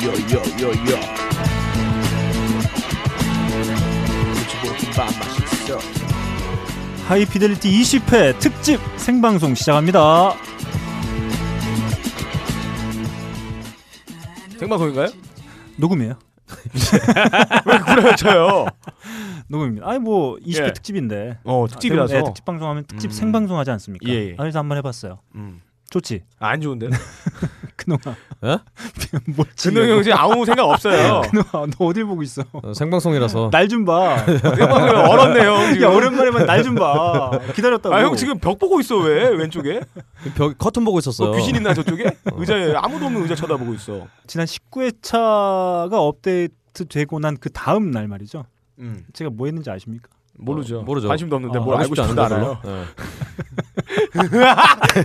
요요요요요 김밥 맛있어 하이피델리티 20회 특집 생방송 시작합니다. 생방송인가요? 녹음이에요. 그래요, 아, 저요. 녹음입니다. 아니 뭐 20회 예. 특집인데. 어, 특집이라서. 아, 네, 특집 방송하면 특집 음. 생방송 하지 않습니까? 예, 예. 아, 그래서 한번 해봤어요. 음. 좋지. 아, 안 좋은데. 그놈아. 예? 뭘뭐 근동 치려고. 형 지금 아무 생각 없어요. 그놈아 너 어딜 보고 있어? 어, 생방송이라서 날 좀 봐. 생방송 네, 얼었네요. 야 지금. 오랜만에만 날 좀 봐. 기다렸다고. 아, 형 지금 벽 보고 있어, 왜? 왼쪽에? 벽 커튼 보고 있었어요. 너 귀신 있나, 저쪽에? 의자에 아무도 없는 의자 쳐다보고 있어. 지난 19회차가 업데이트 되고 난 그 다음 날 말이죠. 음. 제가 뭐 했는지 아십니까? 모르죠. 어, 모르죠. 관심도 없는데 아, 뭘 알고 싶지 싶지도 않은데 않아요. 별로. 예.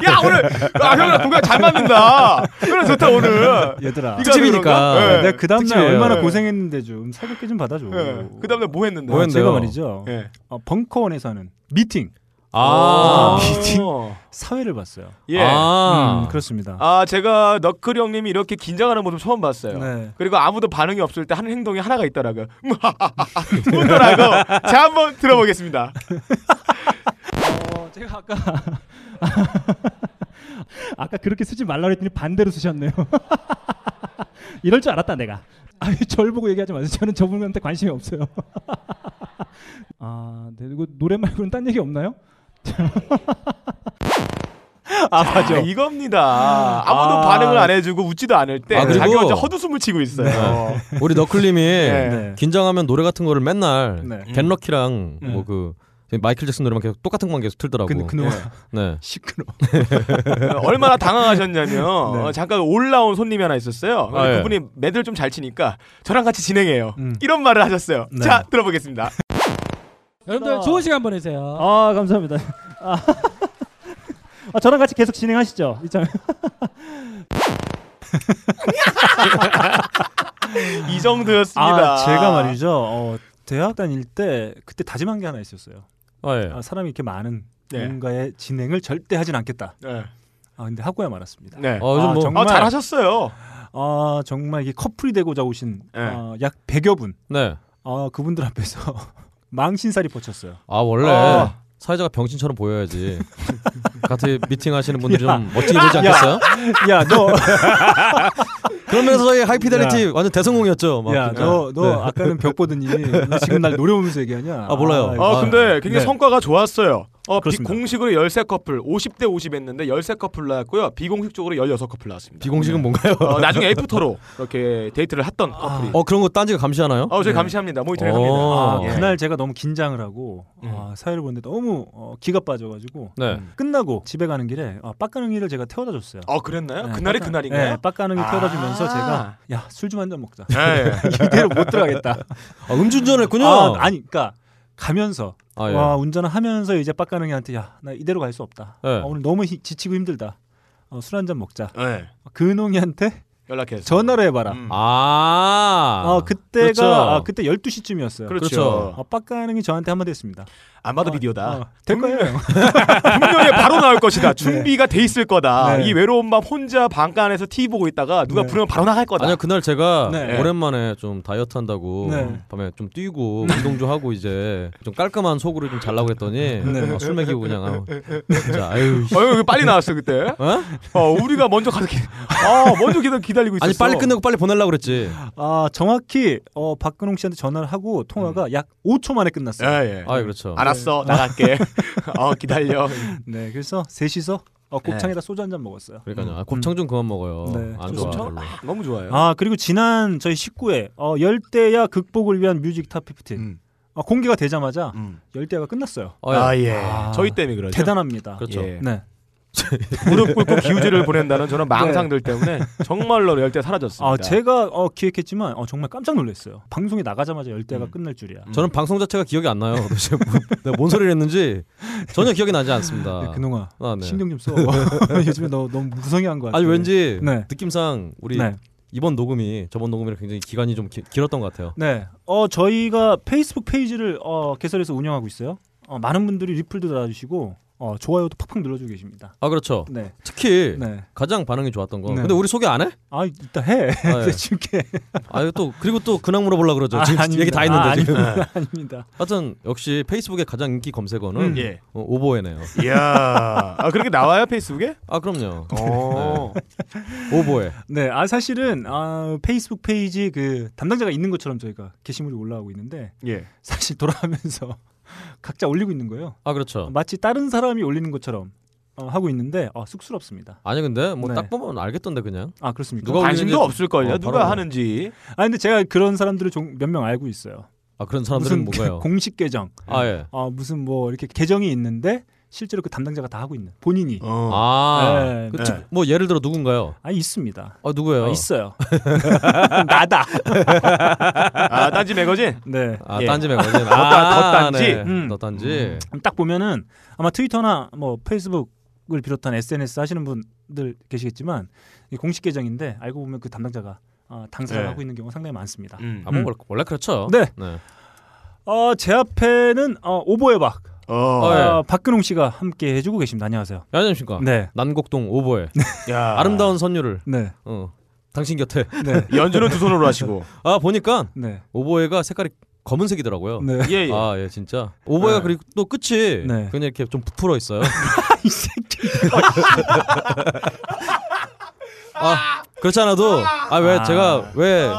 야, 오늘! 아, 형이랑 동갑 잘 맞는다! 그래, 좋다, 오늘! 얘들아. 이거- 특집이니까. 네. 내가 그 다음 날 특집이에요. 얼마나 네. 고생했는데 좀 사격해 좀 받아줘. 예. 그 다음날 뭐 했는데? 뭐 했는데? 제가 했는데요? 말이죠. 예. 어, 벙커원에서는 미팅 아, 미팅. 사회를 봤어요. 예. 아, 아, 음, 그렇습니다. 제가 너클 형님이 이렇게 긴장하는 모습 처음 봤어요. 네. 그리고 아무도 반응이 없을 때 하는 행동이 하나가 있더라고요. 웃더라고. 자 한번 들어보겠습니다. 어, 제가 아까 아까 그렇게 쓰지 말라 그랬더니 반대로 쓰셨네요. 이럴 줄 알았다 내가. 아니 절 보고 얘기하지 마세요. 저는 저분한테 관심이 없어요. 아, 네, 그리고 노래 말고는 딴 얘기 없나요? 아 자, 이겁니다. 아무도 아. 반응을 안 해주고 웃지도 않을 때 아, 그리고- 자기 혼자 헛웃음을 치고 있어요. 어. 우리 너클님이 네. 긴장하면 노래 같은 거를 맨날 네. 겟럭키랑 음. 뭐 그 마이클 잭슨 노래만 계속 똑같은 것만 계속 틀더라고. 근데 그놈아 네. 시끄러. 네. 얼마나 당황하셨냐면 어, 네. 잠깐 올라온 손님이 하나 있었어요. 아, 예. 그분이 매들 좀 잘 치니까 저랑 같이 진행해요. 음. 이런 말을 하셨어요. 네. 자 들어보겠습니다. 여러분들 좋은 시간 보내세요. 아, 감사합니다. 아, 아, 저랑 같이 계속 진행하시죠. 이참 이 정도였습니다. 아 제가 말이죠. 어, 대학 다닐 때 그때 다짐한 게 하나 있었어요. 아, 예. 아, 사람이 이렇게 많은 네. 누군가의 진행을 절대 하진 않겠다. 네. 아 근데 하고야 말았습니다. 네. 어, 요즘 아, 뭐 정말 아, 잘하셨어요. 아 정말 이게 커플이 되고자 오신 네. 어, 약 100여 분. 네. 아 그분들 앞에서 망신살이 뻗쳤어요. 아, 원래 아. 사회자가 병신처럼 보여야지. 같이 미팅 하시는 분들이 좀 멋지게 보지 않겠어요? 야너 그런 면에서 저희 하이피델리티 완전 대성공이었죠. 막 야, 그냥. 너, 너 네. 아까는 벽 보더니 지금 날 노려보면서 얘기하냐? 아, 몰라요. 아이고. 아, 아, 근데 네. 굉장히 성과가 좋았어요. 어, 그렇습니다. 비공식으로 13 커플, 50대 50 했는데 13 커플 나왔고요. 비공식적으로 16 커플 나왔습니다. 비공식은 뭔가요? 어, 나중에 애프터로 이렇게 데이트를 했던 커플이. 어, 그런 거 딴지가 감시하나요? 어, 저희 감시합니다. 모니터링 어. 아, 합니다. 예. 그날 제가 너무 긴장을 하고 아, 사회를 보는데 너무 어, 기가 빠져가지고 네. 끝나고 집에 가는 길에 아, 빡가능이를 제가 태워다 줬어요. 어, 그랬나요? 네, 그날이 빡가- 그날인가요? 네, 빡가능이 아. 태워다 주면서 제가 야 술 좀 한 잔 먹자. 예, 예. 이대로 못 들어가겠다. 아, 음주운전을 했군요. 예. 아, 아니, 그러니까 가면서 아, 예. 와 운전을 하면서 이제 빡가능이한테 야 나 이대로 갈 수 없다. 네. 아, 오늘 너무 히- 지치고 힘들다. 어, 술 한 잔 먹자. 예. 근홍이한테 연락해서. 전화를 해봐라. 음. 아. 아, 그때가 그렇죠. 아, 그때 12시쯤이었어요. 그렇죠. 그렇죠. 아, 빡가능이 저한테 한마디 했습니다. 안 봐도 비디오다. 어, 될 거예요. 분명히 바로 나올 것이다. 준비가 돼 있을 거다. 네. 이 외로운 밤 혼자 방가 안에서 TV 보고 있다가 누가 네. 부르면 바로 나갈 거다. 아니요 그날 제가 네. 오랜만에 좀 다이어트 한다고 네. 밤에 좀 뛰고 운동 좀 하고 이제 좀 깔끔한 속으로 좀 잘라고 그랬더니 네. 아, 술 먹이고 그냥 아우, 진짜 아유 씨. 어, 이거 빨리 나왔어 그때. 어? 어, 우리가 먼저 가서 기, 아, 먼저 기다, 기다리고 있었어. 아니 빨리 끝내고 빨리 보내려고 그랬지 아, 정확히 어, 박근홍 씨한테 전화를 하고 통화가 약 5초 만에 끝났어요. 음. 예, 예. 아 그렇죠 알았어, 나갈게. 어, 기다려. 네, 그래서 셋이서 어, 예. 곱창에다 소주 한 잔 먹었어요. 그러니까요 아, 곱창 좀 그만 먹어요 네. 안 좋아 곱창? 별로. 아, 너무 좋아요. 아, 그리고 지난 저희 19회 어, 열대야 극복을 위한 뮤직 탑 15. 음. 어, 공개가 되자마자 음. 열대야가 끝났어요. 어, 예. 아, 예. 아. 저희 때문에 그러죠. 대단합니다. 그렇죠 예. 네. 무릎 꿇고 기우제를 보낸다는 저런 망상들 때문에 정말로 열대 사라졌습니다. 아, 제가 어, 기획했지만 어, 정말 깜짝 놀랐어요. 방송에 나가자마자 열대야가 음. 끝날 줄이야. 저는 방송 자체가 기억이 안 나요 도대체 뭐- 내가 뭔 소리를 했는지 전혀 기억이 나지 않습니다 네, 근홍아 아, 네. 신경 좀 써. 요즘에 너 너무 무성의한 거 같아. 아니 왠지 네. 느낌상 우리 네. 이번 녹음이 저번 녹음이랑 굉장히 기간이 좀 기- 길었던 것 같아요 네. 어 저희가 페이스북 페이지를 어, 개설해서 운영하고 있어요. 어, 많은 분들이 리플도 달아주시고 어, 좋아요도 팍팍 눌러주고 계십니다. 아 그렇죠. 네, 특히 네. 가장 반응이 좋았던 거. 네. 근데 우리 소개 안 해? 아 이따 해. 아, 예. 줄게. 아유 또 그리고 또 근황 물어보려 그러죠. 아, 지금 아닙니다. 얘기 다 했는데 아, 지금. 아닙니다. 아닙니다. 하여튼 역시 페이스북의 가장 인기 검색어는 음, 예. 어, 오보에네요. 이야. 아 그렇게 나와요 페이스북에? 아 그럼요. 어. 오보에. 네, 아 사실은 아, 페이스북 페이지 그 담당자가 있는 것처럼 저희가 게시물이 올라오고 있는데 예. 사실 돌아가면서 각자 올리고 있는 거예요. 아 그렇죠. 마치 다른 사람이 올리는 것처럼 어, 하고 있는데 어, 쑥스럽습니다. 아니 근데 뭐 네. 딱 보면 알겠던데 그냥. 아 그렇습니까? 누가 올리는지- 관심도 없을 걸요. 어, 누가 바로. 하는지. 아 근데 제가 그런 사람들을 몇 명 알고 있어요. 아 그런 사람들은 무슨 뭔가요? 공식 계정, 아 예. 어, 무슨 뭐 이렇게 계정이 있는데 실제로 그 담당자가 다 하고 있는 본인이 어. 아. 네, 그 네. 즉, 뭐 예를 들어 누군가요? 아 있습니다. 아 누구예요? 아, 있어요. 나다. 아 딴지 매거진. 네. 아 예. 딴지 매거진. 아, 네. 딴- 더 딴지? 음. 더 딴지. 딱 보면은 아마 트위터나 뭐 페이스북을 비롯한 SNS 하시는 분들 계시겠지만 이 공식 계정인데 알고 보면 그 담당자가 아, 당사자가 네. 하고 있는 경우가 상당히 많습니다. 음. 아, 뭐 음. 원래- 원래 그렇죠. 네. 어, 제 앞에는 어, 오보의 박 어. 아, 예. 어, 박근홍 씨가 함께 해주고 계십니다. 안녕하세요. 안녕하십니까. 네, 난곡동 오보에 야. 아름다운 선율을 네, 어, 당신 곁에. 네, 연주는 두 손으로 하시고. 아 보니까 네, 오보에가 색깔이 검은색이더라고요. 네. 예. 예. 아 예 진짜 오보에가 네. 그리고 또 끝이 네. 그냥 이렇게 좀 부풀어 있어요. 이 새끼. 아 그렇지 않아도 아 왜 아. 제가 왜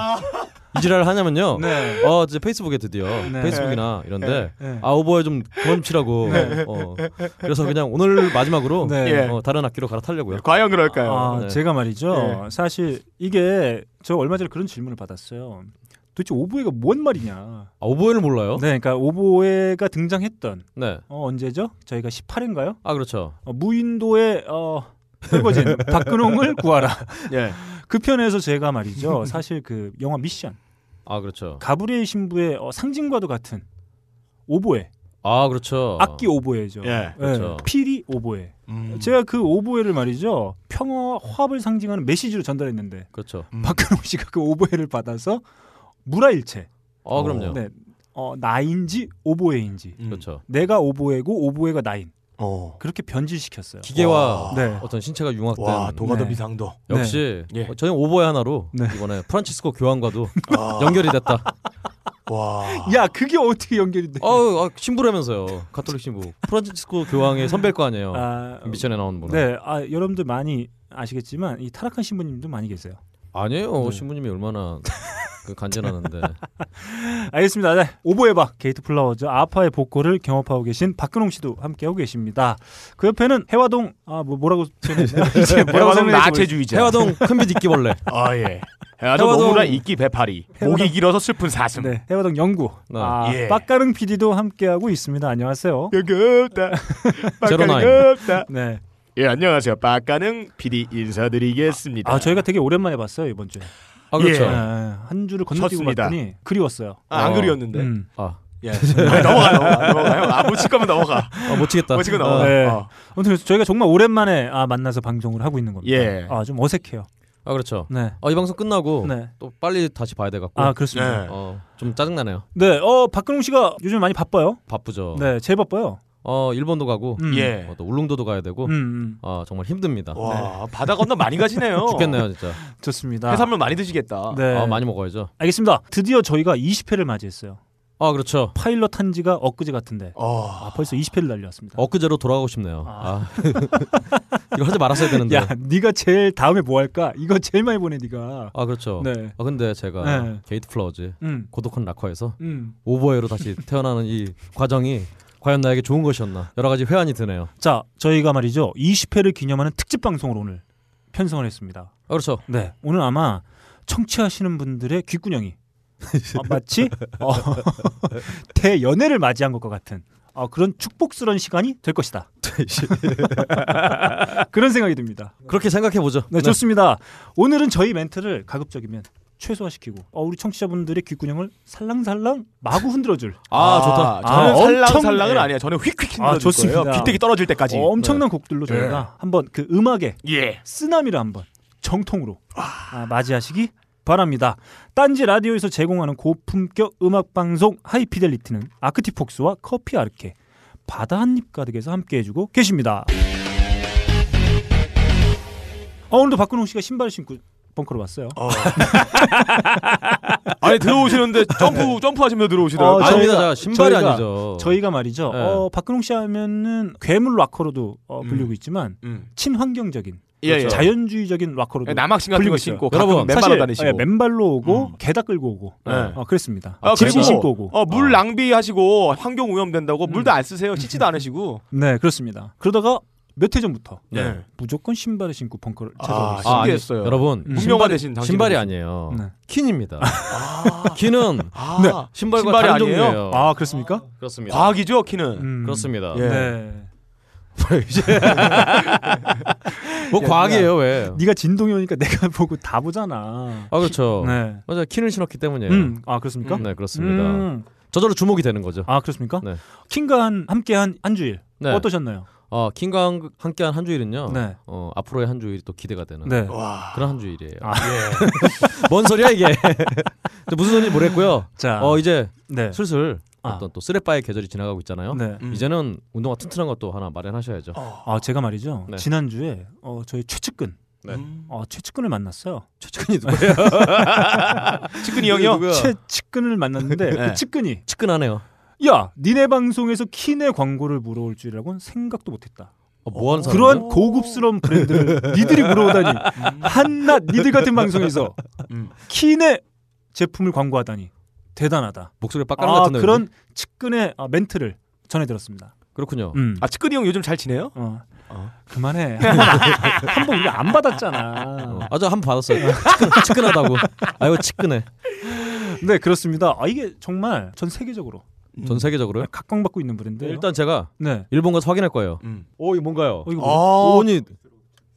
이지랄을 하냐면요. 네, 어 이제 페이스북에 드디어 네. 페이스북이나 이런데 네. 아 오보에 좀 그만 좀 치라고. 어, 그래서 그냥 오늘 마지막으로 네. 예. 어, 다른 악기로 갈아타려고요. 과연 그럴까요? 아, 네. 제가 말이죠. 사실 이게 저 얼마 전에 그런 질문을 받았어요. 도대체 오보에가 뭔 말이냐? 아, 오보에를 몰라요? 네, 그러니까 오보에가 등장했던 네. 어, 언제죠? 저희가 18인가요? 아 그렇죠. 무인도의 어, 헐거진 박근홍을 구하라. 예. 그 편에서 제가 말이죠. 사실 그 영화 미션 아 그렇죠. 가브리엘 신부의 어, 상징과도 같은 오보에 아 그렇죠. 악기 오보에죠. 예. 그렇죠. 필이 오보에. 음. 제가 그 오보에를 말이죠. 평화와 화합을 상징하는 메시지로 전달했는데 그렇죠. 음. 박근홍 씨가 그 오보에를 받아서 무라일체. 아 그럼요. 네. 어, 나인지 오보에인지. 음. 그렇죠. 내가 오보에고 오보에가 나인. 어. 그렇게 변질시켰어요. 기계와 와. 네. 어떤 신체가 융합된 와 도가더 네. 비상도. 역시 네. 예. 어, 저희 오버의 하나로 네. 이번에 프란치스코 교황과도 아. 연결이 됐다. 와. 야, 그게 어떻게 연결이 돼? 어, 어 신부라면서요. 가톨릭 신부. 프란치스코 교황의 선배일 거 아니에요. 아, 미션에 나온 분은. 네, 아, 여러분들 많이 아시겠지만 이 타락한 신부님도 많이 계세요. 아니에요. 네. 신부님이 얼마나 그 간절하는데. 알겠습니다. 네, 오보의 박 게이트 플라워즈 아파의 보컬을 경험하고 계신 박근홍 씨도 함께 하고 계십니다. 그 옆에는 해화동 아 뭐, 뭐라고 표현했나요? 이제 뭐라고 해화동 설명해야지 나체주의자. 해화동 큰빛 이끼벌레. 아 예. 해화동 해화동- 노무라 이끼 배파리. 목이 해화동- 길어서 슬픈 사슴. 모르겠- 네, 해화동 영구. 네. 아, 예. 빡가릉 PD도 함께 하고 있습니다. 안녕하세요. 반갑다. 제로나인. 반갑다. 네. 예 안녕하세요. 빡가능 PD 인사드리겠습니다. 아, 저희가 되게 오랜만에 봤어요, 이번 주에. 아 그렇죠. 네, 예. 한 주를 건너뛰고 쳤습니다. 봤더니 그리웠어요. 아, 안 어. 그리웠는데. 음. 아, 예. 아니, 넘어가 넘어가 넘어가. 아못 치면 넘어가. 아, 못 치겠다. 못 치고 넘어가. 아, 네. 어. 아무튼 그래서 저희가 정말 오랜만에 아, 만나서 방송을 하고 있는 겁니다. 예. 아, 좀 어색해요. 아 그렇죠. 네. 아, 이 방송 끝나고 네. 또 빨리 다시 봐야 돼 갖고. 아, 그렇습니다. 네. 어, 좀 짜증나네요. 네. 어, 박근홍 씨가 요즘 많이 바빠요. 바쁘죠. 네, 제일 바빠요. 어, 일본도 가고 음. 예. 어, 또 울릉도도 가야 되고. 음, 음. 아, 정말 힘듭니다. 와 네. 바다 건너 많이 가시네요. 죽겠네요, 아. 진짜. 좋습니다. 해산물 많이 드시겠다. 네. 아, 많이 먹어야죠. 알겠습니다. 드디어 저희가 20회를 맞이했어요. 아, 그렇죠. 파일럿 한 지가 엊그제 같은데. 어. 아, 벌써 20회를 날려왔습니다. 엊그제로 돌아가고 싶네요. 아. 아. 이거 하지 말았어야 되는데. 야, 네가 제일 다음에 뭐 할까? 이거 제일 많이 보내 네가. 아, 그렇죠. 네. 아, 근데 제가 네. 게이트 플라워즈 음. 고독한 락화에서 음. 오버웨이로 다시 태어나는 이 과정이 과연 나에게 좋은 것이었나 여러 가지 회한이 드네요. 자, 저희가 말이죠. 20회를 기념하는 특집 방송을 오늘 편성을 했습니다. 아, 그렇죠. 네. 오늘 아마 청취하시는 분들의 귓구녕이 어, 마치 어, 대연애를 맞이한 것과 같은 어, 그런 축복스러운 시간이 될 것이다. 그런 생각이 듭니다. 그렇게 생각해 보죠. 네, 좋습니다. 오늘은 저희 멘트를 가급적이면 최소화시키고 어, 우리 청취자분들의 귓구녕을 살랑살랑 마구 흔들어줄 아, 좋다. 저는 아, 살랑살랑은 엄청- 아니야. 저는 휙휙 아, 힘들 좋습니다. 거예요. 귀때기 떨어질 때까지. 엄청난 곡들로 저희가 한번 그 음악의 예. 쓰나미를 한번 정통으로 아, 맞이하시기 바랍니다. 딴지 라디오에서 제공하는 고품격 음악 방송 하이피델리티는 아크티폭스와 커피 아르케 바다 한입 가득에서 함께 해주고 계십니다. 어, 오늘도 박근홍 씨가 신발 신고 벙커로 왔어요. 아니 들어오시는데 점프 점프하시면서 어, 들어오시더라고요. 저- 아닙니다. 저희가- 자, 신발이 저희가- 아니죠. 저희가 말이죠. 네. 어, 박근홍 씨 하면은 괴물 락커로도 어, 불리고 음. 있지만 음. 친환경적인 예, 예. 자연주의적인 락커로도 남학생 같은 불리고 거 있어요. 신고 여러분, 여러분 맨발로 사실, 다니시고 예, 맨발로 오고 음. 개다 끌고 오고 네. 어, 그랬습니다. 아, 집신 그리고- 신고 오고. 어, 물 낭비하시고 환경 오염된다고 음. 물도 안 쓰세요. 씻지도 않으시고. 네, 그렇습니다. 그러다가 몇 해 전부터 네. 무조건 신발을 신고 벙커를 아, 찾아오고 아, 아니, 신기했어요. 여러분 음. 문명화 대신 당신 신발이 아니에요. 네. 킨입니다. 킨은 아, 신발과 신발이 다른 아니에요? 종류예요. 아, 그렇습니까? 그렇습니다. 과학이죠, 키는. 음. 어. 그렇습니다. 예. 네. 뭐 과학이에요 왜? 네가 진동이 오니까 내가 보고 다 보잖아. 아 그렇죠. 네. 맞아요. 킨을 신었기 때문이에요. 음. 아, 그렇습니까? 네 그렇습니다. 음. 저절로 주목이 되는 거죠. 아, 그렇습니까? 네. 킹과 한, 함께한 한 주일 네. 어떠셨나요? 어, 킹과 한- 함께한 한 주일은요. 네. 어, 앞으로의 한 주일이 또 기대가 되는 네. 와. 그런 한 주일이에요. 예. 아. 뭔 소리야 이게? 저 무슨 소리인지 모르겠고요. 자. 어 이제 네. 슬슬 아. 어떤 또 쓰레빠의 계절이 지나가고 있잖아요. 네. 음. 이제는 운동화 튼튼한 것도 하나 마련하셔야죠. 아, 제가 말이죠. 네. 지난주에 어, 저희 최측근 네. 음. 어, 최측근을 만났어요. 최측근이 누구예요? 측근이 형이요? 최측근을 만났는데 네. 그 측근이 측근하네요. 야, 니네 방송에서 킨의 광고를 물어올 줄이라고는 생각도 못했다. 어, 뭐하는 사람? 그러한 고급스러운 브랜드를 니들이 물어오다니 한낱 니들 같은 방송에서 음. 킨의 제품을 광고하다니 대단하다. 목소리 빡가는 것 아, 같은데. 그런 측근의 아, 멘트를 전해 들었습니다. 그렇군요. 음. 아, 측근이 형 요즘 잘 지내요? 어. 어. 그만해. 한 번 우리가 안 어, 받았잖아. 아저 한 번 받았어요. 측근, 측근하다고. 아이고 측근해. 네, 그렇습니다. 아, 이게 정말 전 세계적으로 음. 전 세계적으로요. 각광받고 있는 브랜드. 일단 제가 네. 일본 가서 확인할 거예요. 음. 오 이거 뭔가요? 어, 이거 뭐야? 아, 오니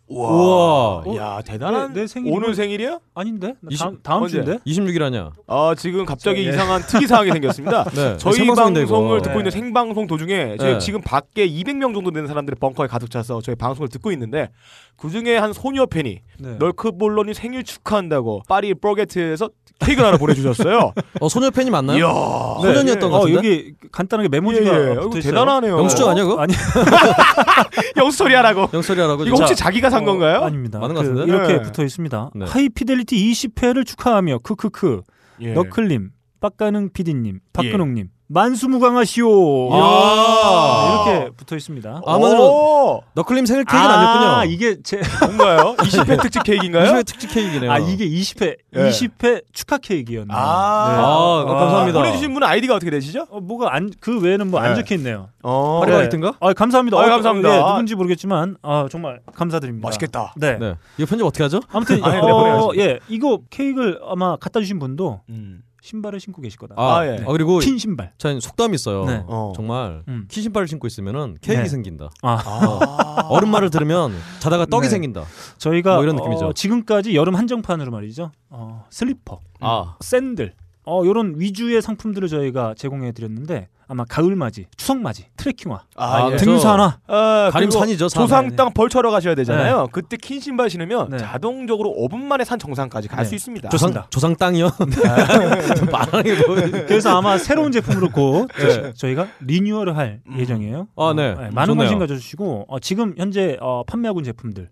우와. 우와. 야, 대단한. 내- 내 생일이 오늘 뭐- 생일이야? 아닌데? 나 다음, 이십- 다음 언제? 주인데? 26일 아니야? 아, 지금 갑자기 이상한 특이 사항이 생겼습니다. 네. 저희 생방송인데, 이거. 방송을 듣고 네. 있는 생방송 도중에 저희 네. 지금 밖에 200명 정도 되는 사람들이 벙커에 가득 차서 저희 방송을 듣고 있는데 그 중에 한 소녀 팬이 네. 널크볼론이 생일 축하한다고 파리 프로게트에서 케이크 를 하나 보내주셨어요. 어 소녀 팬이 맞나요? 네. 이야, 소년이었던 것 어, 같은데. 여기 간단하게 예, 메모지가 예. 붙어 이거 있어요. 대단하네요. 영수증 아니야 그거? 아니, 영수 소리하라고. 영설이라고. 이거 혹시 자기가 어, 산 건가요? 아닙니다. 많은 그 것 같은데? 이렇게 네. 붙어 있습니다. 네. 하이피델리티 20회를 축하하며 크크크 예. 너클님, 빡가능 PD님, 박근홍님 만수무강하시오. 아. 네, 이렇게 붙어 있습니다. 아마도 오, 너클림 생일 케이크는 아, 아니었군요. 이게 제 뭔가요? 20회 특집 케이크인가요? 20회 특집 케이크네요. 아, 이게 20회 예. 20회 축하 네. 케이크였나. 아. 아, 감사합니다. 보내주신 분은 아이디가 어떻게 되시죠? 어, 뭐가 안 그 외에는 뭐 안 네. 적혀 있네요. 어, 파리 네. 화이트인가? 아, 감사합니다. 아유, 어, 감사합니다. 예, 누군지 모르겠지만 아, 정말 감사드립니다. 맛있겠다. 네. 네. 이거 편집 어떻게 하죠? 아무튼 아유, 네, 어, 보내야지. 예, 이거 케이크를 아마 갖다 주신 분도 음. 신발을 신고 계실 거다. 아, 아, 예. 아, 그리고 흰 신발. 저 속담이 있어요. 네. 어. 정말 음. 키 신발을 신고 있으면은 케이크 네. 가 생긴다. 아, 아. 어른 말을 들으면 자다가 떡이 네. 생긴다. 저희가 뭐 이런 어, 느낌이죠. 지금까지 여름 한정판으로 말이죠. 어, 슬리퍼, 아, 샌들, 어, 이런 위주의 상품들을 저희가 제공해 드렸는데 아마 가을 맞이, 추석 맞이, 트레킹화, 아, 예. 그래서- 등산화. 아, 그리고 가림산이죠. 산. 조상 땅 벌처러 가셔야 되잖아요. 그때 킨 신발 신으면 네. 자동적으로 5분 만에 산 정상까지 네. 갈수 있습니다. 조상 좋습니다. 조상 땅이요. 말하는 게 뭐. 그래서 아마 새로운 제품으로 곧 네. 저희가 리뉴얼을 할 음. 예정이에요. 아, 어, 네. 많은 좋네요. 관심 가져주시고 어, 지금 현재 어, 판매하고 있는 제품들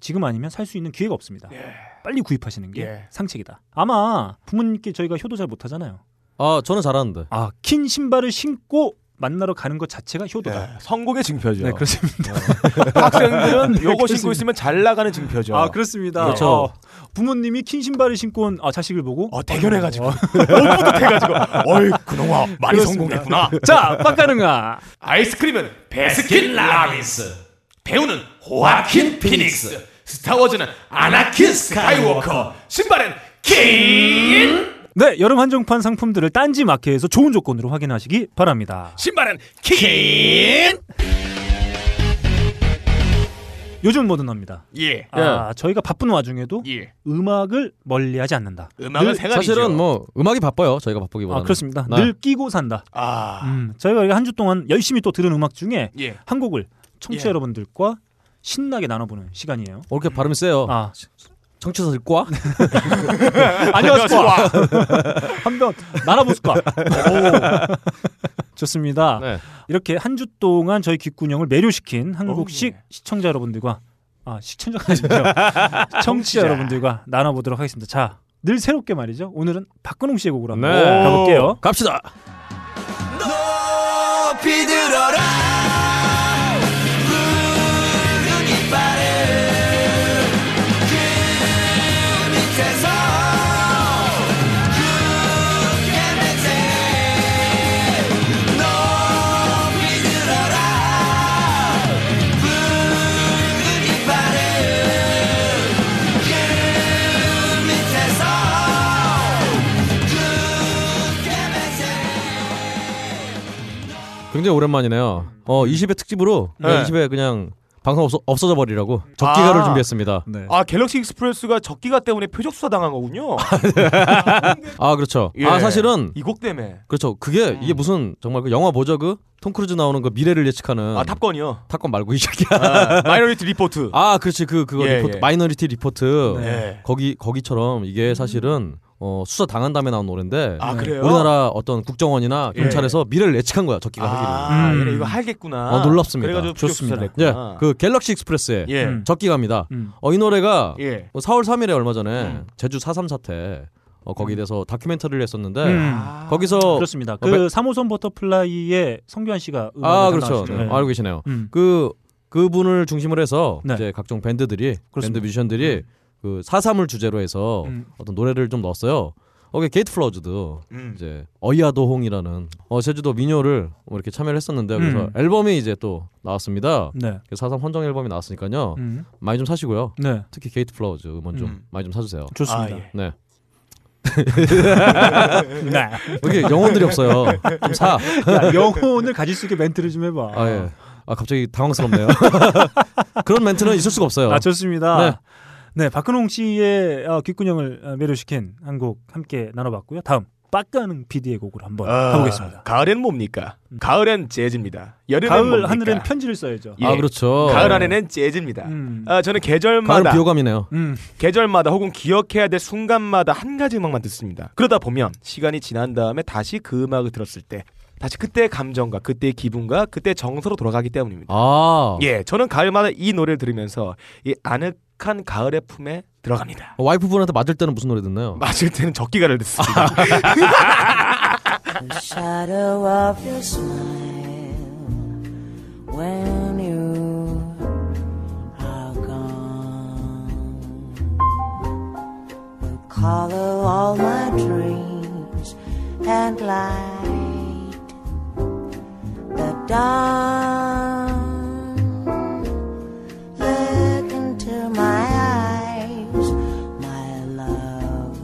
지금 아니면 살 수 있는 기회가 없습니다. 빨리 구입하시는 게 예. 상책이다. 아마 부모님께 저희가 효도 잘 못하잖아요. 아, 저는 잘하는데. 아, 킨 신발을 신고 만나러 가는 것 자체가 효도다. 예, 성공의 증표죠. 어. 네, 그렇습니다. 학생들은 요거 신고 그렇습니다. 있으면 잘 나가는 증표죠. 아, 그렇습니다. 그렇죠. 어, 부모님이 킨 신발을 신고 온 아, 자식을 보고 어, 대견해가지고 못부득해가지고 어이 그놈아 많이 성공했구나. 자, 빡가능아. 아이스크림은 베스킨 라빈스 배우는 호아킨 피닉스 스타워즈는 아나킨 스카이워커 신발은 킨 네, 여름 한정판 상품들을 딴지 마켓에서 좋은 조건으로 확인하시기 바랍니다. 신발은 킨 요즘 뭐든 합니다. 예. 아, 저희가 바쁜 와중에도 예. 음악을 멀리하지 않는다. 음악은 생활이죠. 사실은 뭐 음악이 바빠요. 저희가 바쁘기보다는. 아, 그렇습니다. 네. 늘 끼고 산다. 아. 음, 저희가 한 주 동안 열심히 또 들은 음악 중에 예. 한 곡을 청취자 예. 여러분들과 신나게 나눠보는 시간이에요. 어, 이렇게 발음이 세요. 아, 네. 청취자들과 아, 안녕하세요. 한번 나눠보실까? 좋습니다. 네. 이렇게 한 주 동안 저희 귓구녕을 매료시킨 오, 한국식 예. 시청자 여러분들과 아 시청자가 아니죠 청취자 여러분들과 나눠보도록 하겠습니다. 자, 늘 새롭게 말이죠. 오늘은 박근홍 씨의 곡으로 한번 네. 가볼게요. 갑시다. 높이 들어라 푸른 이빨을 그 밑에서 굳게 매세 높이 들어라 푸른 이빨을 그 밑에서 굳게 매세 굉장히 오랜만이네요. 음. 어, 20회 특집으로 네. 20회 그냥 방송 없어, 없어져 버리라고 적기가를 아. 준비했습니다. 네. 아 갤럭시 익스프레스가 적기가 때문에 표적 수사 당한 거군요. 아, 그렇죠. 예. 아, 사실은 이 곡 때문에. 그렇죠. 그게 음. 이게 무슨 정말 그 영화 뭐죠? 그톰 크루즈 나오는 그 미래를 예측하는 아 탑건이요. 탑건 말고 이 새끼야. 아, 마이너리티 리포트. 아, 그렇지. 그 그거 예, 리포트 예. 마이너리티 리포트. 네. 거기 거기처럼 음. 이게 사실은 어, 수사 당한 다음에 나온 노래인데 아 그래요? 우리나라 어떤 국정원이나 예. 경찰에서 미래를 예측한 거야. 적기가 하기로. 아, 음. 얘네 이거 하겠구나. 어, 놀랍습니다. 그래가지고 표적 좋습니다. 수사를 예. 했구나. 그 갤럭시 익스프레스의 예. 음. 적기가입니다. 음. 어, 이 노래가 예. 뭐 4월 3일에 얼마 전에 제주 4.3 사태 어, 거기에 대해서 다큐멘터리를 했었는데 음. 아. 거기서 그렇습니다. 네. 어, 그 3호선 버터플라이의 성규환 씨가 음악을 아 담당하시죠. 그렇죠 네, 네. 알고 계시네요. 음. 그 그분을 중심으로 해서 네. 이제 각종 밴드들이 그렇습니다. 밴드 뮤지션들이 그 4.3을 주제로 해서 음. 어떤 노래를 좀 넣었어요. 거기 게이트 플러즈도 음. 이제 어이아도홍이라는 어, 제주도 민요를 뭐 이렇게 참여를 했었는데 그래서 음. 앨범이 이제 또 나왔습니다. 네. 4.3 헌정 앨범이 나왔으니까요. 음. 많이 좀 사시고요. 네. 특히 게이트 플러즈 음원 좀 음. 많이 좀 사주세요. 좋습니다. 아, 예. 네. 네. 이게 영혼들이 없어요. 좀 사. 야, 영혼을 가질 수 있게 멘트를 좀 해봐. 아 예. 아 갑자기 당황스럽네요. 그런 멘트는 있을 수가 없어요. 아, 좋습니다. 네. 네. 박근홍 씨의 어, 귓구녕을 어, 매료시킨 한 곡 함께 나눠봤고요. 다음 빡가능 PD의 곡으로 한번 아, 가보겠습니다. 가을엔 뭡니까? 가을엔 재즈입니다. 여름엔 가을 예. 뭡니까? 하늘엔 편지를 써야죠. 예. 아 그렇죠. 가을 안에는 재즈입니다. 음. 아, 저는 가을 계절마다 비호감이네요. 음. 계절마다 혹은 기억해야 될 순간마다 한 가지 음악만 듣습니다. 그러다 보면 시간이 지난 다음에 다시 그 음악을 들었을 때 다시 그때의 감정과 그때의 기분과 그때의 정서로 돌아가기 때문입니다. 아 예, 저는 가을마다 이 노래를 들으면서 이 아늑한 가을의 품에 들어갑니다. 어, 와이프분한테 맞을 때는 무슨 노래 듣나요? 맞을 때는 적기가를 듣습니다. The shadow of your smile when you are gone will color all my dreams and light the dawn. Look into my eyes, my love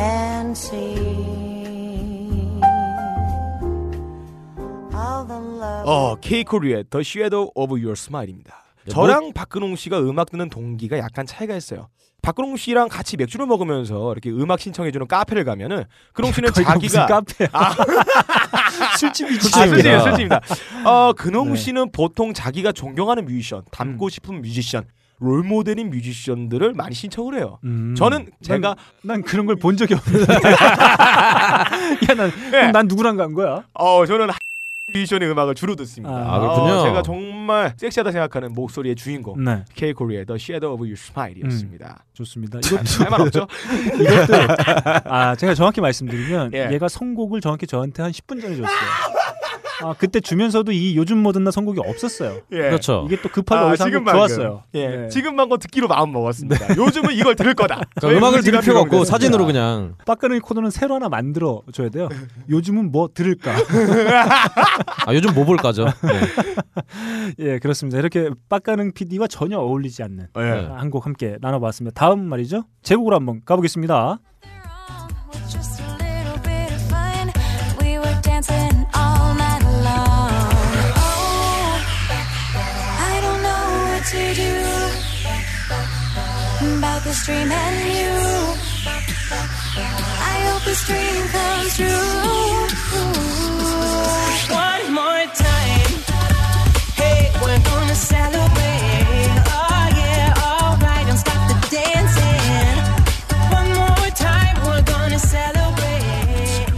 and see all the love. 어, 케이코리의 The Shadow of Your Smile입니다. 네, 저랑 박근홍 씨가 음악 듣는 동기가 약간 차이가 있어요. 박근홍 씨랑 같이 맥주를 먹으면서 이렇게 음악 신청해주는 카페를 가면은 근홍 씨는 거기가 무슨 자기가 카페야? 술집이지. 아, 솔직히 술집입니다. 솔직입니다. 어, 근홍 네. 음. 씨는 보통 자기가 존경하는 뮤지션, 닮고 싶은 뮤지션, 롤 모델인 뮤지션들을 많이 신청을 해요. 음. 저는 제가 난 그런 걸 본 적이 없는데. 야, 난, 예. 그럼 난 누구랑 간 거야? 어, 저는 뮤지션의 음악을 주로 듣습니다. 아, 그렇군요. 어, 제가 정말 섹시하다 생각하는 목소리의 주인공 네, 케이코리의 The Shadow of Your 음. Smile이었습니다. 좋습니다. 이것도 할말 없죠? 이것도 아 제가 정확히 말씀드리면 예. 얘가 선곡을 정확히 저한테 한 10분 전에 줬어요. 아 그때 주면서도 이 요즘 뭐든 나 선곡이 없었어요. 예. 그렇죠. 이게 또 급하게 어디서 한곡 방금. 좋았어요. 예, 예. 지금 방금 듣기로 마음 먹었습니다. 요즘은 이걸 들을 거다. 저희 그러니까 네. 음악을 들을 의지가 필요가 없고 변경됐습니다. 사진으로 그냥 빡가는 코너는 새로 하나 만들어 줘야 돼요. 요즘은 뭐 들을까? 아 요즘 뭐 볼까죠. 네. 예 그렇습니다. 이렇게 빡가는 PD와 전혀 어울리지 않는 예. 한 곡 함께 나눠봤습니다. 다음 말이죠. 제곡으로 한번 가보겠습니다. With just a little bit of fun, we were dancing all night long. Oh, I don't know what to do about this dream and you. I hope this dream comes true. One more time. Hey, we're gonna celebrate. Oh yeah, alright, don't stop the dancing. One more time, we're gonna celebrate.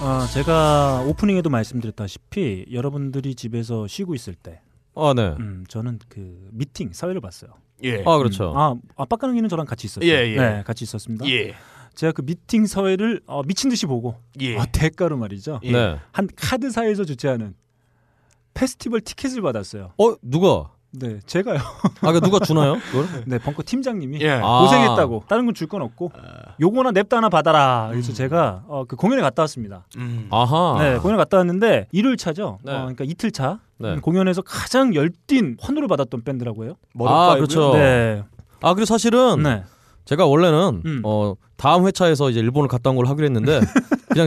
아, 제가 오프닝에도 말씀드렸다시피 여러분들이 집에서 쉬고 있을 때 아 네. 음, 저는 그 미팅 사회를 봤어요. 예. 아 그렇죠. 음, 아 아빠까랑이는 저랑 같이 있었죠. 예, 예. 네, 같이 있었습니다. 예. 제가 그 미팅 사회를 어, 미친 듯이 보고 예. 아, 대가로 말이죠. 예. 네. 한 카드사에서 주최하는 페스티벌 티켓을 받았어요. 어 누가? 네, 제가요. 아 그러니까 누가 주나요? 그걸? 네, 벙커 팀장님이 예. 아. 음. 고생했다고 다른 건 줄 건 없고 요거나 냅다 하나 받아라. 그래서 제가 어, 그 공연에 갔다 왔습니다. 음. 아하. 네, 공연 갔다 왔는데 일요일 차죠. 네. 어, 그러니까 이틀 차 네. 음, 공연에서 가장 열띤 환호를 받았던 밴드라고 해요. 머름바이브요? 아, 그렇죠. 어. 네, 아 그리고 사실은 네, 제가 원래는 음. 어 다음 회차에서 이제 일본을 갔다 온 걸 하기로 했는데 그냥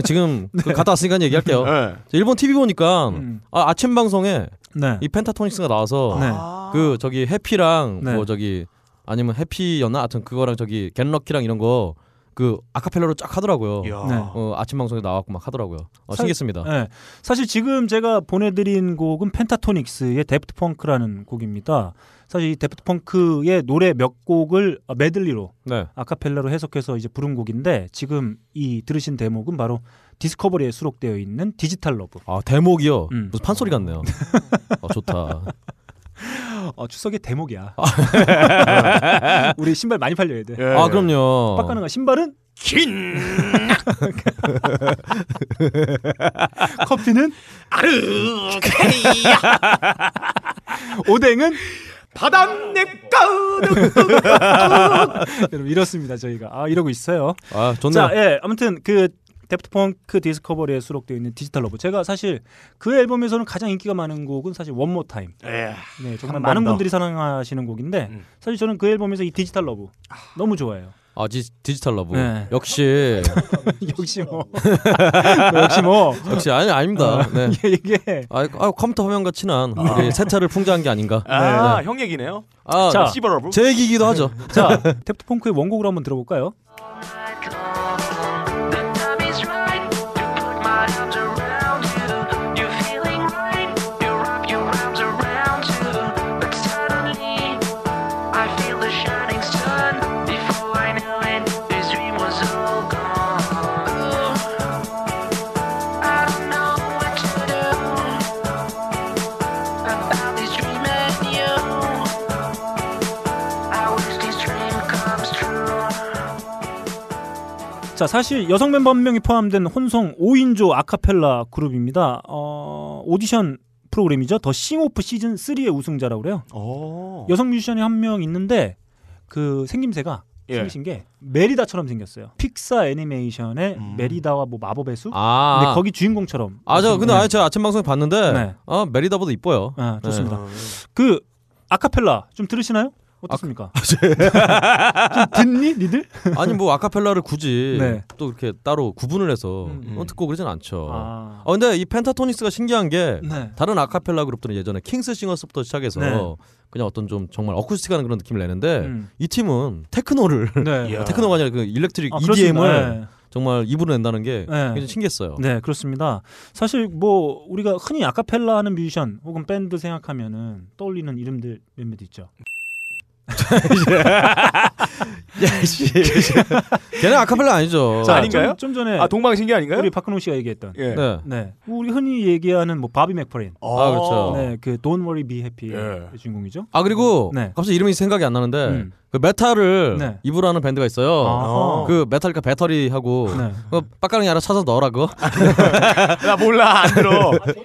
지금 그 갔다 왔으니까 얘기할게요. 예. 일본 TV 보니까 네. 음. 아, 아침 방송에 네, 이 펜타토닉스가 나와서 네. 그 저기 해피랑 네. 뭐 저기 아니면 해피였나 하여튼 그거랑 저기 겟럭키랑 이런 거 그 아카펠라로 쫙 하더라고요. 예. 이야. 네. 어, 아침 방송에 나왔고 막 하더라고요. 어, 사- 신기했습니다. 네. 사실 지금 제가 보내드린 곡은 펜타토닉스의 데프트 펑크라는 곡입니다. 사실 이 데프트 펑크의 노래 몇 곡을 아, 메들리로 네. 아카펠라로 해석해서 이제 부른 곡인데 지금 이 들으신 대목은 바로 디스커버리에 수록되어 있는 디지털 러브. 아 대목이요. 음. 무슨 판소리 같네요. 어, 좋다. 어, 추석의 대목이야. 우리 신발 많이 팔려야 돼. 예. 아 그럼요. 네. 빡가는 거 신발은 긴 커피는 아르케이야 오뎅은 바닷내가는 여러분 이렇습니다 저희가 아 이러고 있어요. 아 좋네요. 자, 예, 아무튼 그 데프트펑크 디스커버리에 수록되어 있는 디지털 러브. 제가 사실 그 앨범에서는 가장 인기가 많은 곡은 사실 원모 타임. 예. 네, 정말 한번 많은 더. 분들이 사랑하시는 곡인데 음. 사실 저는 그 앨범에서 이 디지털 러브 너무 좋아해요. 아 지, 디지털 러브. 네. 역시 역시 뭐, 역시 뭐 역시 아니 아닙니다. 네. 이게, 이게 아, 아 컴퓨터 화면과 친한 어. 우리 세차를 풍자한 게 아닌가. 아, 형 얘기네요. 아, 자, 씨발러브. 제 얘기기도 하죠. 자 데프트펑크의 원곡으로 한번 들어볼까요? 자 사실 여성 멤버 한 명이 포함된 혼성 5인조 아카펠라 그룹입니다. 어, 오디션 프로그램이죠. 더 싱오프 시즌 3의 우승자라고 그래요. 어. 여성 뮤지션이 한 명 있는데 그 생김새가 예. 생기신 게 메리다처럼 생겼어요. 픽사 애니메이션의 음. 메리다와 뭐 마법의 숲. 아, 근데 거기 주인공처럼. 아, 저 근데 네. 아니 제가 아침 방송에 봤는데 네. 아 메리다보다 이뻐요. 아, 좋습니다. 어. 네. 그 아카펠라 좀 들으시나요? 아, 어떻습니까? 예. 좀 듣니 니들? 아니 뭐 아카펠라를 굳이 네. 또 이렇게 따로 구분을 해서 음, 어, 듣고 그러진 않죠. 아. 아, 근데 이 펜타토닉스가 신기한 게 네. 다른 아카펠라 그룹들은 예전에 킹스싱어스부터 시작해서 네. 그냥 어떤 좀 정말 어쿠스틱한 그런 느낌을 내는데 음. 이 팀은 테크노를 네. 이야. 테크노가 아니라 그 일렉트릭 아, EDM을 그렇습니다. 네. 정말 입으로 낸다는 게 네. 굉장히 신기했어요. 네, 그렇습니다. 사실 뭐 우리가 흔히 아카펠라 하는 뮤지션 혹은 밴드 생각하면은 떠올리는 이름들 몇몇 있죠. 걔네 아카펠라 아니죠. 자, 아닌가요? 좀, 좀 전에 아, 동방신기 아닌가요? 우리 박근홍 씨가 얘기했던 예. 어. 네. 네. 우리 흔히 얘기하는 뭐 바비 맥퍼린. 아, 그렇죠. 네, 그 Don't Worry Be Happy의 예. 주인공이죠. 아 그리고 네. 갑자기 이름이 생각이 안 나는데 음. 그 메탈을 네. 입으로 하는 밴드가 있어요. 아하. 그 메탈과 배터리 하고 네. 그 빡가릉이 알아 찾아서 넣어라 그거. 나 몰라. 안 들어.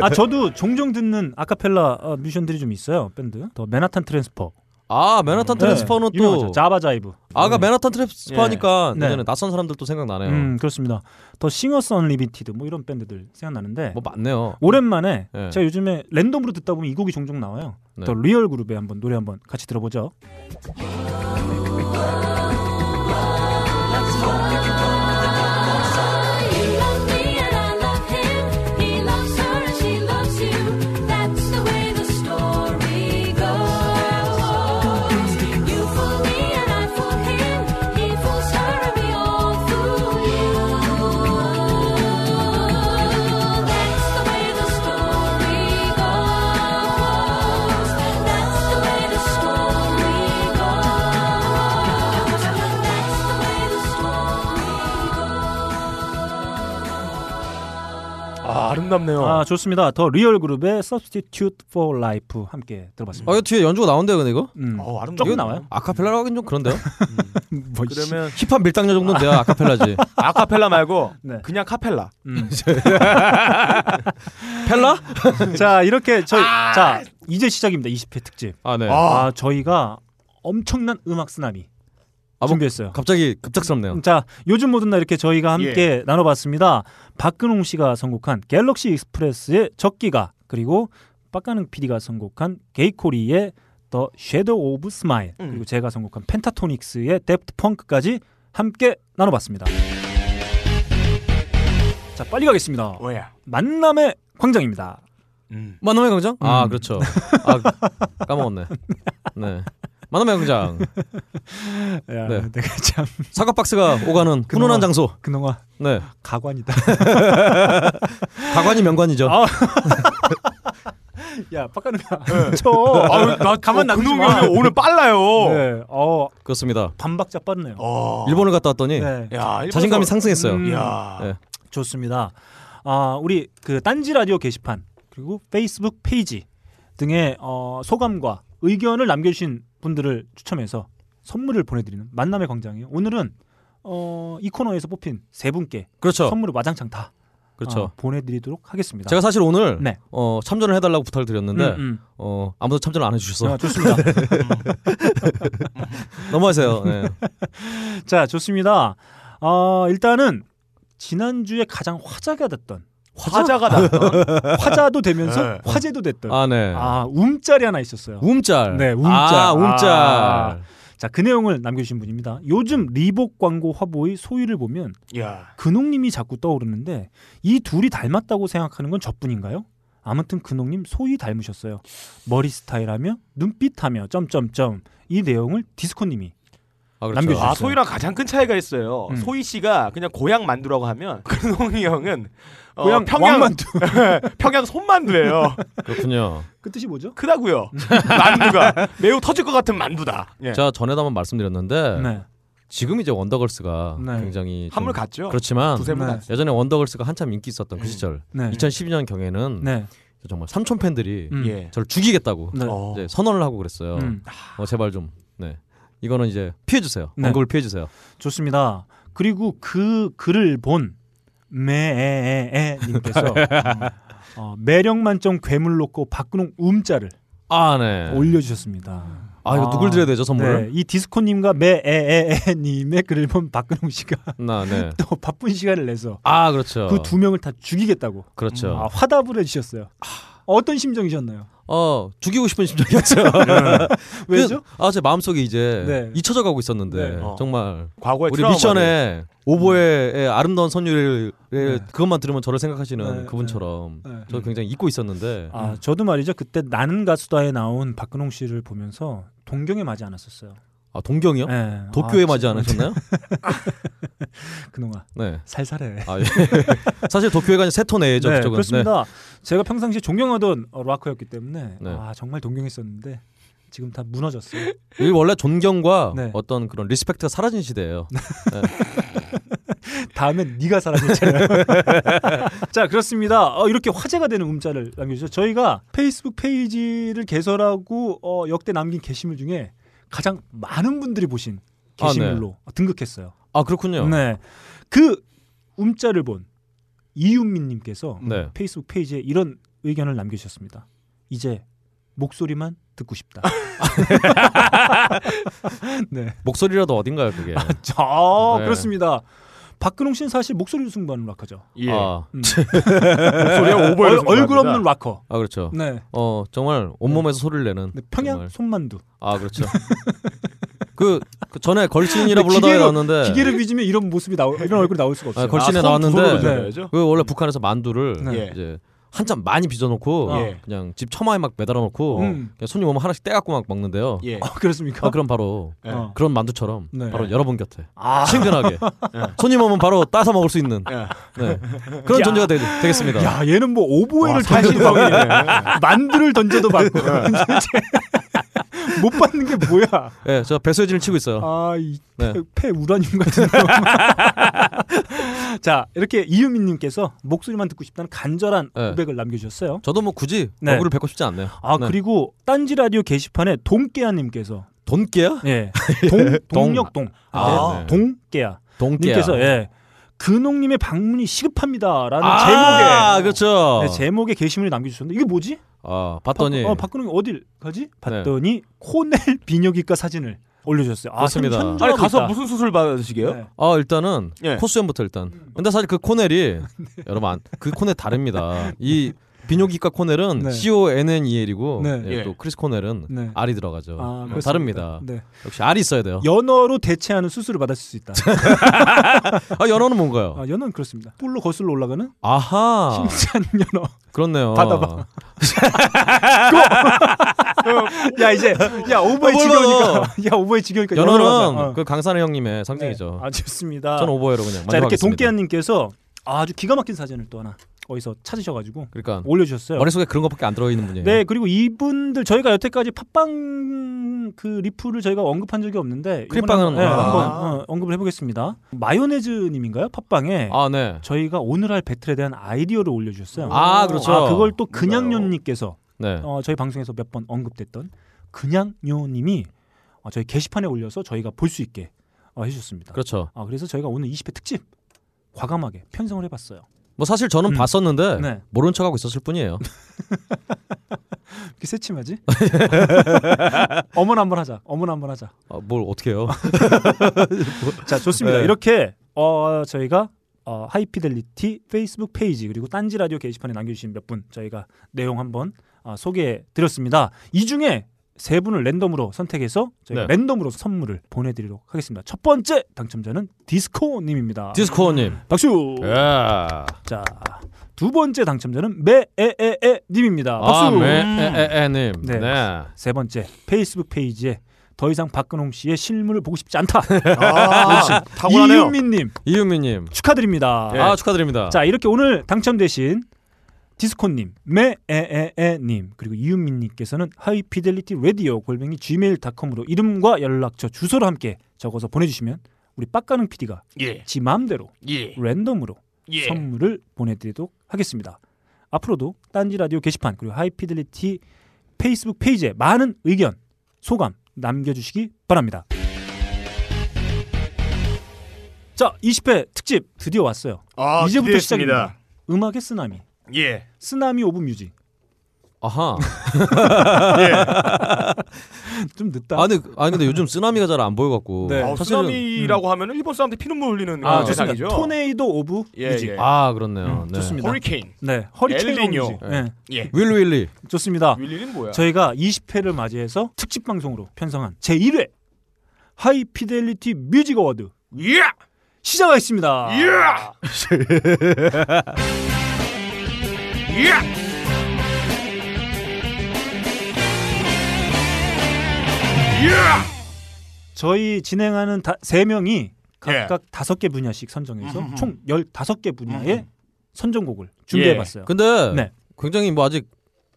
아 저도 종종 듣는 아카펠라 어, 뮤지션들이 좀 있어요. 밴드. 더 맨하탄 트랜스퍼. 아 맨하탄 트랜스퍼는 네, 또 유명하죠. 자바 자이브. 아까 맨하탄 트랜스퍼니까 네. 예전에 낯선 사람들 또 생각나네요. 음, 그렇습니다. 더 싱어스 언리비티드 뭐 이런 밴드들 생각나는데 뭐 많네요. 오랜만에 예. 제가 요즘에 랜덤으로 듣다 보면 이 곡이 종종 나와요. 네. 더 리얼 그룹의 한번 노래 한번 같이 들어보죠. Let's hope we can cope with the 어. 아름답네요. 아 좋습니다. 더 리얼 그룹의 Substitute for Life 함께 들어봤습니다. 아 이거 뒤에 연주가 나온대요 근데 이거? 음. 어, 아름다워. 조금 나와요? 아카펠라로 하긴 좀 그런데요. 뭐, 이 씨. 그러면 힙합 밀당녀 정도는 돼야 아카펠라지. 아카펠라 말고 네. 그냥 카펠라. 음. 펠라? 자 이렇게 저희 자 이제 시작입니다. 20회 특집. 아 네. 아. 아 저희가 엄청난 음악 쓰나미 아, 뭐- 준비했어요. 갑자기 급작스럽네요. 자 요즘 모든 날 이렇게 저희가 함께 나눠봤습니다. 박근홍 씨가 선곡한 갤럭시 익스프레스의 적기가 그리고 박가능 PD가 선곡한 게이코리의 The Shadow of Smile 음. 그리고 제가 선곡한 펜타토닉스의 데프트 펑크까지 함께 나눠봤습니다. 자 빨리 가겠습니다. 뭐야? 만남의 광장입니다. 음. 만남의 광장? 아 음. 그렇죠. 아 까먹었네. 네. 만남의 광장. 야, 네. 내가 참 사과 박스가 오가는 훈훈한 장소. 그놈아 네. 가관이다. 가관이 명관이죠. 아. 야 네. 박가능아 저 나 가만 놔두지 그놈이 마. 오늘 빨라요. 네, 어 그렇습니다. 반박자 빠르네요. 어. 일본을 갔다 왔더니 아. 네. 야, 일본에서- 자신감이 상승했어요. 음. 야. 네. 좋습니다. 아, 우리 그 딴지 라디오 게시판 그리고 페이스북 페이지 등의 어, 소감과 의견을 남겨주신 분들을 추첨해서 선물을 보내드리는 만남의 광장이에요. 오늘은 어, 이 코너에서 뽑힌 세 분께 그렇죠. 선물을 와장창 다 그렇죠. 어, 보내드리도록 하겠습니다. 제가 사실 오늘 네. 어, 참전을 해달라고 부탁을 드렸는데 음, 음. 어, 아무도 참전을 안 해주셔서 아, 좋습니다. 아. 넘어가세요. 네. 자, 좋습니다. 어, 일단은 지난주에 가장 화제가 됐던 화자가 나. 화자도 되면서 네. 화제도 됐던 아, 아 네. 움짤이 하나 있었어요. 움짤. 네, 움짤. 아, 움짤. 아. 자, 그 내용을 남겨주신 분입니다. 요즘 리복 광고 화보의 소위를 보면 야. 근홍님이 자꾸 떠오르는데 이 둘이 닮았다고 생각하는 건 저뿐인가요? 아무튼 근홍님 소위 닮으셨어요. 머리 스타일하며 눈빛하며 점점점 이 내용을 디스코님이 아, 그렇죠. 남겨주세요. 아, 소희랑 가장 큰 차이가 있어요. 음. 소희 씨가 그냥 고향 만두라고 하면 근홍이 형은 어, 고향 평양 왕만두. 평양 손만두예요. 아, 그렇군요. 그 뜻이 뭐죠? 크다고요. 만두가 매우 터질 것 같은 만두다. 예. 제가 전에도 한번 말씀드렸는데 네. 지금 이제 원더걸스가 네. 굉장히 좀 한물 갔죠. 그렇지만 두세 분 네. 갔죠. 예전에 원더걸스가 한참 인기 있었던 그 시절 네. 2012년 경에는 네. 정말 삼촌 팬들이 음. 예. 저를 죽이겠다고 네. 어. 이제 선언을 하고 그랬어요. 음. 어, 제발 좀 네. 이거는 이제 피해 주세요. 네. 언급을 피해 주세요. 좋습니다. 그리고 그 글을 본 매에에님께서 어, 매력 만점 괴물 놓고 박근홍 음자를 아, 네. 올려주셨습니다. 아, 이거 누굴 드려야 되죠, 선물을? 네, 이 디스코님과 매에에에님의 글을 본 박근홍 씨가 나, 네. 또 바쁜 시간을 내서 아, 그렇죠. 그 두 명을 다 죽이겠다고 그렇죠. 아, 화답을 해주셨어요. 어떤 심정이셨나요? 어, 죽이고 싶은 심정이었죠. 네. 왜죠? 그, 아, 제 마음속에 이제 네. 잊혀져 가고 있었는데 네. 어. 정말 과거의 우리 트라우마를- 미션에 음. 오보의 의 아름다운 선율의 그것만 들으면 저를 생각하시는 네, 그분처럼 네. 저 굉장히 잊고 있었는데 아, 저도 말이죠. 그때 나는 가수다에 나온 박근홍 씨를 보면서 동경에 맞지 않았었어요. 아, 동경이요? 네. 도쿄에 아, 맞지 진짜. 않으셨나요? 근홍아, 네. 살살해. 아, 예. 사실 도쿄에가 이제 세토 내죠, 네, 그쪽은. 그렇습니다. 제가 평상시에 존경하던 어, 락커였기 때문에 네. 아 정말 존경했었는데 지금 다 무너졌어요. 이 네. 원래 존경과 네. 어떤 그런 리스펙트가 사라진 시대예요. 다음에 네가 사라졌잖아요. 자 그렇습니다. 어, 이렇게 화제가 되는 문자를 남겨주죠. 저희가 페이스북 페이지를 개설하고 어, 역대 남긴 게시물 중에 가장 많은 분들이 보신 아, 네. 게시물로 등극했어요. 아, 그렇군요. 네, 그 문자를 본 이윤민님께서 네. 페이스북 페이지에 이런 의견을 남겨주셨습니다. 이제 목소리만 듣고 싶다. 네, 목소리라도 어딘가요, 그게. 자 네. 아, 그렇습니다. 박근홍 씨는 사실 목소리로 승부하는 락커죠. 예. 아, 음. 목소리가 오버에 얼, 얼굴 없는 락커. 아, 그렇죠. 네, 어, 정말 온몸에서 소리를 내는 네, 평양 정말. 손만두. 아, 그렇죠. 그, 그 전에 근데 걸신이라 불러다가 기계로- 나왔는데 기계를 빚으면 이런 모습이 나올 이런 얼굴이 나올 수가 네. 아, 없어요. 걸신에 아, 손 나왔는데 두손으로 들어야죠. 그 원래 북한에서 만두를 네. 이제 한참 많이 빚어놓고 예. 그냥 집 처마에 막 매달아놓고 음. 그냥 손님 오면 하나씩 떼갖고 막 먹는데요. 예. 아, 그렇습니까? 아, 그럼 바로 예. 어. 그런 만두처럼 네. 바로 여러분 곁에 아. 친근하게 손님 오면 바로 따서 먹을 수 있는 예. 네. 그런 야. 존재가 되, 겠습니다 야, 얘는 어, 아, 뭐 오보에를 와, 던져도 사실성이네. 받고 만두를 던져도 받고 못 받는 게 뭐야? 예, 저 배수진을 치고 있어요. 아이폐 그 네. 우라늄 같은 거. 자 이렇게 이유민님께서 목소리만 듣고 싶다는 간절한 네. 고백을 남겨주셨어요. 저도 뭐 굳이 네. 얼굴을 뵙고 싶지 않네요. 아 네. 그리고 딴지 라디오 게시판에 동깨야님께서 돈깨야? 예. 동 동력 동. 아, 아, 네. 동깨야. 돈깨야. 님께서 예. 근홍님의 방문이 시급합니다라는 아, 제목에 그렇죠. 네, 제목에 게시물을 남겨주셨는데 이게 뭐지? 아, 박, 봤더니 어, 박근홍이 어딜 네. 가지? 봤더니 코넬 비뇨기과 사진을 올려주셨어요. 아, 그렇습니다. 현- 현존하고 아니 가서 있다. 무슨 수술 받으시게요? 네. 아 일단은 예. 코수염부터 일단. 근데 사실 그 코넬이 네. 여러분 안- 그 코넬 다릅니다. 이 비뇨기과 코넬은 네. C O N N E L이고 네. 예, 예. 또 크리스 코넬은 네. R이 들어가죠. 아, 뭐 그렇습니다. 다릅니다. 네. 역시 R이 있어야 돼요. 연어로 대체하는 수술을 받을 수 있다. 아 연어는 뭔가요? 아, 연어는 그렇습니다. 뿔로 거슬러 올라가는 아하 심찬 연어. 그렇네요. 받아봐. 어, 야 이제 야 오버에 뭘 지겨우니까 야 오버에 지겨우니까 연어로 연어는 가자. 어. 그 강산의 형님의 네. 상징이죠. 아 좋습니다. 전 오버헤로 그냥. 자 이렇게 만족하겠습니다. 동깨아님께서 아주 기가 막힌 사진을 또 하나 어디서 찾으셔가지고 그러니까 올려주셨어요. 머릿속에 그런 것밖에 안 들어있는 분이에요. 네 그리고 이분들 저희가 여태까지 팟빵 그 리플을 저희가 언급한 적이 없는데 이번에 크립빵은 한번, 네, 아. 한번 어, 언급을 해보겠습니다. 마요네즈님인가요? 팟빵에 아 네. 저희가 오늘 할 배틀에 대한 아이디어를 올려주셨어요. 아 그렇죠. 아, 그걸 또 그냥요님께서 네. 어, 저희 방송에서 몇 번 언급됐던 그냥요님이 어, 저희 게시판에 올려서 저희가 볼 수 있게 어, 해주셨습니다. 그렇죠. 아, 그래서 저희가 오늘 20회 특집 과감하게 편성을 해봤어요. 뭐 사실 저는 음. 봤었는데 네. 모른 척하고 있었을 뿐이에요. 이렇게 새침하지? 어머나 한번 하자. 어머나 한번 하자. 아, 뭘 어떻게 해요? 자, 좋습니다. 네. 이렇게 어, 저희가 어, 하이피델리티 페이스북 페이지 그리고 딴지 라디오 게시판에 남겨주신 몇 분 저희가 내용 한번 아, 소개해 드렸습니다. 이 중에 세 분을 랜덤으로 선택해서 저희가 네. 랜덤으로 선물을 보내드리도록 하겠습니다. 첫 번째 당첨자는 디스코님입니다. 디스코어님. 박수. 예. 자, 두 번째 당첨자는 메에에에님입니다. 박수. 아, 에에에님. 네. 네. 세 번째 페이스북 페이지에 더 이상 박근홍 씨의 실물을 보고 싶지 않다. 아, 타고나네요. 네, 이윤민님 이유미님. 축하드립니다. 아 축하드립니다. 예. 자 이렇게 오늘 당첨되신 디스코님, 메에에에님 그리고 이윤민님께서는 하이피델리티 라디오 골뱅이 gmail.com으로 이름과 연락처 주소를 함께 적어서 보내주시면 우리 빡가는 PD가 예. 지 마음대로 예. 랜덤으로 예. 선물을 보내드리도록 하겠습니다. 앞으로도 딴지 라디오 게시판 그리고 하이피델리티 페이스북 페이지에 많은 의견, 소감 남겨주시기 바랍니다. 자, 20회 특집 드디어 왔어요. 아, 이제부터 기대했습니다. 시작입니다. 음악의 쓰나미, 예. 쓰나미 오브 뮤직. 아하. 예. 좀 늦다. 네. 아니 아니 근데 요즘 쓰나미가 잘 안 보여갖고. 네. 아, 사실은- 쓰나미라고 하면은 일본 사람들 이 피눈물 흘리는 아, 그런 좋습니다. 대상이죠. 토네이도 오브 예, 뮤직. 예. 아 그렇네요. 네. 음, 좋습니다. 허리케인. 네, 허리케인 오브 엘리뇨. 뮤직. 네, 예. 윌리 윌리. 좋습니다. 윌리는 뭐야? 저희가 20회를 맞이해서 특집 방송으로 편성한 제 1회 하이피델리티 뮤직 어워드 예. 시작하겠습니다. 예. 예. 저희 진행하는 다, 3명이 각각 예. 다섯 개 분야씩 선정해서 음흠. 총 15개 분야의 선정곡을 준비해 봤어요. 근데 네. 굉장히 뭐 아직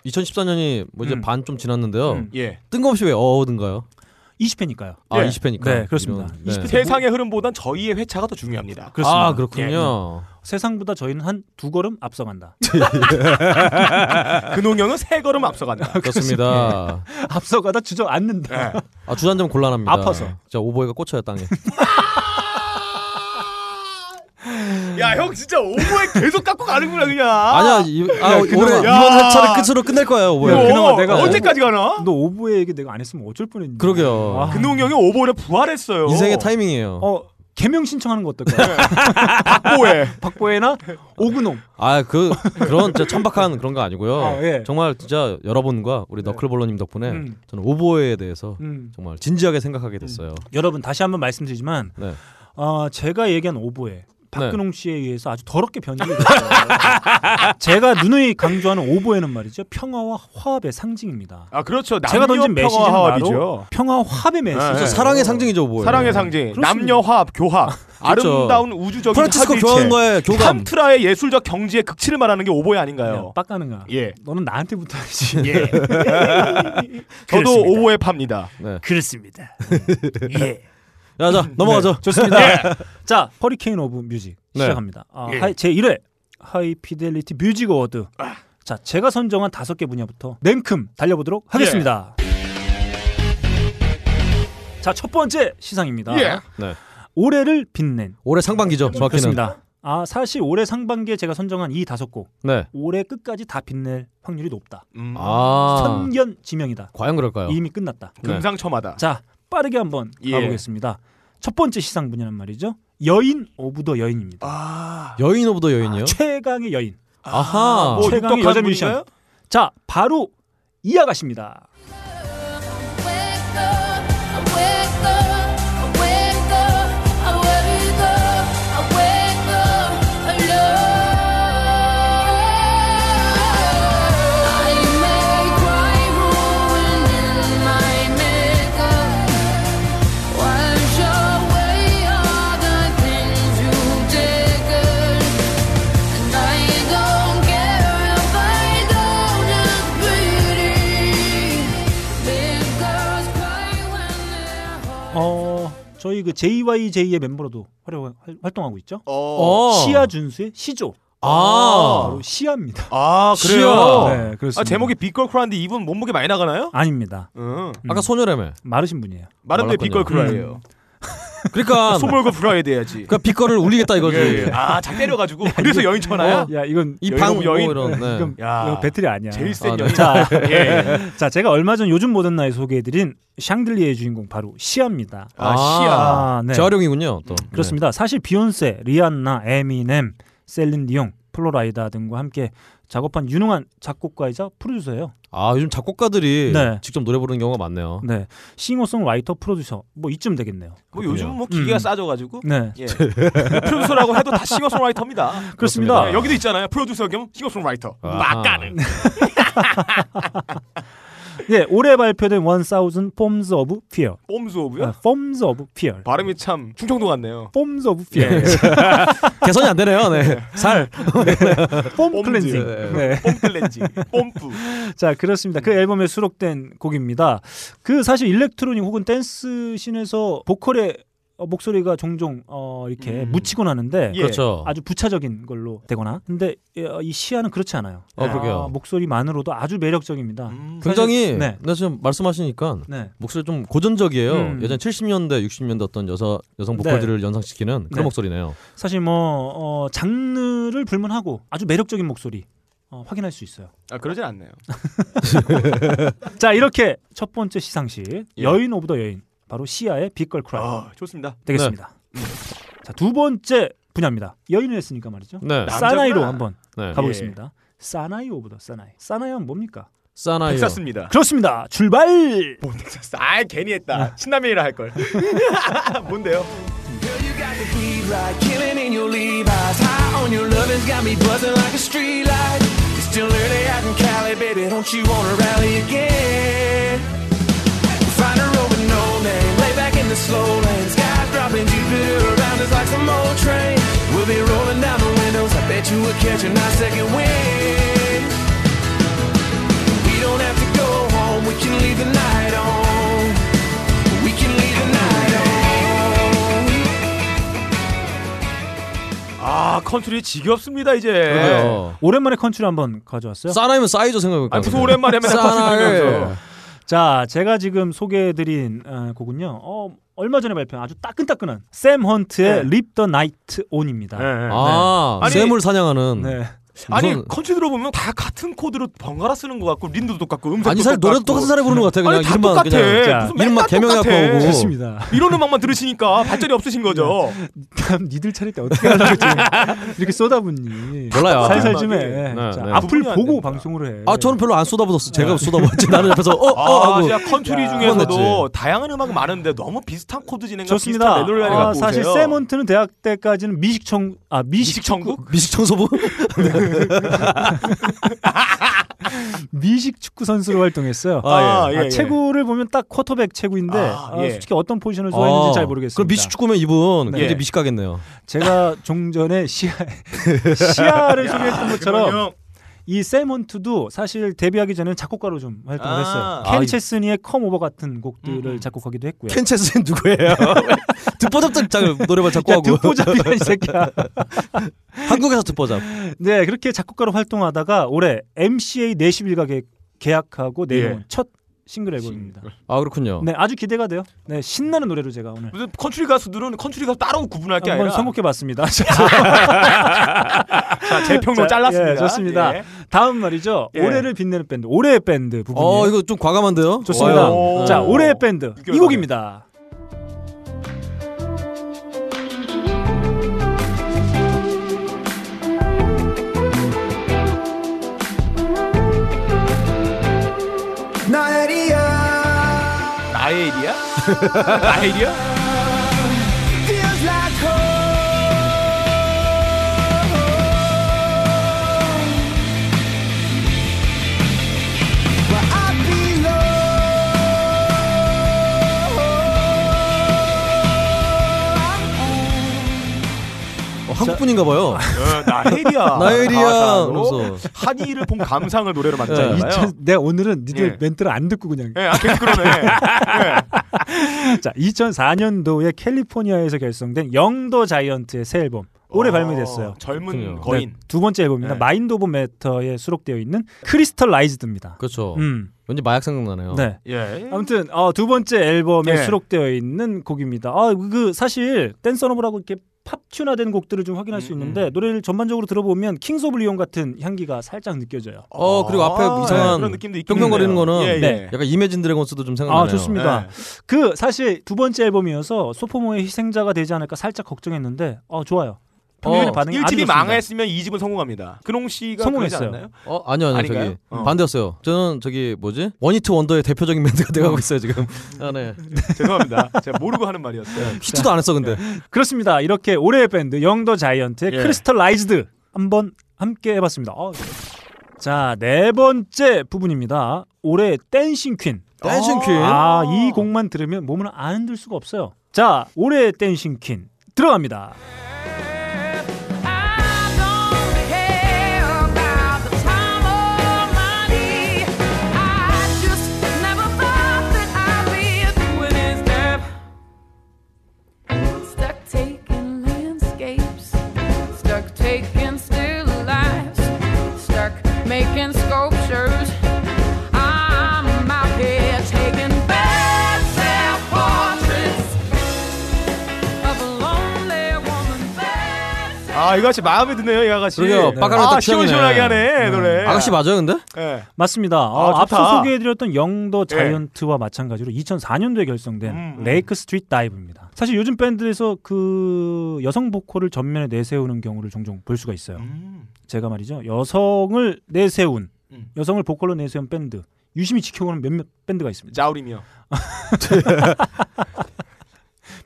2014년이 뭐 이제 음. 반 좀 지났는데요. 음. 예. 뜬금없이 왜 어어든가요? 20회니까요. 아 예. 20회니까. 네, 그렇습니다. 20회 세상의 흐름보단 저희의 회차가 더 중요합니다. 그렇습니다. 예, 아 그렇군요. 세상보다 저희는 한 두 걸음 앞서간다. 근홍형은 세 걸음 예. 앞서간다. 그렇습니다. 앞서가다 주저앉는다. 예. 아 주단 좀 곤란합니다. 아파서. 자 오보이가 꽂혀요 땅에. 야, 형 진짜 오버에 계속 갖고 가는구나 그냥. 아니야 이, 아, 야, 올해 그나마- 이번 야. 회차를 끝으로 끝낼 거예요 오보이. 어, 그나마 내가 언제까지 가나? 예. 너 오브의 얘기 내가 안 했으면 어쩔 뻔했니? 그러게요. 와. 근홍 형이 오버에 부활했어요. 인생의 타이밍이에요. 어 개명 신청하는 거 어떨까요? 오해. 박보혜나 오근홍. 아 그 그런 진짜 천박한 그런 거 아니고요. 아, 예. 정말 정말 진짜 여러분과 우리 너클볼러님 덕분에 음. 저는 오보에 대해서 음. 정말 진지하게 생각하게 됐어요. 여러분 다시 한번 말씀드리지만 네. 어, 제가 얘기한 오보에 네. 박근홍 씨에 의해서 아주 더럽게 변질이 됐어요. 제가 누누이 강조하는 오보에는 말이죠. 평화와 화합의 상징입니다. 아 그렇죠. 제가 남녀 던진 메시지는 평화 바로 화합이죠. 평화와 화합의 네. 메시지. 진짜 사랑의 상징이죠, 뭐. 사랑의 상징, 그렇습니다. 남녀 화합, 교합, 아름다운 우주적인 그렇죠. 프란치스코 합일체. 교황과의 교감. 캄트라의 예술적 경지의 극치를 말하는 게 오보이 아닌가요? 빡가는가. 예. 너는 나한테 붙어야지. 저도 그렇습니다. 오보에 팝니다. 네. 그렇습니다. 예. 야, 자 넘어가죠. 좋습니다. 예. 자, 허리케인 오브 뮤직 네. 시작합니다. 아, 하이- 제 1회 하이 피델리티 뮤직 어워드. 아. 자, 제가 선정한 다섯 개 분야부터 냉큼 달려보도록 하겠습니다. 예. 자, 첫 번째 시상입니다. 예. 네. 올해를 빛낸. 올해 상반기죠, 정확히는. 그렇습니다. 아, 사실 올해 상반기에 제가 선정한 이 다섯 곡 네. 올해 끝까지 다 빛낼 확률이 높다. 음. 아 어. 선견 지명이다. 과연 그럴까요? 이미 끝났다. 네. 금상첨화다. 자 빠르게 한번 예. 가보겠습니다. 첫 번째 시상 분야는 말이죠. 여인 오브 더 여인입니다. 아, 여인 오브 더 여인이요. 최강의 여인. 아, 하 뭐 최강의 육덕한 여자 분인가요? 뮤지션. 자 바로 이 아가씨입니다. 어 저희 그 JYJ의 멤버로도 활용 활- 활동하고 있죠. 어. 어. 시아 준수의 시조. 아. 바로 시아입니다. 아 그래요. 시야. 네, 그렇습니다. 아 제목이 빅걸크라인데 이분 몸무게 많이 나가나요? 아닙니다. 음. 아까 소녀라며. 마르신 분이에요. 음. 아, 마른데 몰랐군요. 빅걸크라예요. 그러니까 소몰고 프라이드 해야지. 그러니까 빛걸을 울리겠다 이거지. 예, 예. 아작 때려가지고 네. 그래서 여인 천하야. 야 이건 여인 이방 오브 뭐 여인. 이런. 네. 이건 야. 이거 어. 배틀이 아니야. 제일 센 아, 네. 여인. 자, 예, 예. 자, 제가 얼마 전 요즘 모던 나이 소개해드린 샹들리의 주인공 바로 시아입니다. 아, 시야. 아, 네. 재활용이군요. 또. 네. 그렇습니다. 사실 비욘세, 리안나, 에미넴, 셀린 디옹, 플로라이다 등과 함께 작업한 유능한 작곡가이자 프로듀서예요. 네. 아 요즘 작곡가들이 네. 직접 노래 부르는 경우가 많네요. 음, 네, 싱어송라이터 프로듀서 뭐 이쯤 되겠네요. 뭐 요즘 뭐 그렇군요. 기계가 음. 싸져가지고. 네, 예. 프로듀서라고 해도 다 싱어송라이터입니다. 그렇습니다. 예, 여기도 있잖아요. 프로듀서 겸 싱어송라이터. 아하. 막가는. 네, 올해 발표된 1000 Forms of Fear, 뽐스 오브요. 아, Forms of Fear, 발음이 예. 참 충청도 같네요. Forms of Fear, 개선이 안 되네요. 네. 살. Form 폼즈. Cleansing. 예. 네. 뽐클렌지. 뽐뿌. 자 그렇습니다. 음. 그 앨범에 수록된 곡입니다. 그 사실 일렉트로닉 혹은 댄스 씬에서 보컬의 어, 목소리가 종종 어, 이렇게 음. 묻히곤 하는데 예. 그렇죠. 아주 부차적인 걸로 되거나 근데 이- 어, 이 시아는 그렇지 않아요. 어, 그러게요. 뭐, 아, 목소리만으로도 아주 매력적입니다. 음. 굉장히 네. 나 지금 말씀하시니까 네. 목소리 좀 고전적이에요. 음. 예전 70년대, 60년대 어떤 여성 네. 여성 보컬들을 연상시키는 그런 네. 목소리네요. 사실 뭐 어, 장르를 불문하고 아주 매력적인 목소리 어, 확인할 수 있어요. 아 그러진 않네요. 자 이렇게 첫 번째 시상식 예. 여인 오브 더 여인 바로 시아의 빅걸 크라이 아 네. 좋습니다. 되겠습니다. 자 두 번째 분야입니다. 여인을 했으니까 말이죠. 네. 남자구나. 예. 사나이로 한번 네. 가보겠습니다. 사나이 오브 더 사나이. 사나이는 뭡니까? 아, 예. 사나이요. 텍사스입니다. 그렇습니다. 출발. 텍사스. 아 괜히 했다. 신라면이라 할 걸. 뭔데요? Girl, you got the heat right, killing in your Levi's. High on your lovin's got me buzzing like a street light. It's still early out in Cali, baby. Don't you wanna rally again? Find a road with no name, lay back in the slow lane. Sky's dropping Jupiter around us like some old train. We'll be rolling down the windows. I bet you will catch a nice second wind. We don't have to go home, we can leave the night on. We can leave the night on. 아 컨트리 지겹습니다 이제. 그러네요. 네. 오랜만에 컨트를 한번 가져왔어요. 사나이면 싸이죠 생각해보니까. 네. 아 무슨 오랜만에 맨날 컨트리 사나이. 들으면서. 자, 제가 지금 소개해드린 어, 곡은요. 어, 얼마 전에 발표한 아주 따끈따끈한 샘 헌트의 네. Leap the Night On입니다. 예, 예. 아, 아니, 샘을 사냥하는. 네. 아니 무슨- 컨트리 들어보면 다 같은 코드로 번갈아 쓰는 것 같고 린도 똑같고 음색도 아니 사실 노래도 똑같은 사람이 부르는 것 같아 그냥 아니, 다 이름만 똑같아. 그냥 자, 무슨 이름만 맨날 개명해갖고 똑같아. 오고. 좋습니다. 이런 음악만 들으시니까 발전이 없으신 거죠. 다음 니들 차릴 때 어떻게 하려고 지금 이렇게 쏟아붓니? 몰라요. 살살 좀 해. 네, 자, 네. 앞을 구분이 안 보고 됩니다. 방송을 해. 아 저는 별로 안 쏟아부었어 제가 쏟아부었지 나는 옆에서 어어 아, 하고 진짜 컨트리 야. 중에서도 그건 다양한 음악 많은데 너무 비슷한 코드 진행과 좋습니다. 비슷한 멜로디를 아, 갖고 사실 오세요. 세몬트는 대학 때까지는 미식청 아 미식 미식천국? 미식청소부 미식 축구 선수로 활동했어요. 아, 예. 아, 체구를 보면 딱 쿼터백 체구인데 아, 아, 예. 솔직히 어떤 포지션을 좋아했는지 아, 잘 모르겠습니다. 그럼 미식축구면 이분 네. 이제 예. 미식가겠네요 제가 종전에 시야 시야를 소개했던 것처럼 그러면 이 세몬트도 사실 데뷔하기 전에는 작곡가로 좀 활동을 아. 했어요. 아, 켄 이- 체스니의 컴오버 같은 곡들을 음. 작곡하기도 했고요. 켄체스는 누구예요 듣보잡도 자- 노래만 자꾸 야, 하고 듣보잡이야 이 새끼야. 한국에서 듣보잡 네, 그렇게 작곡가로 활동하다가 올해 MCA 내시빌과 계약하고 내놓은 예. 첫 싱글 앨범입니다. 아 그렇군요 네, 아주 기대가 돼요. 네, 신나는 노래로 제가 오늘 무슨 컨트리 가수들은 컨트리 가수 따로 구분할 게 한번 아니라 선곡해봤습니다. 자, 제 자, 평론 잘랐습니다. 예, 좋습니다. 예. 다음 말이죠. 예. 올해를 빛내는 밴드, 올해의 밴드 부분이에요. 어 이거 좀 과감한데요 좋습니다. 와요. 자, 네. 올해의 밴드 육개월 이 곡입니다. 나엘이야 나의 일이야? 나의 일이야? feels like home. Where I belong. 어, 한국분인가 아. 봐요 어, 나의 일이야. 나엘이야 가사로 그러면서 한이를 본 감상을 노래로 예. 만들잖아요. 이천- 내가 오늘은 니들 예. 멘트를 안 듣고 그냥 예, 아, 계속 그러네. 자, 2004년도에 캘리포니아에서 결성된 영도 자이언트의 새 앨범 올해 어, 발매됐어요. 젊은 그렇군요. 거인. 네, 두 번째 앨범입니다. 네. 마인드 오브 매터에 수록되어 있는 크리스털라이즈드입니다. 그렇죠 음, 왠지 마약 생각나네요 네. 예. 아무튼 어, 두 번째 앨범에 예. 수록되어 있는 곡입니다. 아, 그 사실 댄서너블하고 이렇게 팝튠화된 곡들을 좀 확인할 수 음, 있는데 노래를 전반적으로 들어보면 킹스 오브 리온 같은 향기가 살짝 느껴져요. 어, 그리고 앞에 이상한 아, 예, 그런 느낌도 있긴 뿅뿅거리는 있네요. 거는 예, 예. 네. 약간 이매진 드래곤스도 좀 생각나네요 아, 좋습니다. 그 사실 두 번째 앨범이어서 소포모의 희생자가 되지 않을까 살짝 걱정했는데 어, 좋아요. 평균 어, 반응이 아주 1집이 좋습니다. 망했으면 2집은 성공합니다. 근홍 씨가 성공했어요. 그러지 않나요? 어 아니요 아니요 아닌가요? 저기 어. 반대였어요 저는 저기 뭐지 원히트 원더의 대표적인 밴드가 돼가고 있어요 지금 아네 죄송합니다. 제가 모르고 하는 말이었어요. 히트도 안 했어 근데 네. 그렇습니다. 이렇게 올해의 밴드 영더 자이언트의 예. 크리스탈라이즈드 한번 함께 해봤습니다. 어. 자, 네 번째 부분입니다. 올해 댄싱 퀸. 댄싱 퀸 아, 이 곡만 들으면 몸을 안 흔들 수가 없어요. 자, 올해 댄싱 퀸 들어갑니다. I don't care about the time or money. I just never thought that I'd be doing this step. Stuck taking landscapes, stuck taking still lives, stuck making sculptures. I'm out here taking bad self portraits of a lonely woman. Bad 아, 이거 아씨 마음에 드네요, 이 아가씨. 네. 그러게요. 빠가랑 아, 또 취향이네. 시원시원하게 하네, 노래. 아가씨 맞아요 근데 예. 맞습니다. 아, 아, 앞서 좋다. 예. 소개해드렸던 영더 자이언트와 마찬가지로 2004년도에 결성된 음, 음. 레이크 스트리트 다이브입니다. 사실 요즘 밴드에서 그 여성 보컬을 전면에 내세우는 경우를 종종 볼 수가 있어요. 음. 제가 말이죠 여성을 내세운 음. 여성을 보컬로 내세운 밴드 유심히 지켜보는 몇몇 밴드가 있습니다. 자우림이요.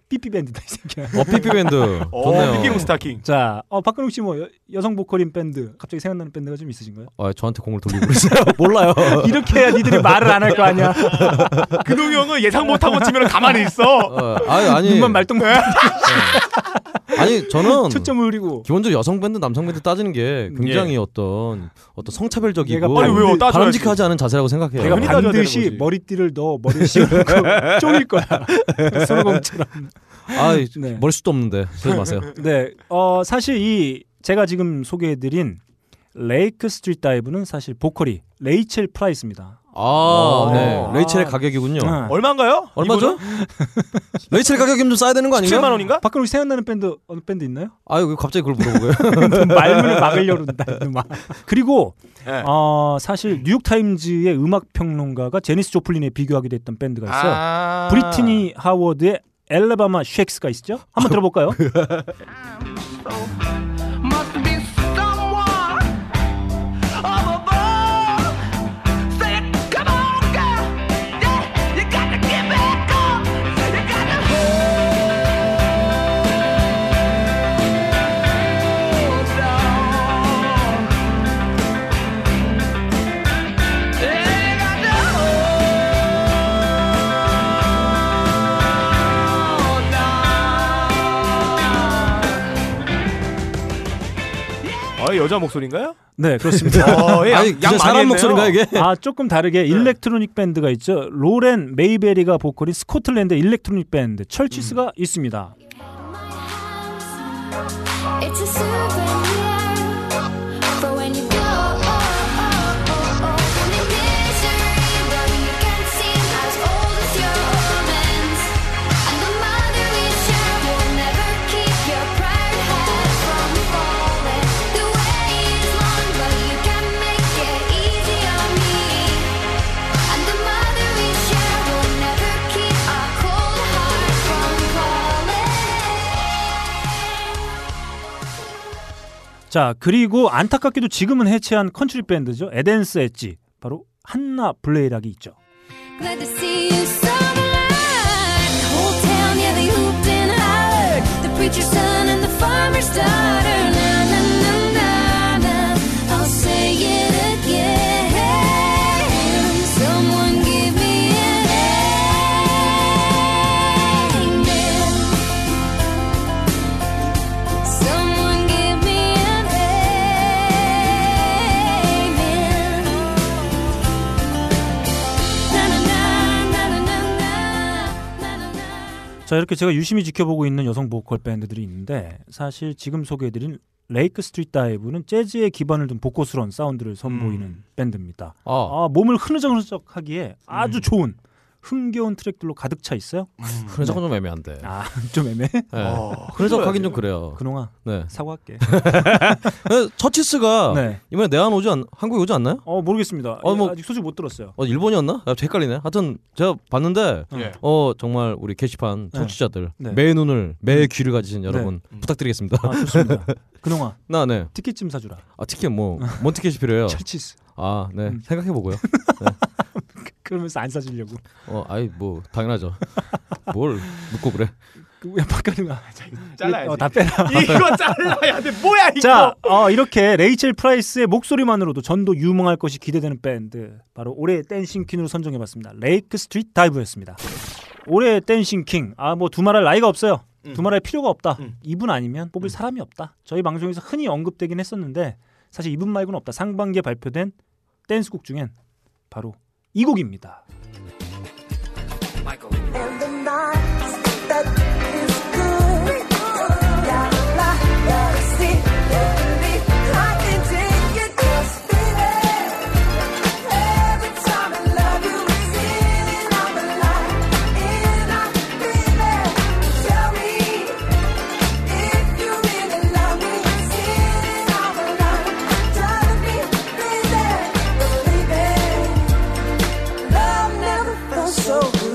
삐삐 밴드다 이 새끼야. 어피피 밴드 어, 좋네요 피기용 스타킹. 자, 어, 박근홍 씨 뭐 여성 보컬인 밴드 갑자기 생각나는 밴드가 좀 있으신가요? 아, 저한테 공을 돌리고 그러세요 뭐? 몰라요 이렇게 해야 니들이 말을 안 할 거 아니야. 근홍이 형은 예상 못하고 치면 가만히 있어. 어, 아니 아니 눈만 말똥 아니 저는 초점을 흐리고. 기본적으로 여성 밴드 남성 밴드 따지는 게 굉장히 어떤 얘가 어떤 성차별적이고 아니, 예. 왜요? 따져야지. 바람직하지 않은 자세라고 생각해요 내가 당연히 따져야 되는 반드시 거지. 머리띠를 넣어 머리를 씌우고 쪼일 거야. 손오공처럼. 아 네. 머릿수도 없는데 그러지 마세요 네, 어, 사실 이 제가 지금 소개해드린 레이크 스트리트 다이브는 사실 보컬이 레이첼 프라이스입니다. 아, 오. 네. 레이첼의 가격이군요. 네. 어. 얼마인가요? 얼마죠? 레이첼 가격이면 좀 싸야 되는 거 아닌가요? 7만 원인가? 박근홍 씨 생각나는 밴드 어느 밴드 있나요? 아유, 왜 갑자기 그걸 물어보고요. 말문을 막으려고 한다. 막. 그리고 네. 어, 사실 뉴욕 타임즈의 음악 평론가가 제니스 조플린에 비교하기도 했던 밴드가 있어요. 아. 브리티니 하워드의 엘레바마 쉑스가 있죠? 한번 들어볼까요? Must be someone up above. Say, come on, girl. Yeah, you got to get back up. You got to hold on. Yeah, you got to hold on. 아, 여자 목소리인가요? 네, 그렇습니다. 어, 예, 아니, 양 진짜 많이 사람 했네요. 목소리인가 이게? 아, 조금 다르게 일렉트로닉 밴드가 있죠. 로렌 메이베리가 보컬인 스코틀랜드 일렉트로닉 밴드 철치스가 있습니다. It's a souvenir for when you go. And in misery, though you can't seem as old as your omens. And the mother we share will never keep your proud head from falling. The way is long, but you can make it easy on me. And the mother we share will never keep our cold heart from falling. 자, 그리고 안타깝게도 지금은 해체한 컨트리 밴드죠. 에덴스 엣지. 바로 한나 블레이락이 있죠. Glad to see you sunlight. Whole town, yeah, they hooped and hollered. The preacher's son and the farmer's daughter. Na na na na na. I'll say it again. Someone give me an amen. Someone give me an amen. 자, 이렇게 제가 유심히 지켜보고 있는 여성 보컬 밴드들이 있는데 사실 지금 소개해드린 레이크 스트리트 다이브는 재즈에 기반을 둔 복고스러운 사운드를 선보이는 밴드입니다. 아, 음. 아, 음. 몸을 흐느적흐느적하기에 아주 좋은 흥겨운 트랙들로 가득 차 있어요. 그런적은 좀 애매한데. 아, 좀 애매해. 네. 네. 어, 그래서 하긴 좀 그래요. 어. 근홍아, 네. 사과할게. 근데 처치스가 네. 이번에 내한 오지 않, 한국에 오지 않나요? 어, 모르겠습니다. 어, 뭐- 아직 소식 못 들었어요. 어 일본이었나? 아, 헷갈리네. 하여튼 제가 봤는데 예. 어 정말 우리 게시판 네. 청취자들 네. 매의 눈을 매의 귀를 가지신 여러분 음. 부탁드리겠습니다. 아, 좋습니다. 근홍아, 나네. 티켓 좀 사주라. 아 티켓 뭐뭔 티켓이 필요해요? 철치스. 아 네. 음. 생각해 보고요. 그러면서 안 사주려고. 어 아이 뭐 당연하죠. 뭘 묻고 그래? 그냥 박근홍아. 잘라야지. 어, 다 빼라. 이거 잘라야 돼. 뭐야 이거? 자, 어, 이렇게 레이첼 프라이스의 목소리만으로도 전도 유망할 것이 기대되는 밴드. 바로 올해의 댄싱 퀸으로 선정해봤습니다. 레이크 스트리트 다이브였습니다. 올해의 댄싱 킹. 아, 뭐 두말할 나이가 없어요. 두말할 필요가 없다. 음. 이분 아니면 뽑을 사람이 없다. 저희 방송에서 흔히 언급되긴 했었는데 사실 이분 말고는 없다. 상반기에 발표된 댄스곡 중엔 바로 이 곡입니다. And the night that is good. Yeah, la, yeah, see, only I can take it. Just feeling. Every time I love you, it's feeling I'm alive. And I feel it. Tell me if you really love me, it's feeling I'm alive. Drive me crazy, believe it. Love never felt so good.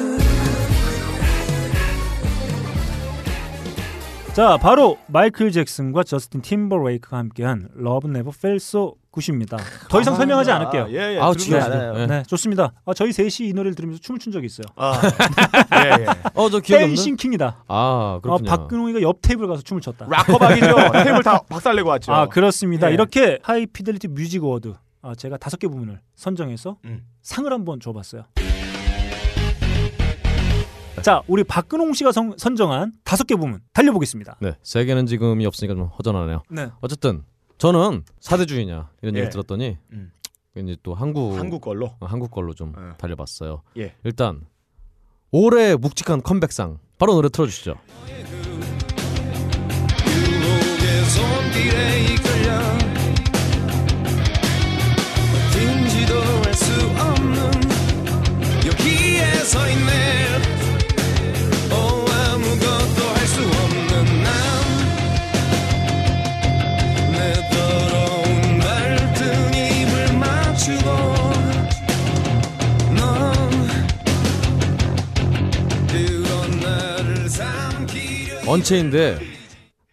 자, 바로 마이클 잭슨과 저스틴 팀버레이크가 함께한 러브 네버 펠소 굿입니다. 더 이상 설명하지 않을게요. 아, 예, 예. 아우, 들으면 지겨워. 알아요. 예. 네, 좋습니다. 아, 저희 셋이 이 노래를 들으면서 춤을 춘 적이 있어요. 아. 예, 예. 어저 기억이 없네. 댄싱킹이다. 아 어, 그렇군요. 박근홍이가 옆 테이블 가서 춤을 췄다. 락커박이죠. 테이블 다 박살내고 왔죠. 아, 그렇습니다. 예. 이렇게 하이 피델리티 뮤직 어워드 아, 제가 다섯 개 부분을 선정해서 음. 상을 한번 줘봤어요. 자, 우리 박근홍 씨가 선- 선정한 다섯 개 부분 달려보겠습니다. 네. 세계는 지금이 없으니까 좀 허전하네요. 네. 어쨌든 저는 사대주의냐 이런 얘기 예. 를 들었더니 음. 이제 또 한국 한국 걸로. 어, 한국 걸로 좀 예. 달려봤어요. 예. 일단 올해 묵직한 컴백상 바로 노래 틀어주시죠. 유혹의 손길에 이끌려 든지도 할 수 없는 어, 언체인데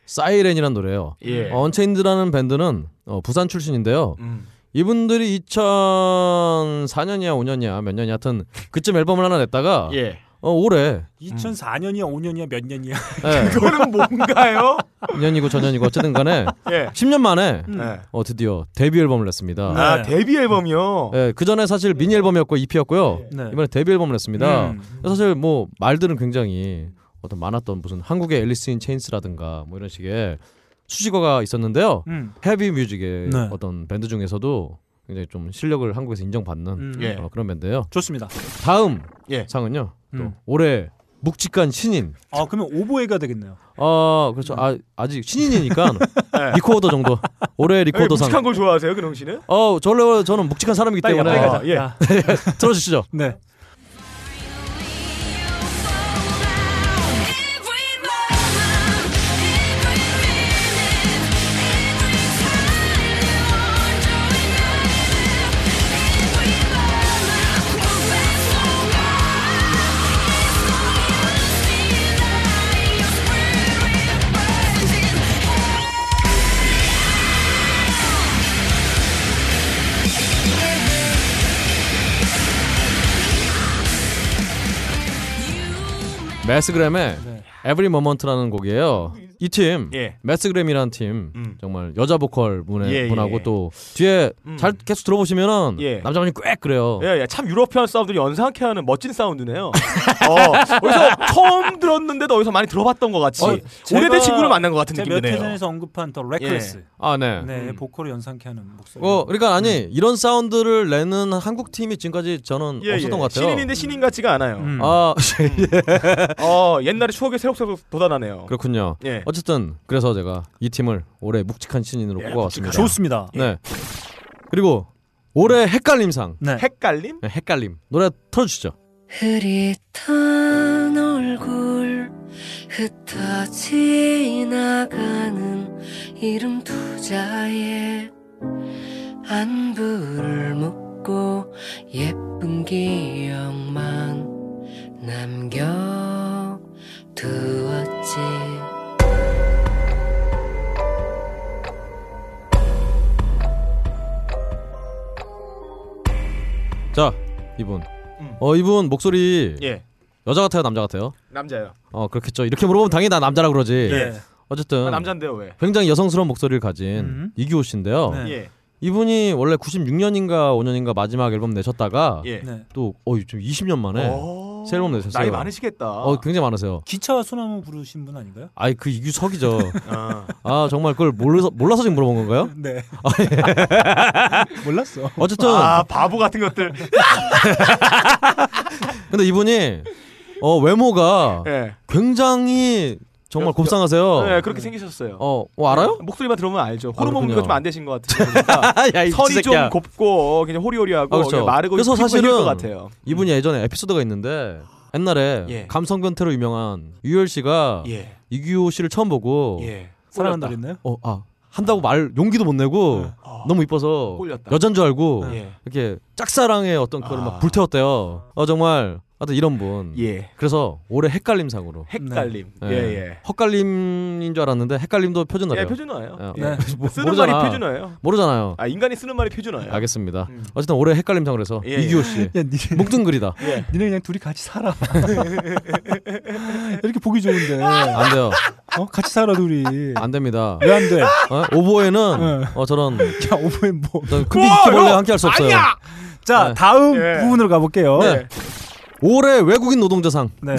사이렌이란 노래예요. 예. 어, 언체인드라는 밴드는 어, 부산 출신인데요. 음. 이분들이 2004년이야 5년이야 몇 년이야 하여튼 그쯤 앨범을 하나 냈다가 예. 어, 올해 2004년이야 5년이야 몇 년이야 예, 그거는 뭔가요? 년이고 전년이고 어쨌든 간에 예. 10년 만에 음. 네. 어, 드디어 데뷔 앨범을 냈습니다. 네. 아 데뷔 앨범이요. 예, 그 전에 사실 미니 앨범이었고 EP였고요. 네. 이번에 데뷔 앨범을 냈습니다. 음. 사실 뭐 말들은 굉장히 어떤 많았던 무슨 한국의 앨리스 인 체인스라든가 뭐 이런 식의 수식어가 있었는데요. 음. 헤비 뮤직의 네. 어떤 밴드 중에서도 굉장히 좀 실력을 한국에서 인정받는 음. 예. 어, 그런 밴드예요. 좋습니다 다음 예. 상은요. 또 음. 올해 묵직한 신인. 아 그러면 오보에가 되겠네요 어 그렇죠. 아, 아직 신인이니까 네. 리코더 정도. 올해 예, 리코더상. 묵직한 걸 좋아하세요, 그놈 씨는? 어, 원래 저는 묵직한 사람이기 빨리 가, 때문에 빨리 가자. 예. 아, 들어주시죠. 네 매스그램의 에브리 모먼트라는 곡이에요. 이 팀 예. 매스그램이라는 팀 음. 정말 여자 보컬 분의 예, 분하고 예. 또 뒤에 음. 잘 계속 들어보시면은 예. 남자분이 꽤 그래요. 예, 예, 참 유러피안 사운드를 연상케 하는 멋진 사운드네요. 어, 어디서 처음 들었는데도 어디서 많이 들어봤던 것 같이 어, 제가- 오래된 친구를 만난 것 같은 제가 몇 회 느낌이네요. 전에서 언급한 더 레클레스 아 네. 네 보컬을 연상케 하는 목소리 어 그러니까 음. 아니 이런 사운드를 내는 한국 팀이 지금까지 저는 없었던 것 같아요. 예, 신인인데 신인 같지가 않아요. 음. 아 어, 옛날의 추억이 새록새록 돋아나네요. 그렇군요. 예. 어쨌든 그래서 제가 이 팀을 올해 묵직한 신인으로 뽑아왔습니다. 좋습니다 네. 그리고 올해 헷갈림상. 네 헷갈림? 네, 헷갈림 노래 틀어주시죠. 흐릿한 얼굴 흩어 지나가는 이름 투자에 안부를 묻고 예쁜 기억만 남겨 두었지 자 이분. 음. 어 이분 목소리 예, 여자 같아요 남자 같아요 남자예요. 어 그렇겠죠 이렇게 물어보면 당연히 나 남자라 그러지 예. 어쨌든 아, 남잔데요, 왜? 굉장히 여성스러운 목소리를 가진 음. 이규호 씨인데요 네. 예, 이분이 원래 96년인가 5년인가 마지막 앨범 내셨다가 예. 어. 네. 또 어, 지금 20년 만에 오, 네. 새 앨범 내셨어요. 나이 많으시겠다. 어 굉장히 많으세요 기차와 소나무 부르신 분 아닌가요? 아이 그 이규석이죠 아. 아 정말 그걸 몰라서 몰라서 지금 물어본 건가요 네 몰랐어 어쨌든 아, 바보 같은 것들. 근데 이분이 어 외모가 예, 굉장히 정말 여- 곱상하세요 예, 그렇게 생기셨어요. 어, 어 알아요 목소리만 들으면 알죠. 호르몬도 그렇군요. 좀 안 되신 것 같으니까 야이 선이 좀 새끼야. 곱고 그냥 호리호리하고 아, 그렇죠. 그냥 마르고 그래서 피부가 사실은- 힐것 같아요. 이분이 예전에 에피소드가 있는데 옛날에 예. 감성 변태로 유명한 유열 씨가 예, 이규호 씨를 처음 보고 예. 사랑한다 꼴렸다. 그랬나요? 어, 아, 한다고 말 용기도 못 내고 아, 어. 너무 이뻐서 꼴렸다. 여잔 줄 알고 예. 이렇게 짝사랑의 어떤 그걸 아. 막 불태웠대요. 어 정말 하여튼 이런 분. 예. 그래서 올해 헷갈림상으로 헷갈림. 네. 예, 예. 헛갈림인 줄 알았는데 헷갈림도 표준어예요. 예, 표준어예요. 어, 예. 네. 모- 쓰는 말이 표준어예요. 모르잖아요. 아, 인간이 쓰는 말이 표준어예요. 알겠습니다. 음. 어쨌든 올해 헷갈림상으로 해서 예, 이규호 씨 야 니네 묵든 글이다. 예. 니네 그냥 둘이 같이 살아 이렇게 보기 좋은데 안 돼요. 어? 같이 살아 둘이 안 됩니다. 왜 안 돼? 야 어? 오보에는 네. 어 저런 오버엔 뭐. 저런 큰 빅히트벌레 함께 할 수 없어요. 아니야! 자 네. 다음 예. 부분으로 가볼게요. 네. 올해 외국인 노동자상 네.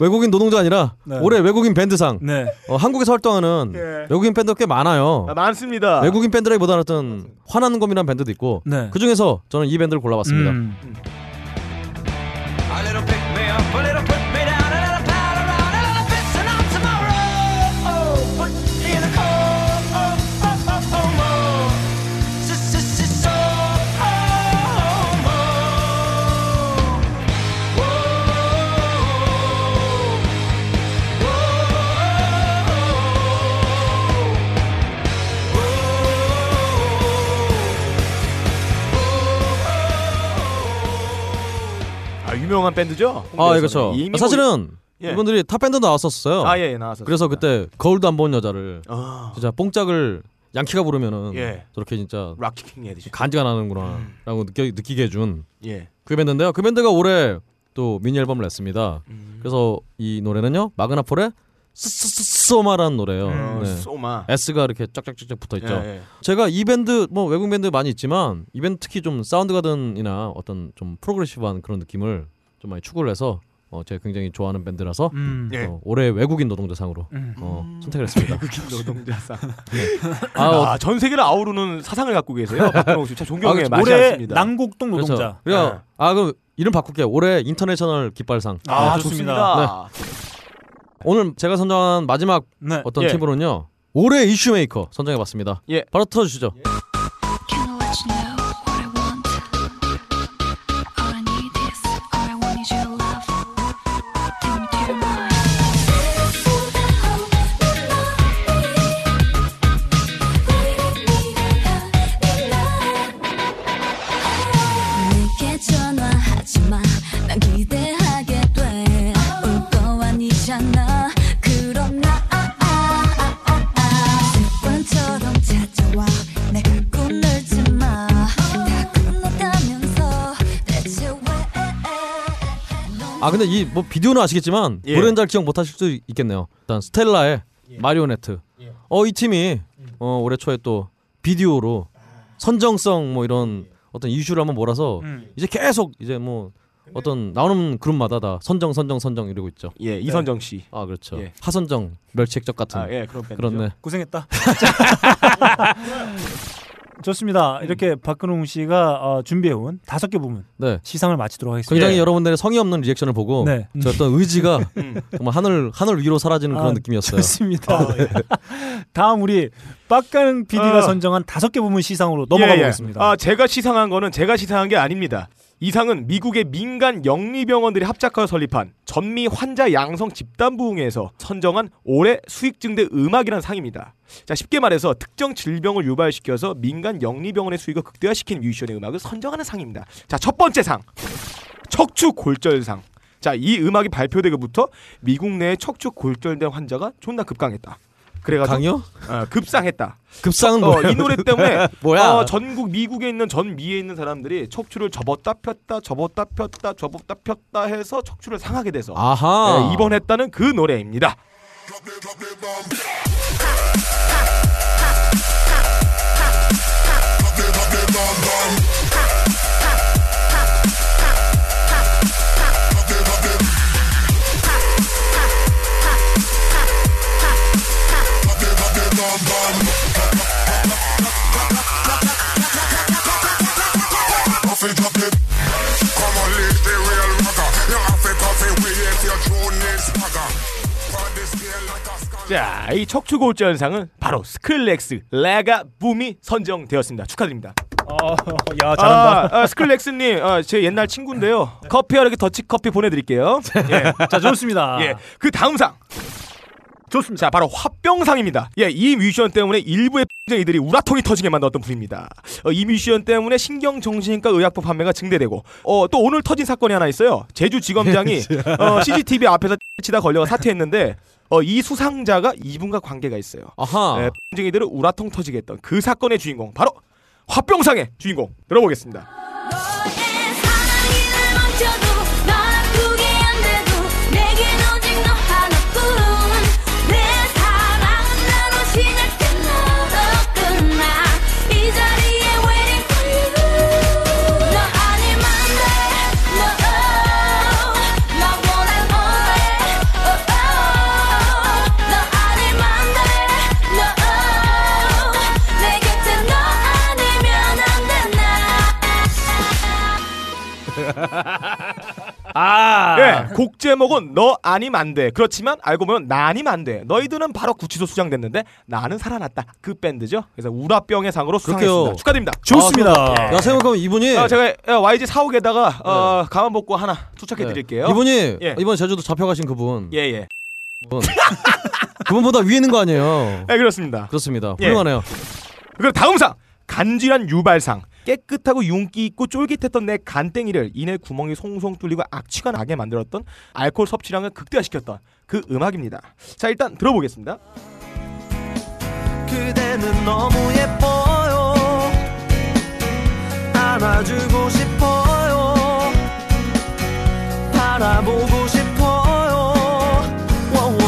외국인 노동자 아니라 네. 올해 외국인 밴드상 네. 어, 한국에서 활동하는 예. 외국인 밴드 꽤 많아요. 아, 많습니다. 외국인 밴드라기보다는 어떤 화나는 곰이라는 밴드도 있고 네. 그 중에서 저는 이 밴드를 골라봤습니다. 음. A little pick me up, a little put me down, a little pal around, a little piss and out tomorrow. Oh, put me in a cold, oh, oh, oh, oh, oh. So, so, so, so, oh, oh, oh. Whoa, whoa, 아, 유명한 밴드죠? 아, 홍대에서는. 예, 그렇죠. 이미 아, 사실은 예. 이분들이 탑밴드 나왔었어요. 아, 예, 예, 나왔어. 그래서 그때 거울도 안 본 여자를 아, 진짜 뽕짝을 양키가 부르면은 예. 저렇게 진짜 락키킹 해야 되죠. 간지가 나는구나라고 느껴 느끼게 해준 예. 그 밴드인데요. 그 밴드가 올해 또 미니 앨범을 냈습니다. 음. 그래서 이 노래는요 마그나폴의 스스스소마라는 노래예요. 어, 네. 소마. S가 이렇게 쫙쫙쫙쫙 붙어 있죠. 예, 예. 제가 이 밴드 뭐 외국 밴드 많이 있지만 이 밴드 특히 좀 사운드 가든이나 어떤 좀 프로그레시브한 그런 느낌을 좀 많이 추구를 해서 어, 제가 굉장히 좋아하는 밴드라서 음. 예. 어, 올해 외국인 노동자상으로 음. 어, 선택을 했습니다. 외국인 노동자상. 아, 어, 아, 전 세계를 아우르는 사상을 갖고 계세요. 박근호 씨, 참 존경해요. 아, 맞지 올해 않습니다. 난곡동 그렇죠. 노동자. 그래요. 네. 아 그럼 이름 바꿀게요. 올해 인터내셔널 깃발상. 아, 네. 좋습니다. 오늘 제가 선정한 마지막 네. 어떤 예. 팀으로는요. 올해 이슈메이커 선정해봤습니다. 예. 바로 틀어주시죠. Can I let you know what I want? All I need is, all I want is your love. Take me to your mind. 내게 전화하지 마. 난 기대하게 돼. 올거 아니잖아. 그럼 나. 아, 습관처럼 찾아와. 내가 꾸늘지 마. 다 끝났다면서 대체 왜? 아 근데 이 뭐 비디오는 아시겠지만 예. 노래는 잘 기억 못하실 수도 있겠네요. 일단 스텔라의 마리오네트. 예. 어 이 팀이 음. 어 올해 초에 또 비디오로 아. 선정성 뭐 이런 예. 어떤 이슈를 한번 몰아서 음. 이제 계속 이제 뭐 어떤 나오는 그룹마다 다 선정 선정 선정 이러고 있죠. 예, 이선정 씨. 아 그렇죠. 예. 하선정 멸치액젓 같은 아, 예, 그런 밴드죠. 그렇네. 고생했다. 좋습니다. 이렇게 박근홍 씨가 어, 준비해온 다섯 개 부문 네. 시상을 마치도록 하겠습니다. 굉장히 예. 여러분들의 성의 없는 리액션을 보고 네. 저 어떤 의지가 음. 정말 하늘 하늘 위로 사라지는 아, 그런 느낌이었어요. 좋습니다. 다음 우리 빡가는 PD가 어. 선정한 다섯 개 부문 시상으로 넘어가 예, 예. 보겠습니다. 아, 제가 시상한 거는 제가 시상한 게 아닙니다. 이 상은 미국의 민간 영리병원들이 합작하여 설립한 전미 환자 양성 집단 부흥회에서 선정한 올해 수익 증대 음악이라는 상입니다. 자, 쉽게 말해서 특정 질병을 유발시켜서 민간 영리병원의 수익을 극대화시킨 뮤지션의 음악을 선정하는 상입니다. 자, 첫 번째 상. 척추 골절상. 자, 이 음악이 발표되기부터 미국 내에 척추 골절된 환자가 존나 급강했다. 그래가지고 강요? 어, 급상했다. 급상은 어, 뭐야? 이 노래 때문에 뭐야? 어, 전국 미국에 있는 전 미에 있는 사람들이 척추를 접었다 폈다 접었다 폈다 접었다 폈다 해서 척추를 상하게 돼서 아하. 예, 입원했다는 그 노래입니다. 자, 이 척추 골절 현상은 바로 스클렉스 레가 붐이 선정되었습니다. 축하드립니다. 어, 야 잘한다. 아, 아, 스클렉스님, 아, 제 옛날 친구인데요. 커피와 이렇게 더치 커피 보내드릴게요. 예. 자 좋습니다. 예. 그 다음 상. 좋습니다. 자, 아, 바로 화병상입니다. 예, 이 뮤지션 때문에 일부의 쟁이들이 우라통이 터지게 만들었던 분입니다. 어, 이 뮤지션 때문에 신경 정신과 의약품 판매가 증대되고, 어, 또 오늘 터진 사건이 하나 있어요. 제주 지검장이 어, CCTV 앞에서 치다 걸려가 사퇴했는데, 어, 이 수상자가 이분과 관계가 있어요. 아하. 예, 쟁이들을 우라통 터지게 했던 그 사건의 주인공 바로 화병상의 주인공 들어보겠습니다. 너의 사랑이를 멈춰도 널 아프게 안 돼도 내겐 오직 너 하나뿐 내 사랑은 나로 시작해 너로 끝나 이 자리에 waiting for you 너 아니면 돼 No 너 원한 only Oh oh 너 아니면 돼 No 내 곁에 너 아니면 안 되나 아. 예, 곡 제목은 너 아니면 안 돼. 그렇지만 알고 보면 나 아니면 안 돼. 너희들은 바로 구치소 수장됐는데 나는 살아났다. 그 밴드죠. 그래서 우라병의 상으로 그렇게요. 수상했습니다. 축하드립니다. 좋습니다. 야 생각하면 이분이 예. 아, 제가 예, YG 사옥에다가 어, 가만 복고 하나 투척해 네. 드릴게요. 이분이 예. 이번 제주도 잡혀가신 그분. 예, 예. 그분보다 위에 있는 거 아니에요. 예, 네, 그렇습니다. 그렇습니다. 예. 훌륭하네요. 그리고 다음 상 간질환 유발상. 깨끗하고 윤기 있고 쫄깃했던 내 간땡이를 이내 구멍이 송송 뚫리고 악취가 나게 만들었던 알코올 섭취량을 극대화시켰던 그 음악입니다. 자 일단 들어보겠습니다. 그대는 너무 예뻐요 안아주고 싶어요 바라보고 싶어요 워워.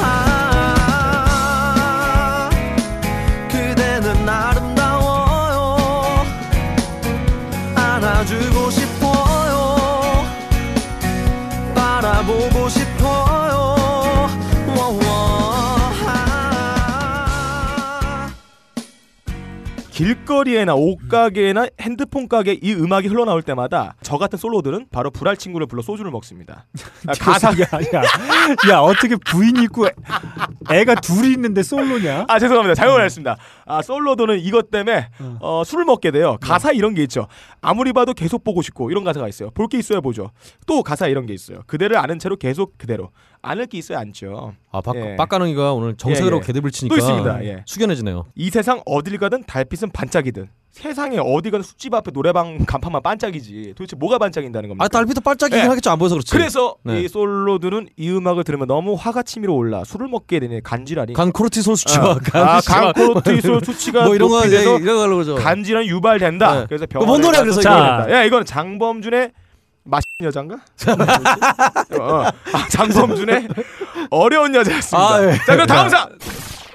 아. 그대는 아름다워요 안아주고 싶어요 바라보고 싶어요 워워. 길거리에나 옷가게나 핸드폰 가게 이 음악이 흘러나올 때마다 저 같은 솔로들은 바로 불알 친구를 불러 소주를 먹습니다. 아, 가사 야, 야, 야, 어떻게 부인이 있고 애- 애가 둘이 있는데 솔로냐? 아 죄송합니다 네. 잘못했습니다. 아 솔로도는 이것 때문에 어, 술을 먹게 돼요. 네. 가사 이런 게 있죠. 아무리 봐도 계속 보고 싶고 이런 가사가 있어요. 볼 게 있어야 보죠. 또 가사 이런 게 있어요. 그대를 아는 채로 계속 그대로 안을 게 있어야 안죠. 아 박, 예. 박가능이가 오늘 정색으로 예, 예. 개듭을 치니까 또 있습니다, 예. 숙연해지네요. 이 세상 어딜 가든 달빛은 반짝이든 세상에 어디 가든 술집 앞에 노래방 간판만 반짝이지. 도대체 뭐가 반짝인다는 겁니까? 아 달빛도 반짝이긴 예. 하겠죠 안 보여서 그렇지. 그래서 네. 이 솔로들은 이 음악을 들으면 너무 화가 치밀어 올라 술을 먹게 되니 간질하니 간 코르티솔 수치와 간 아, 수치와 강코르티솔 수치가 뭐 이런 거 이제 높이돼서 이런 거 하려고 그러죠. 간질환 유발된다. 네. 그래서 그거 병원. 뭔 노래야, 그래서 이거는? 아, 야 이건 장범준의 맛있 여잔가? 어, 아, 장범준의 어려운 여자였습니다. 아, 예. 자 그럼 다음 상.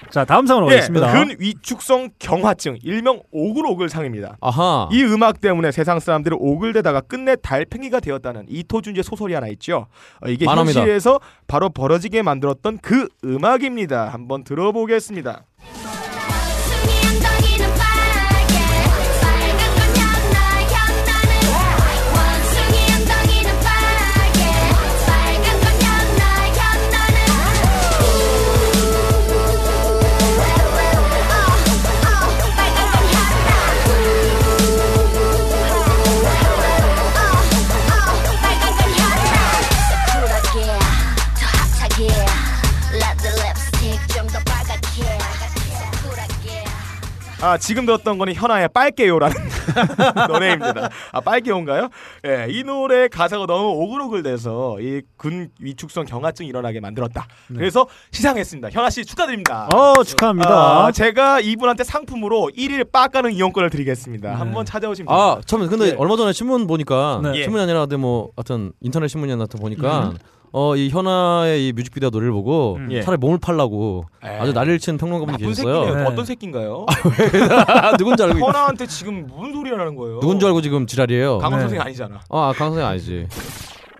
자, 다음 상으로 예, 가겠습니다. 근위축성 경화증 일명 오글오글 상입니다. 아하. 이 음악 때문에 세상 사람들을 오글대다가 끝내 달팽이가 되었다는 이토준의 소설이 하나 있죠. 어, 이게 만화입니다. 현실에서 바로 벌어지게 만들었던 그 음악입니다. 한번 들어보겠습니다. 숨이 안 떠기는 빨개 빨간 건 현나 현나는 원숭이 안 떠기는 빨개 빨간 건 현나 어, 현나는 어, 어, 빨간 건 현나 어, 빨간 건 현나 쿨하게 더 핫하게 레드 립스틱 좀 더 빨갛게 쿨하게 아 지금 들었던 거는 현아의 빨개요라는 노래입니다. 아 빨개요인가요? 예, 이 노래 가사가 너무 오글오글돼서 이 근 위축성 경화증 이 일어나게 만들었다. 네. 그래서 시상했습니다. 현아 씨 축하드립니다. 어, 축하합니다. 아, 제가 이분한테 상품으로 1일 빠까는 이용권을 드리겠습니다. 한번 찾아오시면 아 됩니다. 참 근데 예. 얼마 전에 신문 보니까 네. 예. 음. 신문이 아니라 하여튼 뭐 하여튼 인터넷 신문이나 하여튼 보니까 어 이 현아의 이 뮤직비디오 노래를 보고 음. 예. 차라리 몸을 팔라고 아주 난리를 치는 평론가분이 나쁜 계셨어요. 새끼네요. 네. 어떤 새끼인가요? 아, 누군지 알고 있- 현아한테 지금 무슨 소리라는 거예요? 누군 줄 알고 지금 지랄이에요. 강원 네. 선생 아니잖아. 아 강선생 아니지.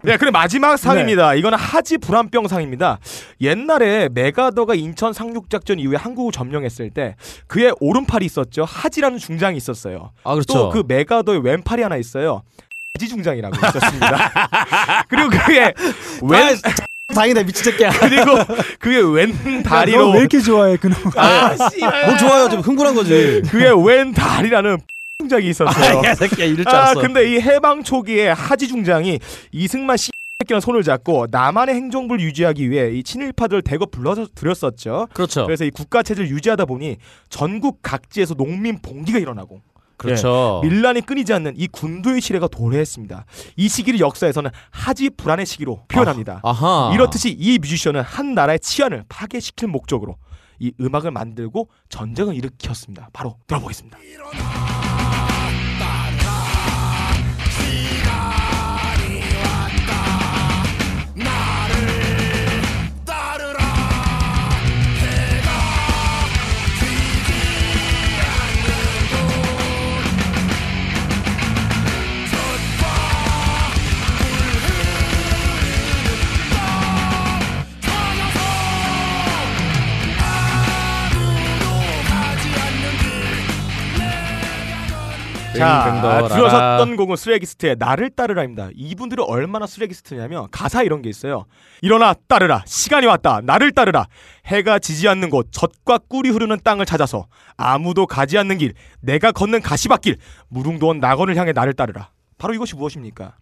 네, 그럼 마지막 상입니다. 이건 하지 불안병 상입니다. 옛날에 메가더가 인천 상륙작전 이후에 한국을 점령했을 때 그의 오른팔이 있었죠. 하지라는 중장이 있었어요. 또아 그렇죠. 그 메가더의 왼팔이 하나 있어요. 하지 중장이라고 있었습니다. 그리고 그의 왼 다행이다 미친 새끼야. 그리고 그의 왼 너왜 다리로 이렇게 좋아해 그놈? 아, 씨발. 뭘뭐 좋아요? 좀 흥분한 네. 거지. 그의 왼 다리라는 중장이 있었어요. 야 새끼야 이럴 줄 아, 알았어. 근데 이 해방 초기에 하지 중장이 이승만 씨 새끼랑 손을 잡고 남한의 행정부를 유지하기 위해 이 친일파들을 대거 불러서 들였었죠. 그렇죠. 그래서 예. 이 국가 체제를 유지하다 보니 전국 각지에서 농민 봉기가 일어나고 그렇죠. 밀란이 끊이지 않는 이 군도의 시대가 도래했습니다. 이 시기를 역사에서는 하지 불안의 시기로 표현합니다. 아하. 이렇듯이 이 뮤지션은 한 나라의 치안을 파괴시킬 목적으로 이 음악을 만들고 전쟁을 일으켰습니다. 바로 들어보겠습니다. 자, 뱅뱅더라라. 들어섰던 곡은 쓰레기스트의 나를 따르라입니다. 이분들은 얼마나 쓰레기스트냐면 가사 이런 게 있어요. 일어나 따르라 시간이 왔다 나를 따르라 해가 지지 않는 곳 젖과 꿀이 흐르는 땅을 찾아서 아무도 가지 않는 길 내가 걷는 가시밭길 무릉도원 낙원을 향해 나를 따르라. 바로 이것이 무엇입니까?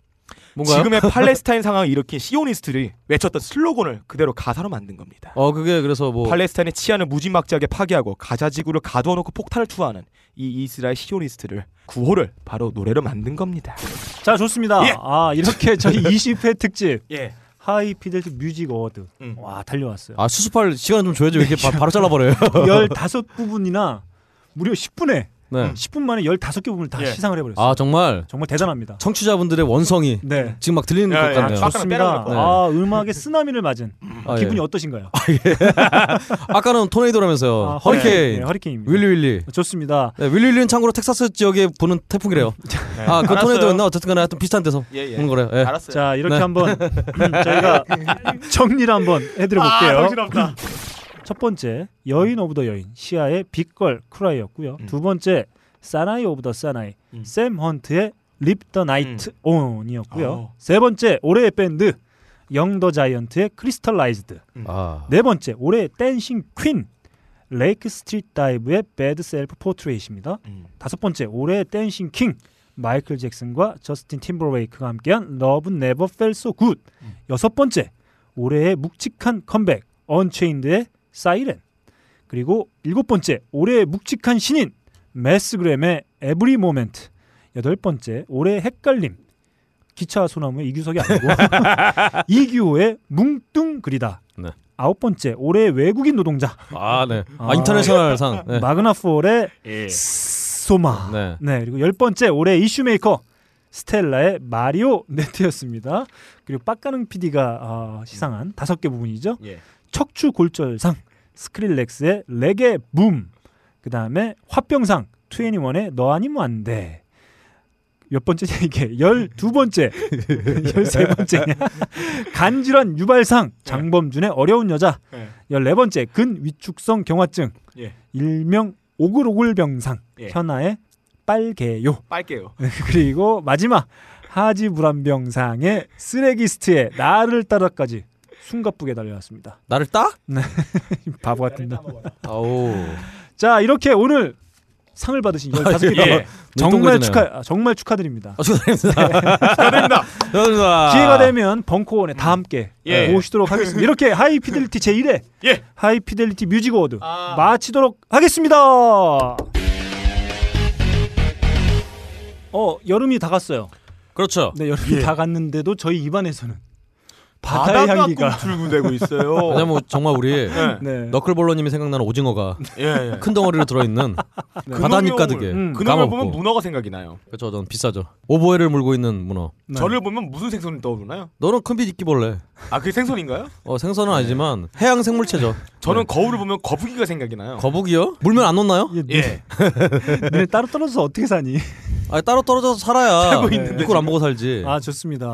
뭔가요? 지금의 팔레스타인 상황을 일으킨 시오니스트들이 외쳤던 슬로건을 그대로 가사로 만든 겁니다. 어 그게 그래서 뭐 팔레스타인의 치안을 무지막지하게 파괴하고 가자 지구를 가둬놓고 폭탄을 투하하는 이 이스라엘 시오니스트를 구호를 바로 노래로 만든 겁니다. 자 좋습니다. 예. 아 이렇게 저희 20회 특집 예. 하이 피델티 뮤직 어워드 음. 와 달려왔어요. 아 수습할 시간을 좀 줘야지 왜 이렇게 바, 로 잘라버려요. 15부분이나 무려 10분에 네. 10분 만에 15개 부분을 다 예. 시상을 해버렸어요. 아 음. 정말 정말 대단합니다. 청취자분들의 원성이 네. 지금 막 들리는 야, 것 야, 같네요. 빡- 좋습니다. 때려놓을 아 음악의 쓰나미를 맞은 아, 기분이 예. 어떠신가요? 아까는 토네이도라면서요. 아, 어. 허리케인. 네, 허리케인입니다. 윌리 윌리. 좋습니다. 네, 윌리 윌리는 참고로 텍사스 지역에 보는 태풍이래요. 아 그 토네이도였나 어쨌든 간에 하여튼 비슷한 데서 예, 예. 보는 거래요. 예. 알았어요. 자 이렇게 네. 한번 음, 저희가 정리를 한번 아, 해드려볼게요. 첫 번째 여인 오브 더 여인 시아의 빅걸 크라이였고요. 음. 두 번째 사나이 오브 더 사나이 음. 샘 헌트의 립 더 나이트 온이었고요. 어. 세 번째 올해의 밴드 영 더 자이언트의 크리스탈라이즈드. 아. 네 번째 올해의 댄싱 퀸 레이크 스트리트 다이브의 배드 셀프 포트레이트입니다. 음. 다섯 번째 올해의 댄싱 킹 마이클 잭슨과 저스틴 팀버레이크가 함께한 러브 네버 펠소 굿. 여섯 번째 올해의 묵직한 컴백 언체인드의 사이렌. 그리고 일곱 번째 올해의 묵직한 신인 매스그램의 에브리 모멘트. 여덟 번째 올해의 헷갈림 기차 소나무의 이규석이 아니고 이규호의 뭉뚱그리다. 네. 아홉 번째 올해의 외국인 노동자 아, 네. 아. 아, 인터내셔널 상. 네. 예. 마그나폴의 소마. 네. 네 그리고 열 번째 올해 이슈 메이커 스텔라의 마리오 네트였습니다. 그리고 빡가능 PD가 어, 시상한 다섯 개 부분이죠. 예. 척추 골절상 스크릴렉스의 레게 붐. 그 다음에 화병상 21의 너 아니면 안 돼. 몇 번째 이게 열두 번째, 열세 번째냐? 간질환 유발상 장범준의 어려운 여자. 예. 열네 번째 근위축성 경화증. 예. 일명 오글오글병상 예. 현아의 빨개요. 빨게요. 그리고 마지막 하지 불안병상의 쓰레기스트에 나를 따라까지 숨가쁘게 달려왔습니다. 나를 따? 바보 같은 놈. 아오. 자 이렇게 오늘 상을 받으신 15개 예. 예. 정말 눈동거리네요. 축하 아, 정말 축하드립니다. 아, 축하드립니다. 축하드립니다. 축하드립니다. 기회가 되면 벙커원에 다 함께 예. 모시도록 하겠습니다. 이렇게 하이피델리티 제1회 예. 아. 하이피델리티 뮤직 어워드 마치도록 하겠습니다. 어 여름이 다 갔어요. 그렇죠. 네, 여름이 다 갔는데도 저희 입안에서는 바다의 예. 바다가 향기가 꿈틀군대고 있어요. 왜냐면 정말 우리 네. 너클볼러님이 생각나는 오징어가 예, 예. 큰 덩어리로 들어있는 바다잎 가득해. 음. 그놈을 보면 까먹고. 문어가 생각이 나요. 그렇죠. 저는 비싸죠. 오보에를 물고 있는 문어. 네. 저를 보면 무슨 생선이 떠오르나요? 너는 큰 비디끼벌레. 아, 그게 생선인가요? 어, 생선은 네. 아니지만 해양 생물체죠. 저는 거울을 보면 거북이가 생각이 나요. 거북이요? 물면 안 녹나요? 이게 눈- 예. 눈에 네, 따로 떨어져서 어떻게 사니? 아 따로 떨어져서 살아야 살고 있는데 이걸 안 보고 네. 살지. 아 좋습니다.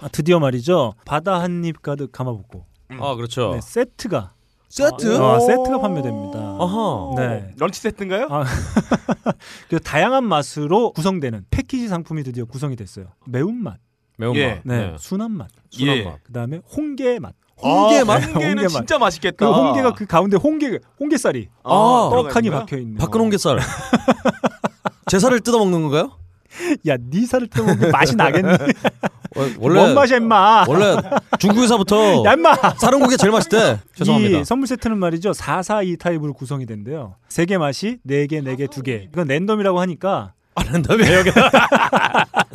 아, 드디어 말이죠. 바다 한 입 가득 감아먹고 아 그렇죠. 어. 네, 세트가 세트. 아, 세트가 판매됩니다. 아하. 네. 어, 런치 세트인가요? 아, 그리고 다양한 맛으로 구성되는 패키지 상품이 드디어 구성이 됐어요. 매운맛, 매운맛. 예. 네, 네. 순한 맛, 순한 예. 아, 맛. 그다음에 홍게 맛. 홍게 맛. 홍게는 홍게 맛. 진짜 맛있겠다. 그 홍게가 그 가운데 홍게 홍게살이 아, 들어가 떡하니 있는 거야? 박혀 있는. 박근홍 게살. 제 살을 뜯어 먹는 건가요? 야, 네 살을 뜨면 맛이 나겠니? 어, 원래 어, 뭔 맛이야, 임마. 원래 중국에서부터 야, 임마. 사는 고기 제일 맛있대. 죄송합니다. 이 선물 세트는 말이죠. 442 타입으로 구성이 된대요. 세 개 맛이 네 개, 네 개, 두 개. 이건 랜덤이라고 하니까 안 한다며 여기다.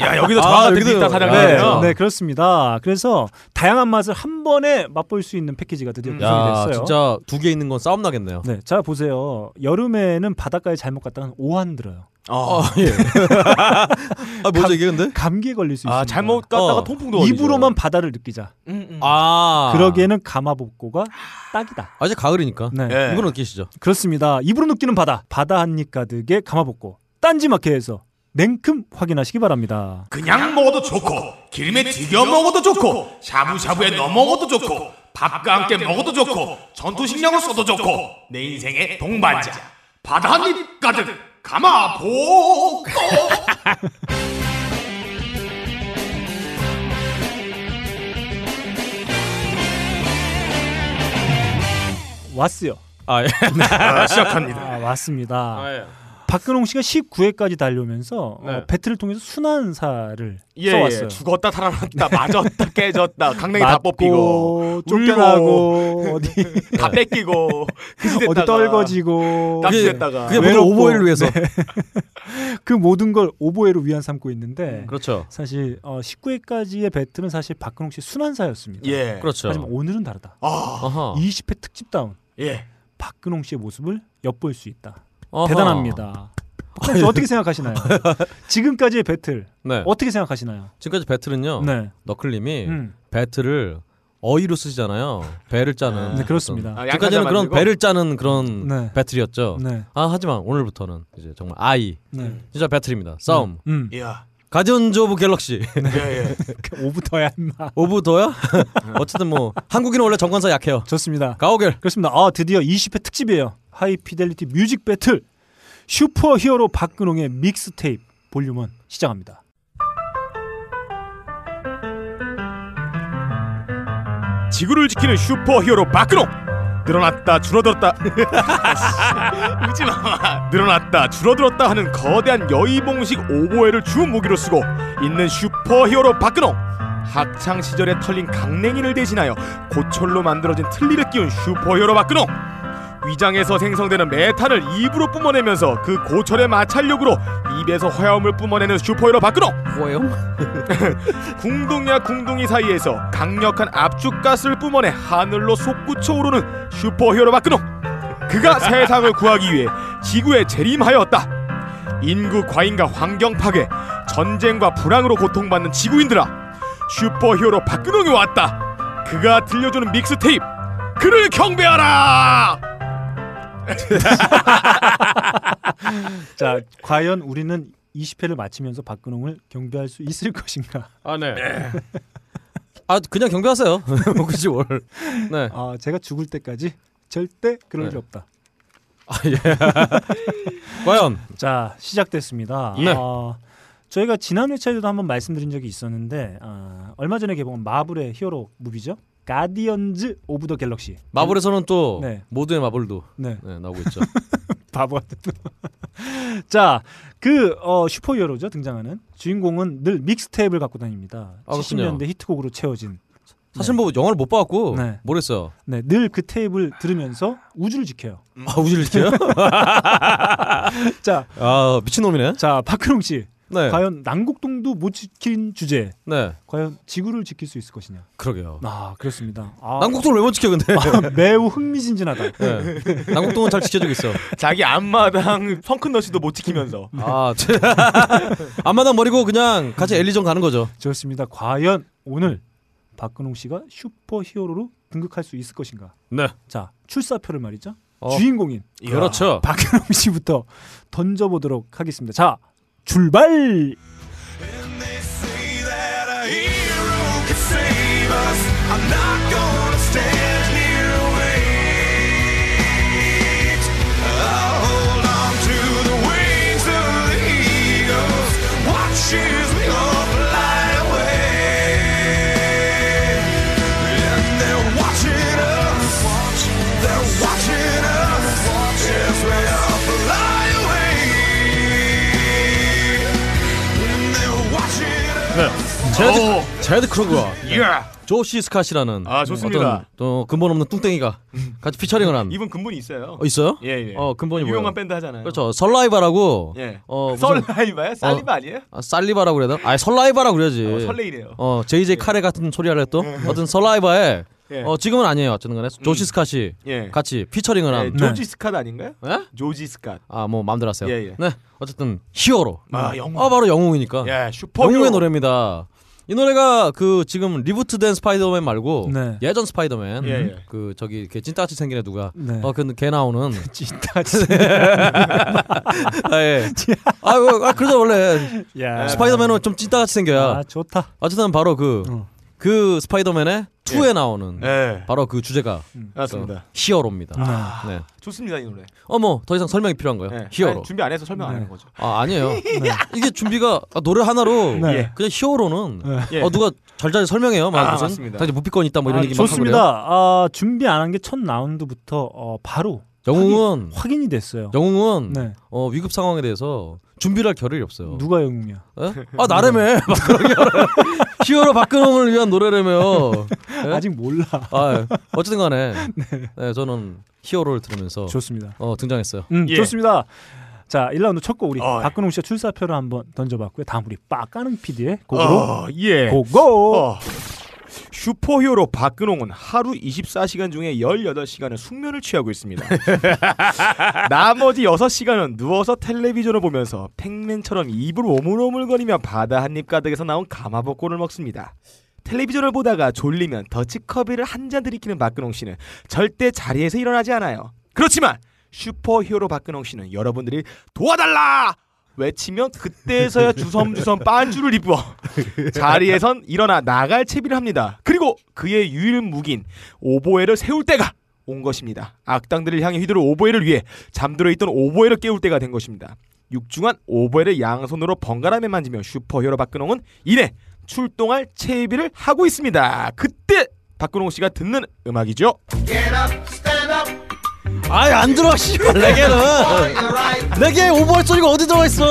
야 여기도 아, 전화가 들고 여기도- 있다 아, 사장님. 어. 네, 그래요? 네, 그렇습니다. 그래서 다양한 맛을 한 번에 맛볼 수 있는 패키지가 드디어 구성이 음. 야 됐어요. 진짜 두 개 있는 건 싸움 나겠네요. 네, 자 보세요. 여름에는 바닷가에 잘못 갔다간 오한 들어요. 아 예. 음. 아 뭐죠 이게 근데? 감기에 걸릴 수 있습니다. 아 잘못 갔다가 어. 통풍도 걸리죠. 입으로만 바다를 느끼자. 아 음. 그러기에는 가마복고가 딱이다. 아직 가을이니까. 네. 예. 이건 느끼시죠? 그렇습니다. 입으로 느끼는 바다. 바다 한 입 가득의 가마복고. 딴지마켓에서 냉큼 확인하시기 바랍니다. 그냥 먹어도 좋고 기름에 튀겨 먹어도 좋고 샤브샤브에 넣어 먹어도 좋고 밥과 함께 먹어도 좋고 전투식량으로 써도 좋고 내 인생의 동반자 바다 한 입 가득 가마보고 왔어요. 아 예. 아, 시작합니다. 아, 왔습니다. 예. 박근홍 씨가 19회까지 달려오면서 네. 어, 배틀을 통해서 순환사를 예, 써왔어요. 예. 죽었다 살아났다 맞았다 깨졌다 강냉이 다 맞고, 뽑히고 쫓겨나고 어디 다 뺏기고 그 시대 어디 떨궈지고 그게 납치했다가 그게 모두 아, 외롭고. 네. 오버웨이를 위해서. 그 모든 걸 오보에로 위안 삼고 음, 있는데 그렇죠. 사실 어, 19회까지의 배틀은 사실 박근홍 씨 순환사였습니다. 예. 네. 그렇죠. 하지만 오늘은 다르다. 아하. 20회 특집다운 예. 박근홍 씨의 모습을 엿볼 수 있다. 아하. 대단합니다. 박근홍 씨 어떻게 생각하시나요? 지금까지의 배틀 네. 어떻게 생각하시나요? 지금까지 배틀은요. 네. 너클님이 음. 배틀을 어휘로 쓰시잖아요. 배를 짜는. 네, 그렇습니다. 어떤- 아, 지금까지는 양탄자 그런 만들고? 배를 짜는 그런 네. 배틀이었죠. 네. 아 하지만 오늘부터는 이제 정말 아이 네. 진짜 배틀입니다. 싸움. 음. 야. 가디언즈 오브 갤럭시 예, 예. 오부터야 임마. 오브 더야? 어쨌든 뭐 한국인은 원래 정관사 약해요. 좋습니다. 가오갤. 그렇습니다. 아 드디어 20회 특집이에요. 하이피델리티 뮤직 배틀 슈퍼히어로 박근홍의 믹스테이프 볼륨은 시작합니다. 지구를 지키는 슈퍼히어로 박근홍 늘어났다 줄어들었다 웃지마 늘어났다 줄어들었다 하는 거대한 여의봉식 오보에를 주 무기로 쓰고 있는 슈퍼히어로 박근홍 학창 시절에 털린 강냉이를 대신하여 고철로 만들어진 틀니를 끼운 슈퍼히어로 박근홍 위장에서 생성되는 메탄을 입으로 뿜어내면서 그 고철의 마찰력으로 입에서 화염을 뿜어내는 슈퍼히어로 박근홍 뭐예요? 궁둥이와 궁둥이 사이에서 강력한 압축가스를 뿜어내 하늘로 솟구쳐 오르는 슈퍼히어로 박근홍 그가 세상을 구하기 위해 지구에 재림하였다 인구 과잉과 환경 파괴 전쟁과 불황으로 고통받는 지구인들아 슈퍼히어로 박근홍이 왔다 그가 들려주는 믹스테이프 그를 경배하라 자 과연 우리는 20회를 마치면서 박근홍을 경배할 수 있을 것인가? 아 네. 아 그냥 경배하세요. 그지 뭘. 네. 아 제가 죽을 때까지 절대 그럴 네. 일 없다. 아 예. 과연 자 시작됐습니다. 네. 아, 저희가 지난 회차에도 한번 말씀드린 적이 있었는데 아, 얼마 전에 개봉한 마블의 히어로 무비죠. 가디언즈 오브 더 갤럭시. 마블에서는 또 네. 모두의 마블도 네. 네, 나오고 있죠. 바보 같은. 자, 그 어, 슈퍼히어로죠 등장하는 주인공은 늘 믹스테이프를 갖고 다닙니다. 아, 그렇군요. 70년대 히트곡으로 채워진. 사실 뭐 영화를 못 봐갖고 네. 모르겠어요. 네, 늘 그 테이프를 들으면서 우주를 지켜요. 아 우주를 지켜요? 자, 아 미친놈이네. 자 박근홍 씨, 네. 과연 남곡동도 못 지킨 주제, 네. 과연 지구를 지킬 수 있을 것이냐? 그러게요. 아, 그렇습니다. 아, 남국동을 왜 못 지켜 근데? 아, 매우 흥미진진하다. 네. 남국동은 잘 지켜주고 있어. 자기 앞마당 성큰너씨도 못 지키면서 아 참. 앞마당 버리고 그냥 같이 엘리전 가는 거죠. 좋습니다. 과연 오늘 박근홍 씨가 슈퍼히어로로 등극할 수 있을 것인가? 네. 자, 출사표를 말이죠. 어. 주인공인 그렇죠. 박현웅 씨부터 던져보도록 하겠습니다. 자, 출발! They say that a hero can save us. I'm not gonna stand here and wait. I'll hold on to the wings of the eagles. Watch as we all fly away. And they're watching us. They're watching us. As we all fly away. And they're watching us. 네. 제드 제드 크로그와 야 조시 스캇이라는 아, 좋습니다. 어떤 또 근본 없는 뚱땡이가 같이 피처링을 한 이분 근본이 있어요. 어, 있어요? 예, 예. 어 근본이 뭐예요? 유명한 밴드 하잖아요. 그렇죠. 설라이바라고. 예. 어 무슨- 설라이바야? 살리바 아니에요? 아, 살리바라고 그래야 되나? 아 설라이바라고 그래야지. 어, 설레이래요. 어 JJ 카레 같은 소리 하려 또. 어떤 설라이바에 예. 어 지금은 아니에요. 어쨌든 간에 조시 스캇이 예. 같이 피처링을 예, 한. 조지 스캇 아닌가요? 네? 조지 스캇. 아뭐 마음대로 하세요. 예, 예. 네. 어쨌든 히어로. 아, 영웅. 아 바로 영웅이니까. 예, 슈퍼히어로. 영웅의 노래입니다. 이 노래가 그 지금 리부트된 스파이더맨 말고 네. 예전 스파이더맨 예, 예. 그 저기 이렇게 찐따같이 생긴 애 누가 네. 어그걔 나오는 찐따같이 네. 아, 예. 아, 그- 아 그래서 원래 야. 스파이더맨은 좀 찐따같이 생겨야 아 좋다. 어쨌든 바로 그 그 스파이더맨의 2에 나오는 예. 바로 그 주제가 맞습니다. 히어로입니다. 아. 네. 좋습니다 이 노래. 어머 더 이상 설명이 필요한가요? 예. 히어로. 아니, 준비 안 해서 설명 안 하는 거죠. 아 아니에요. 이게 준비가 아, 노래 하나로 네. 그냥 히어로는 예. 어 누가 잘잘 설명해요. 막 아, 무슨 맞습니다. 당시 무피권 있다 뭐 이런 아, 얘기만 좋습니다. 하고 아, 준비 안 한 게 첫 라운드부터 어, 바로 그래요. 영웅은 확인이 됐어요. 영웅은 네. 어 위급 상황에 대해서 준비를 할 겨를이 없어요. 누가 영웅이야? 예? 아 나름의 박근홍이 히어로 박근홍을 위한 노래라며. 예? 아직 몰라. 아, 예. 어쨌든 간에 예, 저는 히어로를 들으면서 네. 좋습니다. 어, 등장했어요. 음, 예. 좋습니다. 자, 1라운드 첫 곡 우리 어, 예. 박근홍 씨의 출사표를 한번 던져봤고요. 다음 우리 빠까는 PD의 곡으로 어, 예. 고고. 어. 슈퍼히어로 박근홍은 하루 24시간 중에 18시간은 숙면을 취하고 있습니다. 나머지 6시간은 누워서 텔레비전을 보면서 팽맨처럼 입을 오물오물거리며 바다 한 입 가득에서 나온 가마복고를 먹습니다. 텔레비전을 보다가 졸리면 더치커피를 한 잔 들이키는 박근홍 씨는 절대 자리에서 일어나지 않아요. 그렇지만 슈퍼히어로 박근홍 씨는 여러분들이 도와달라! 외치면 그때서야 주섬주섬 빤주를 입어 네. 자리에선 일어나 나갈 채비를 합니다. 그리고 그의 유일무긴 오보에를 세울 때가 온 것입니다. 악당들을 향해 휘두른 오보에를 위해 잠들어 있던 오보에를 깨울 때가 된 것입니다. 육중한 오보에를 양손으로 번갈아매 만지며 슈퍼히어로 박근홍은 이내 출동할 채비를 하고 있습니다. 그때 박근홍 씨가 듣는 음악이죠. 아이 안 들어 씨발 내게는 내게 오버할 소리가 어디 들어가 있어?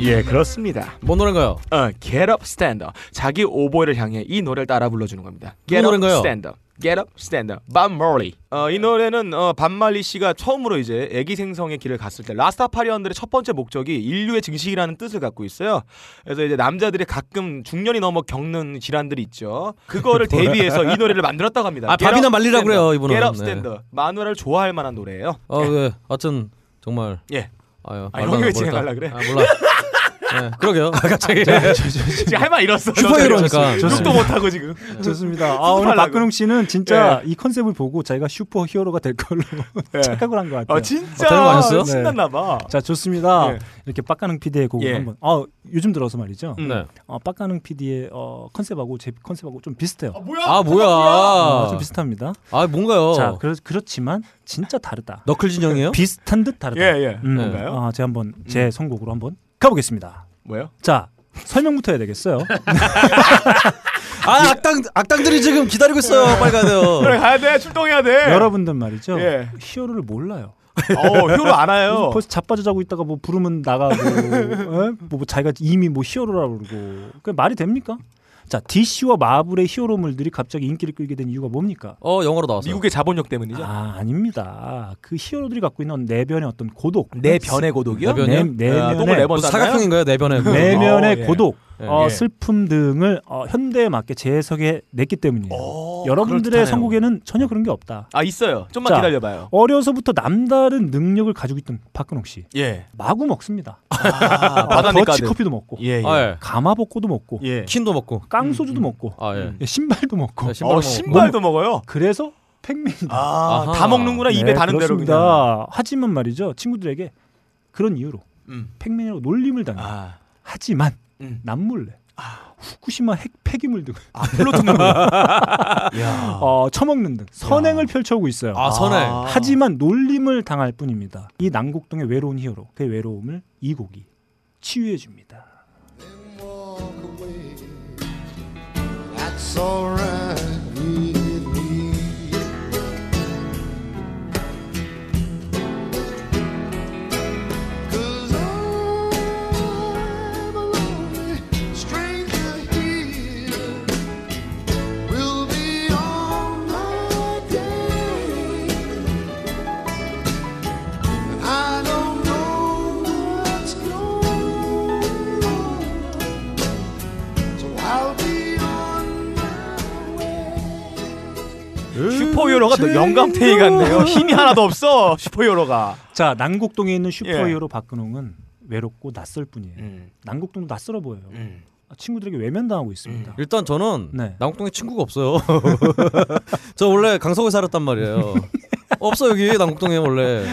예, 그렇습니다. 뭔 노래인가요? 어, Get Up Stand Up. 자기 오보이를 향해 이 노래를 따라 불러주는 겁니다. Get Up 노래인가요? Stand Up. Get Up Stand Up. 밥 멀리. 어, 이 노래는 어, 밥 말리 씨가 처음으로 이제 애기 생성의 길을 갔을 때 라스타파리언들의 첫 번째 목적이 인류의 증식이라는 뜻을 갖고 있어요. 그래서 이제 남자들이 가끔 중년이 넘어 겪는 질환들이 있죠. 그거를 대비해서 이 노래를 만들었다고 합니다. 아, 네. Get Up 밥이나 말리라 Stand Up. 그래요, 이분은. Get Up 네. Stand Up. 마누라를 좋아할 만한 노래예요. 어, 예. 하여튼 정말 예. 아유, 아, 형이 왜 모르겠다. 진행하려 그래? 아, 몰라. 예, 그러게요. 아, 갑자기 지금 할말 잃었어. 슈퍼히어로니까. 네. 욕도 못 하고 지금. 좋습니다. 아, 오늘 수습하려고. 박근홍 씨는 진짜 예. 이 컨셉을 보고 자기가 슈퍼 히어로가 될 걸로 예. 착각을 한 것 같아요. 아 진짜 어, 다른 거 아니었어요? 신났나 봐. 자, 좋습니다. 예. 이렇게 빡가능 PD의 곡을 예. 한번. 아, 요즘 들어서 말이죠. 네. 어, 빡가능 PD의 어, 컨셉하고 제 컨셉하고 좀 비슷해요. 아, 어, 뭐야? 좀 비슷합니다. 아, 뭔가요? 자, 그렇지만 진짜 다르다. 너클 진영이에요? 비슷한 듯 다르다. 예예. 음, 뭔가요? 음. 아, 제가 한번 제 선곡으로 한번 가보겠습니다. 뭐요? 자, 설명부터 해야 되겠어요. 아, 악당 악당들이 지금 기다리고 있어요. 빨리 가야 그래 돼요. 가야 돼 출동해야 돼. 여러분들 말이죠. 네. 예. 히어로를 몰라요. 어 효로 그래서 알아요. 벌써 자빠져 자고 있다가 뭐 부르면 나가고 예? 뭐 자기가 이미 뭐 히어로라고 그러고 그 말이 됩니까? 자 DC와 마블의 히어로물들이 갑자기 인기를 끌게 된 이유가 뭡니까? 어, 영어로 나왔어요. 미국의 자본력 때문이죠. 아 아닙니다. 그 히어로들이 갖고 있는 내면의 어떤 고독, 내 변의 고독이요? 내 내, 변이요? 아, 내면의 똥을 음, 네번 무슨 쌌나요? 사각형인가요? 내변에. 아, 내면의 어, 예. 고독, 예. 어, 예. 슬픔 등을 어, 현대에 맞게 재해석해 냈기 때문이에요. 여러분들의 어, 그렇다네요. 선곡에는 전혀 그런 게 없다. 아 있어요. 좀만 자. 기다려봐요. 어려서부터 남다른 능력을 가지고 있던 박근홍 씨 예. 마구 먹습니다. 아, 아, 바다니까. 더치커피도 먹고, 예. 예. 아, 예. 가마복고도 먹고, 예. 음, 킨도 먹고. 깡소주도 먹고, 아, 예. 예, 신발도 먹고. 네, 신발 어 먹고. 신발도 먹어요. 그래서 팽민. 아 아하. 다 먹는구나 입에 다는 대로 그냥. 네, 그렇습니다. 하지만 말이죠 친구들에게 그런 이유로 음. 팽민이라고 놀림을 당해. 아. 하지만 음. 남몰래 후쿠시마 핵 폐기물 등 플루토늄으로. 이야. 어, 처먹는 등 선행을 펼쳐오고 있어요. 아, 선행. 하지만 놀림을 당할 뿐입니다. 이 남곡동의 외로운 히어로 그 외로움을 이 곡이 치유해 줍니다. That's alright with me. Cause I'm a lonely stranger here. Will be all my day. And I don't know what's going on. So I'll be on 음, 슈퍼히어로가 너 영감탱이 같네요. 힘이 하나도 없어. 슈퍼히어로가. 자 난곡동에 있는 슈퍼히어로 예. 박근홍은 외롭고 낯설 뿐이에요. 음. 난곡동도 낯설어 보여요. 아, 친구들에게 외면당하고 있습니다. 음. 일단 저는 남국동에 친구가 없어요. 저 원래 강서구에 살았단 말이에요. 없어 여기 남국동에 원래.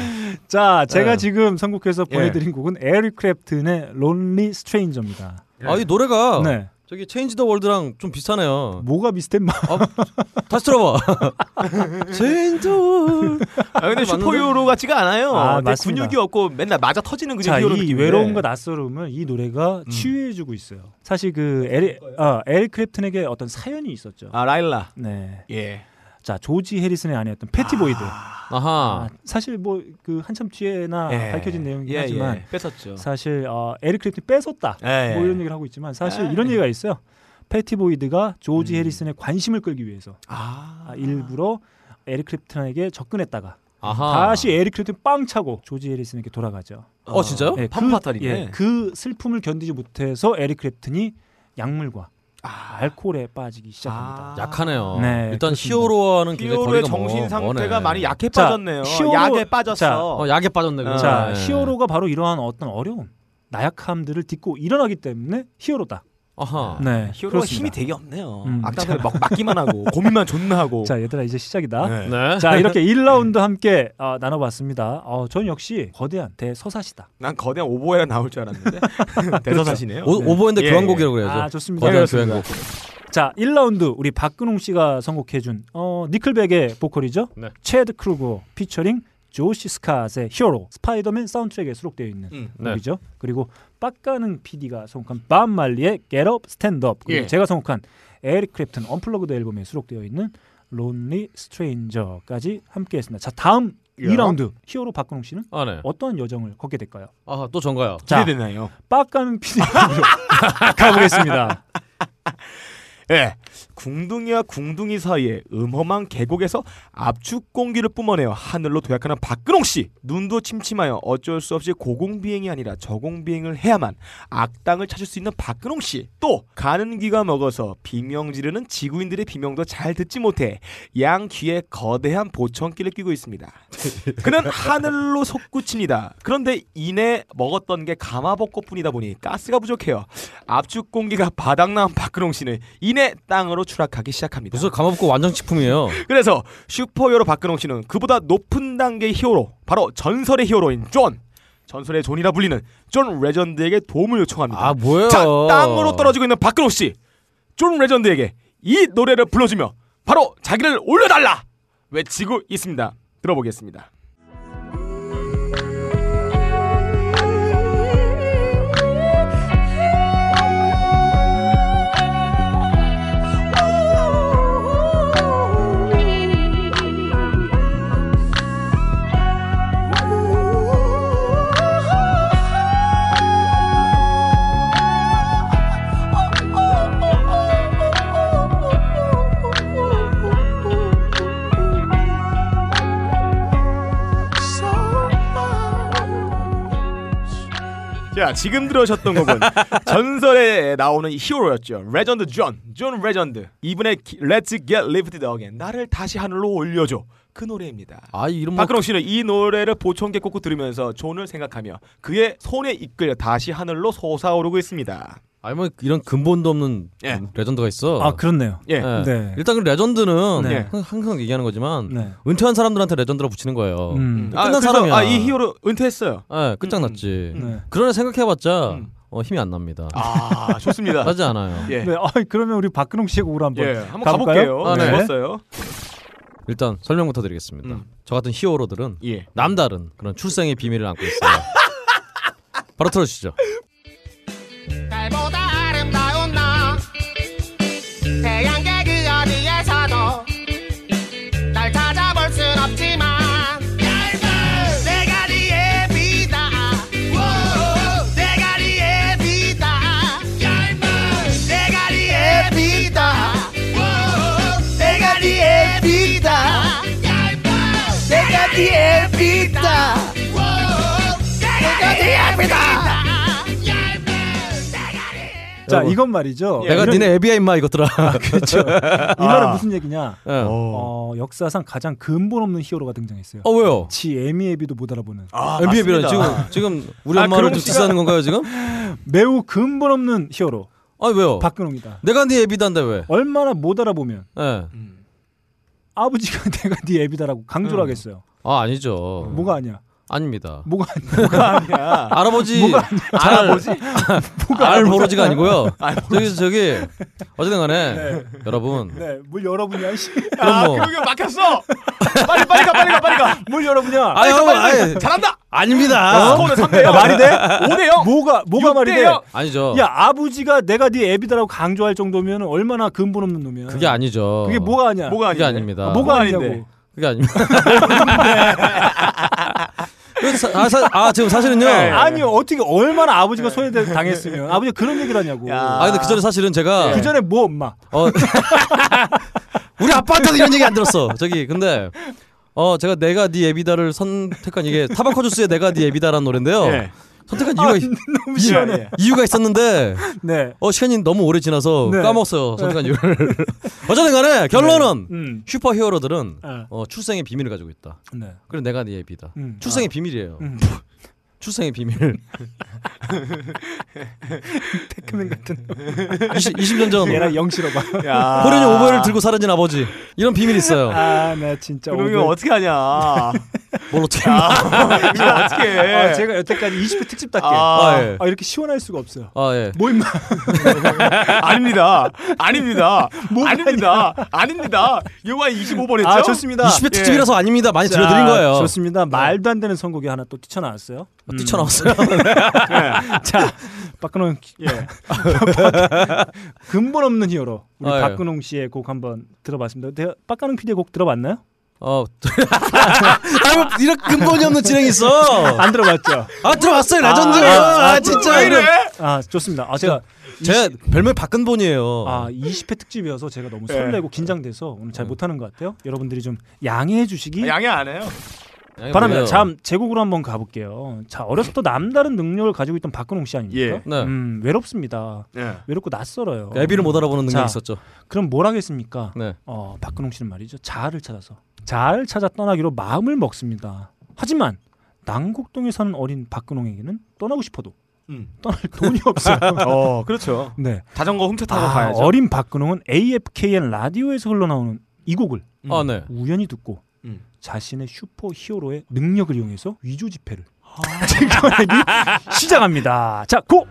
자 제가 예. 지금 선곡해서 예. 보내드린 곡은 에릭 크랩튼의 론리 스트레인저입니다. 아 이 어. 노래가 네. 저기 체인지 더 월드랑 좀 비슷하네요. 뭐가 비슷해? 마 다시 들어봐. 체인지 더 월드. 아, 근데 슈퍼히어로 같지가 않아요. 아, 근데 맞습니다. 근육이 없고 맨날 맞아 터지는 그냥 자, 히어로 이 느낌인데. 외로움과 낯설음을 이 노래가 치유해주고 있어요. 사실 그 에리, 아, 에릭 크랩튼에게 어떤 사연이 있었죠. 아 라일라. 네. 예. 자 조지 해리슨의 아내였던 패티 보이드. 아하. 아, 사실 뭐 그 한참 뒤에나 예. 밝혀진 내용이긴 예, 하지만 예. 뺏었죠. 사실 어, 에릭 크립트 뺏었다. 예, 예. 뭐 이런 얘기를 하고 있지만 사실 이런 얘기가 있어요. 패티 보이드가 음. 조지 해리슨의 관심을 끌기 위해서 아, 일부러 에릭 크립튼에게 접근했다가 아하. 다시 에릭 크립튼 빵 차고 조지 해리슨에게 돌아가죠. 어, 진짜요? 예, 그- 판파탈이네. 예, 그 슬픔을 견디지 못해서 에릭 크립튼이 약물과 아. 알코올에 빠지기 아, 시작합니다. 약하네요. 네, 일단 그렇습니다. 히어로와는 굉장히 아, 히어로의 거리가 뭐, 멀- 정신 상태가 머네. 많이 약해 빠졌네요. 약에 빠졌어. 예, 어, 약에 빠졌네. 아, 그럼. 자, 네. 히어로가 바로 이러한 어떤 어려움, 나약함들을 딛고 일어나기 때문에 히어로다. 아하. 네, 그렇습니다. 히어로가 힘이 되게 없네요. 음. 악당들 막 막기만 하고 고민만 존나 하고. 자, 얘들아 이제 시작이다. 네. 네. 자, 이렇게 1라운드 함께 어, 나눠봤습니다. 어, 저는 역시 거대한 대서사시다. 난 거대한 오보에라 나올 줄 알았는데 대서사시네요. 그렇죠. 오- 오버핸드 교환곡이라고 해야죠. 아, 좋습니다. 거대한 그렇습니다. 자, 1라운드 우리 박근홍 씨가 선곡해준 어, 니클백의 보컬이죠. 체드 크루거 피처링 조시 스캇의 히어로 스파이더맨 사운드트랙에 수록되어 있는 음, 네. 곡이죠. 그리고 빡가는 PD가 선곡한 밤 말리의 Get Up Stand Up 그리고 예. 제가 선곡한 에릭 크랩튼 언플러그드 앨범에 수록되어 있는 Lonely Stranger까지 함께했습니다. 자, 다음 예. 2라운드 히어로 박근홍 씨는 아, 네. 어떠한 여정을 걷게 될까요? 아하, 또 전가요. 기대되나요? 빡가는 PD로 가보겠습니다. 예. 궁둥이와 궁둥이 사이에 음험한 계곡에서 압축 공기를 뿜어내어 하늘로 도약하는 박근홍 씨. 눈도 침침하여 어쩔 수 없이 고공 비행이 아니라 저공 비행을 해야만 악당을 찾을 수 있는 박근홍 씨. 또 가는 귀가 먹어서 비명 지르는 지구인들의 비명도 잘 듣지 못해 양 귀에 거대한 보청기를 끼고 있습니다. 그는 하늘로 솟구칩니다. 그런데 이내 먹었던 게 가마복고뿐이다 보니 가스가 부족해요. 압축 공기가 바닥난 박근홍 씨는 이내 땅으로 추락하기 시작합니다. 무슨 감아먹고 완전 식품이에요. 그래서 슈퍼히어로 박근홍 씨는 그보다 높은 단계의 히어로, 바로 전설의 히어로인 존. 전설의 존이라 불리는 존 레전드에게 도움을 요청합니다. 아 뭐예요? 자, 땅으로 떨어지고 있는 박근홍 씨. 존 레전드에게 이 노래를 불러주며 바로 자기를 올려달라 외치고 있습니다. 들어보겠습니다. 자 지금 들으셨던 곡은 전설에 나오는 히어로였죠 레전드 존존 레전드 이분의 기- Let's Get Lifted Again 나를 다시 하늘로 올려줘 그 노래입니다 아, 이 이름 박근홍 씨는 이 노래를 보청객 꽂고 들으면서 존을 생각하며 그의 손에 이끌려 다시 하늘로 솟아오르고 있습니다 아니 뭐 이런 근본도 없는 레전드가 있어. 예. 아, 그렇네요. 예. 예. 네. 일단 그 레전드는 네. 항- 항상 얘기하는 거지만 네. 은퇴한 사람들한테 레전드라 붙이는 거예요. 음. 끝난 아, 그래서, 사람이야. 아, 이 히어로 은퇴했어요 예, 끝장났지. 음. 네. 그러나 생각해봤자 어, 힘이 안 납니다. 아, 좋습니다. 하지 않아요. 네, 어, 그러면 우리 박근홍 씨의 우울 한번 예, 한번 가볼까요? 아, 가볼게요. 네. 좋았어요. 일단 설명부터 드리겠습니다. 음. 저 같은 히어로들은 예. 남다른 그런 출생의 비밀을 안고 있어요. 바로 틀어주시죠. 달보다 아름다운 나 태양계 그 어디에서도 날 찾아볼 순 없지만 대가리에 비다 대가리에 비다 대가리에 비다 대가리에 비다 대가리에 비다 대가리에 비다 자, 여러분. 이건 말이죠. 예. 내가 이런- 니네 애비야 임마 이것들아. 예, 그렇죠. 이 아. 말은 무슨 얘기냐? 예. 어, 역사상 가장 근본 없는 히어로가 등장했어요. 어, 왜요? 지 애미 애비도 못 알아보는. 애비 애비라 지금 지금 우리 아, 엄마를 그럼 좀 씨가- 디스하는 건가요 지금? 매우 근본 없는 히어로. 아 왜요? 박근홍이다. 어. 내가 네 애비단데 왜? 얼마나 못 알아보면 예. 아버지가 내가 네 애비다라고 음. 강조를 하겠어요. 아 아니죠. 뭐가 아니야? 아닙니다. 뭐가 아니야? 뭐가 아니야? 할아버지 뭐가 아니야? 잘 할아버지? 뭐가 알 아니야? 모르지가 아니고요. 알 저기 저기 어쨌든간에 네. 여러분 네, 뭘 열어보냐 이씨. 그럼 뭐. 아, 그러게 막혔어. 빨리 빨리 가 빨리 가 빨리 가. 뭘 열어보냐? 아니, 형, 아니, 잘한다. 아닙니다. 어? 야, 말이 돼? 뭐가 뭐가 말이 돼? 아니죠. 야 아버지가 내가 네 애비다라고 강조할 정도면 얼마나 근본 없는 놈이야. 그게 아니죠. 그게 뭐가 아니야? 뭐가 그게 아닌데? 아닙니다. 아, 뭐가 아니냐고. 그게 아닙니다. 그래서 사- 아, 사- 아, 지금 사실은요. 네. 아니 요 어떻게 얼마나 아버지가 소외 당했으면 아버지 가 그런 얘기를 하냐고. 아 근데 그 전에 사실은 제가 그 전에 뭐 엄마? 어, 우리 아빠한테도 이런 얘기 안 들었어. 저기 근데 어 제가 내가 네 예비다를 선택한 이게 타바코 주스의 내가 네 예비다라는 노래인데요. 예. 선택한 이유가 있- 너무 시원해. 이, 유가 있었는데 네. 어 시간이 너무 오래 지나서 네. 까먹었어요. 선택한 네. 이유를. 어쨌든 간에 결론은 네. 음. 슈퍼히어로들은 네. 어, 출생의 비밀을 가지고 있다. 네. 그래 내가 네 예비다. 음. 출생의 비밀이에요. 음. 출생의 비밀. 테크맨 같은. 20, 20년 전 얘랑 영시로 봐. 호련이 오버를 들고 사라진 아버지 이런 비밀 이 있어요. 아, 나 진짜. 그럼 오늘- 이거 어떻게 하냐? 뭘 어떻게 아, 이거 어떻게 해? 아, 제가 여태까지 20회 특집답게 아. 아, 예. 이렇게 시원할 수가 없어요. 아 예. 뭐 임마. 아닙니다. 아닙니다. 아닙니다. 아닙니다. 영화 25번 했죠? 아, 좋습니다. 20회 특집이라서 아닙니다. 많이 들려드린 어. 거예요. 아, 좋습니다. 말도 안 되는 선곡이 하나 또 뛰쳐나왔어요. 음. 뛰쳐나왔어요? 네. 자, 박근홍 예. 근본 없는 히어로 우리 아, 예. 박근홍 씨의 곡 한번 들어봤습니다. 내가 박근홍 PD의 곡 들어봤나요? 어. 아, 뭐 이런 근본이 없는 진행이 있어. 안 들어봤죠? 아 들어봤어요 라전드. 아, 진짜 이거. 아 좋습니다. 아 제가 제 별명 박근본이에요. 아 20회 특집이어서 제가 너무 어. 예. 어. 설레고 긴장돼서 오늘 잘 못하는 것 같아요. 여러분들이 좀 양해해 아, 주시기 양해 안 해요. 네. 바랍니다. 참 제곡으로 한번 가볼게요. 자 어렸을 때 남다른 능력을 가지고 있던 박근홍 씨 아닙니까? 예. 네. 음, 외롭습니다. 예. 외롭고 낯설어요. 그 애비를 못 알아보는 능력이 자, 있었죠. 그럼 뭘 하겠습니까? 네. 어, 박근홍 씨는 말이죠. 자아를 찾아서 자아를 찾아 떠나기로 마음을 먹습니다. 하지만 남곡동에 사는 어린 박근홍에게는 떠나고 싶어도 음. 떠날 돈이 없어요. 어, 그렇죠. 네. 자전거 훔쳐 타고 아, 가야죠. 어린 박근홍은 AFKN 라디오에서 흘러나오는 이 곡을 음. 아, 네. 우연히 듣고 음. 자신의 슈퍼히어로의 능력을 이용해서 위조 지폐를 증권하기 시작합니다. 자, 고!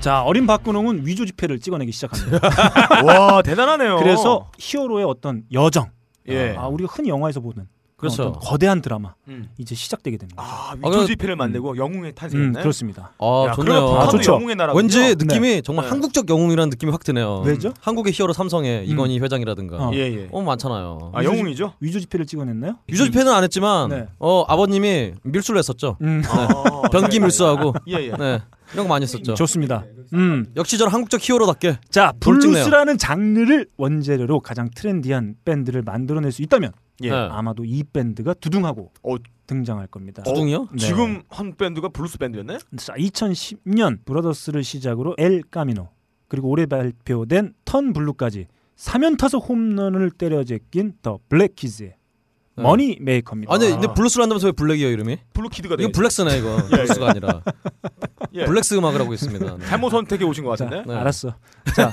자, 어린 박근홍은 위조 지폐를 찍어내기 시작합니다. 와, 대단하네요. 그래서 히어로의 어떤 여정, 예. 아, 우리가 흔히 영화에서 보는 그런 그렇죠. 어떤 거대한 드라마 음. 이제 시작되게 되는 거죠. 아, 위조 지폐를 만들고 영웅의 탄생했네. 음, 그렇습니다. 아 야, 좋네요. 그러면 북한도 영웅의 나라군요. 왠지 느낌이 정말 네. 한국적 영웅이라는 느낌이 확 드네요. 왜죠? 음. 한국의 히어로 삼성의 이건희 회장이라든가. 어. 네. 어. 예, 예. 많잖아요. 위조 지- 위조 지폐를 찍어냈나요? 유조 집회는 안 했지만 네. 어 아버님이 밀수를 했었죠. 음. 네. 아, 어, 변기 예, 밀수하고 예, 예. 네. 이런 거 많이 했었죠. 좋습니다. 음. 역시 저는 한국적 히어로답게 자 돌직네요. 블루스라는 장르를 원재료로 가장 트렌디한 밴드를 만들어낼 수 있다면 예. 네. 아마도 이 밴드가 두둥하고 어. 등장할 겁니다. 어, 네. 지금 한 밴드가 블루스 밴드였나요? 2010년 브라더스를 시작으로 엘 까미노 그리고 올해 발표된 턴 블루까지 3연 타석 홈런을 때려 제낀 더 블랙키즈의 머니 메이커입니다. 네. 아니 근데 블루스를 한다면서 왜 블랙이에요 이름이? 네. 블루키드가 이거 돼야지. 블랙스네 이거 예, 블루스가 예. 아니라 예. 블랙스 음악을 하고 있습니다. 네. 잘못 선택해 오신 것 같은데. 네. 알았어. 자,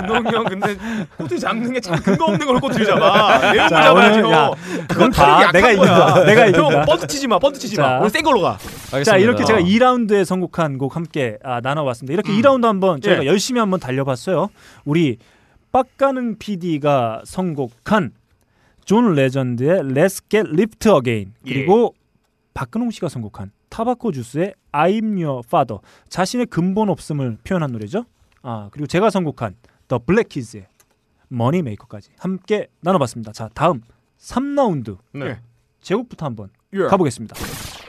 근동이 형 근데 꼬투리 잡는 게 참 근거 없는 걸 꼬투리 잡아. 내용을 자, 잡아야죠. 오늘, 야, 그건 그건 다 봐. 내가 이긴다. 내가 이긴다. 형 번트 치지 마. 번트 치지 마. 자. 오늘 센 걸로 가. 자 이렇게 제가 2라운드에 선곡한 곡 함께 아, 나눠봤습니다. 이렇게 2라운드 한번 저희가 예. 열심히 한번 달려봤어요. 우리 빡가는 PD가 선곡한 존 레전드의 Let's Get Lift Again 예. 그리고 박근홍 씨가 선곡한 타바코 주스의 I'm Your Father 자신의 근본 없음을 표현한 노래죠. 아 그리고 제가 선곡한 The Black Keys의 Money Maker까지 함께 나눠봤습니다. 자 다음 3라운드 네. 제곡부터 한번 예. 가보겠습니다.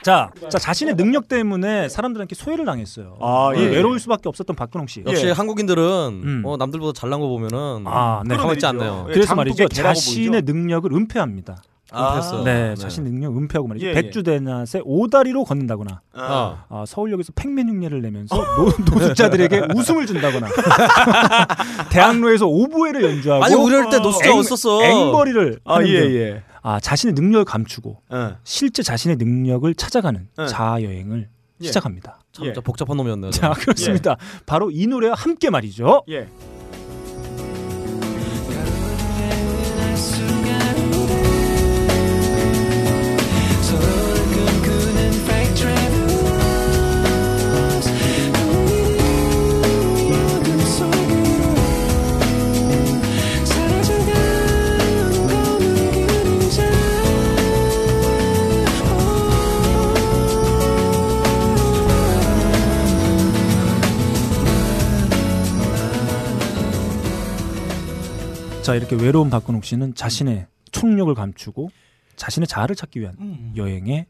자, 자 자신의 능력 때문에 사람들한테 소외를 당했어요. 아, 이 예. 외로울 수밖에 없었던 박근홍 씨. 역시 한국인들은 어, 남들보다 잘난 거 보면은 예. 음. 아, 네. 가만있지 않네요. 예, 그래서 말이죠. 자신의 능력을 은폐합니다. 아, 은폐했어요. 네, 네. 자신 능력 은폐하고 말이죠. 예, 예. 백주대낮에 오다리로 걷는다거나, 아. 아. 서울역에서 팽면 흉내를 내면서 노, 노숙자들에게 웃음을 준다거나, 대학로에서 오보에를 연주하고, 아니, 우리 할때 노숙자 뭐? 앵- 없었어. 앵벌이를 아, 하는 예, 등. 예. 아 자신의 능력을 감추고 실제 자신의 능력을 찾아가는 예. 자아 여행을 예. 시작합니다. 참 진짜 복잡한 놈이었네요. 자 정말. 아, 그렇습니다. 바로 이 노래와 함께 말이죠. 예. Oh. 자 이렇게 외로운 박근홍 씨는 자신의 총력을 감추고 자신의 자아를 찾기 위한 음. 여행에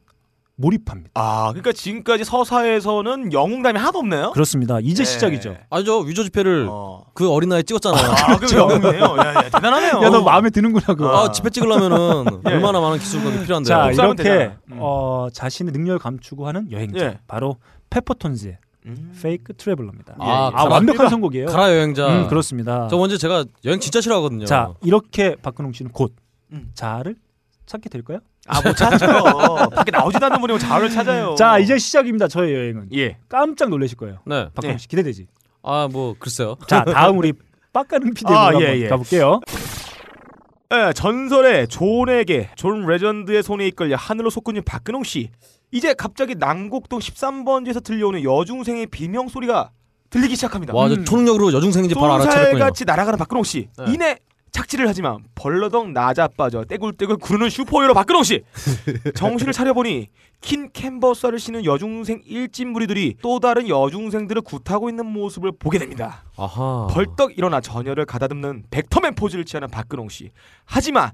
몰입합니다. 아, 그러니까 지금까지 서사에서는 영웅담이 하나도 없네요. 그렇습니다. 이제 예. 시작이죠. 아니죠 위조 집회를 그 어린 나이 찍었잖아요. 아, 그렇죠. 그게 영웅이에요. 야, 야, 대단하네요. 야 너 마음에 드는구나 그. 아, 집회 찍으려면은 얼마나 많은 기술력이 필요한데요. 자 예. 복사하면 이렇게 네, 되잖아. 음. 어, 자신의 능력을 감추고 하는 여행자 예. 바로 페퍼톤즈의 음. 페이크 트래블러입니다. 예, 예. 가라- 완벽한 선곡이에요. 가라 여행자. 아, 음, 그렇습니다. 저 먼저 제가 여행 진짜 싫어하거든요. 자 이렇게 박근홍 씨는 곧 음. 자아를 찾게 될까요? 아 못 찾죠. 밖에 나오지도 않는 분이면 자아를 어. 찾아요. 자 이제 시작입니다. 저의 여행은. 예. 깜짝 놀라실 거예요. 네. 박근홍 네. 씨 기대되지. 아 뭐 글쎄요. 자 다음 우리 빡가는 PD 로 아, 한번 예, 예. 가볼게요. 예, 전설의 존에게 존 레전드의 손에 이끌려 하늘로 솟구친 박근홍 씨. 이제 갑자기 난곡동 13번지에서 들려오는 여중생의 비명 소리가 들리기 시작합니다. 와, 저 초능력으로 여중생인지 바로 알아차렸군요. 똥살같이 날아가는 박근홍 씨. 네. 이내 착지를 하지만 벌러덩 낮아빠져 떼굴떼굴 구르는 슈퍼히어로 박근홍 씨. 정신을 차려보니 긴 캔버스를 신은 여중생 일진 무리들이 또 다른 여중생들을 굿하고 있는 모습을 보게 됩니다. 아하. 벌떡 일어나 전열을 가다듬는 벡터맨 포즈를 취하는 박근홍 씨. 하지만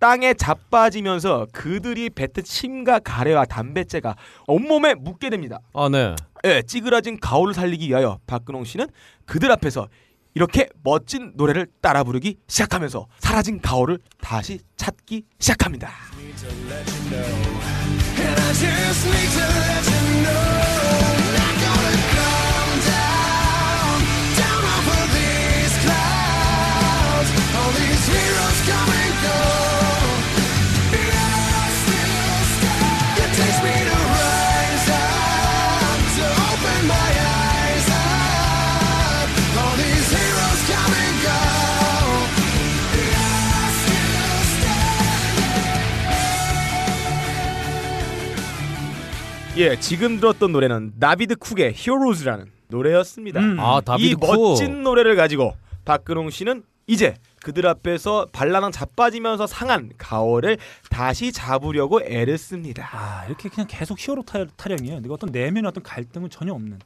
땅에 자빠지면서 그들이 뱉은 침과 가래와 담배째가 온몸에 묻게 됩니다. 아 네. 예, 찌그러진 가오를 살리기 위하여 박근홍 씨는 그들 앞에서 이렇게 멋진 노래를 따라 부르기 시작하면서 사라진 가오를 다시 찾기 시작합니다. And I just need to let you know I'm not gonna come down, down over these clouds. All these heroes come and go, but I still stand. It takes me to rise up, to open my eyes up. All these heroes come and go, but I still 예, 지금 들었던 노래는 다비드 쿡의 히어로즈라는 노래였습니다. 음. 아, 다비드 이 쿡. 멋진 노래를 가지고 박근홍 씨는 이제 그들 앞에서 발라당 자빠지면서 상한 가오를 다시 잡으려고 애를 씁니다. 아 이렇게 그냥 계속 히어로 타- 타령이에요. 근데 어떤 내면의 어떤 갈등은 전혀 없는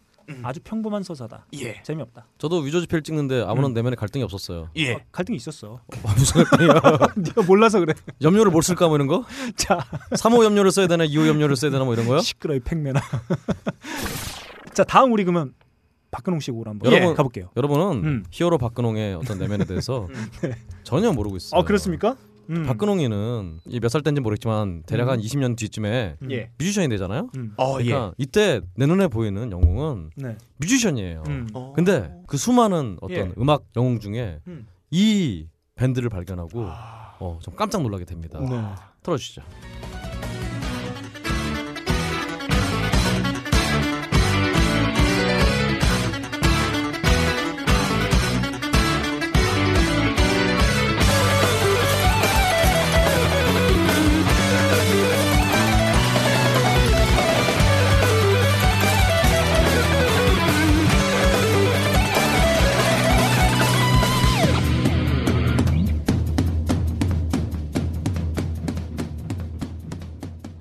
아주 평범한 서사다. 예. 재미없다. 저도 위조 집회를 찍는데 아무런 음. 내면에 갈등이 없었어요. 예. 아, 갈등이 있었어. 무슨 갈등이야? 네가 아, 몰라서 그래. 염료를 뭘 쓸까 뭐 이런 거? 자, 3호 염료를 써야 되나 2호 염료를 써야 되나 뭐 이런 거요? 시끄러 이 팽맨아. 자 다음 우리 그러면 박근홍 씨 곡으로 한번 여러분 예. 가볼게요. 여러분은 히어로 박근홍의 어떤 내면에 대해서 전혀 모르고 음. 있어요. 네. 아 그렇습니까? 박근홍이는 몇 살 때인지 모르겠지만 대략 한 음. 20년 뒤쯤에 음. 예. 뮤지션이 되잖아요. 음. 어, 그러니까 이때 내 눈에 보이는 영웅은 네. 뮤지션이에요. 음. 근데 그 수많은 어떤 예. 음악 영웅 중에 음. 아. 이 밴드를 발견하고 어, 좀 깜짝 놀라게 됩니다. 네. 틀어주시죠.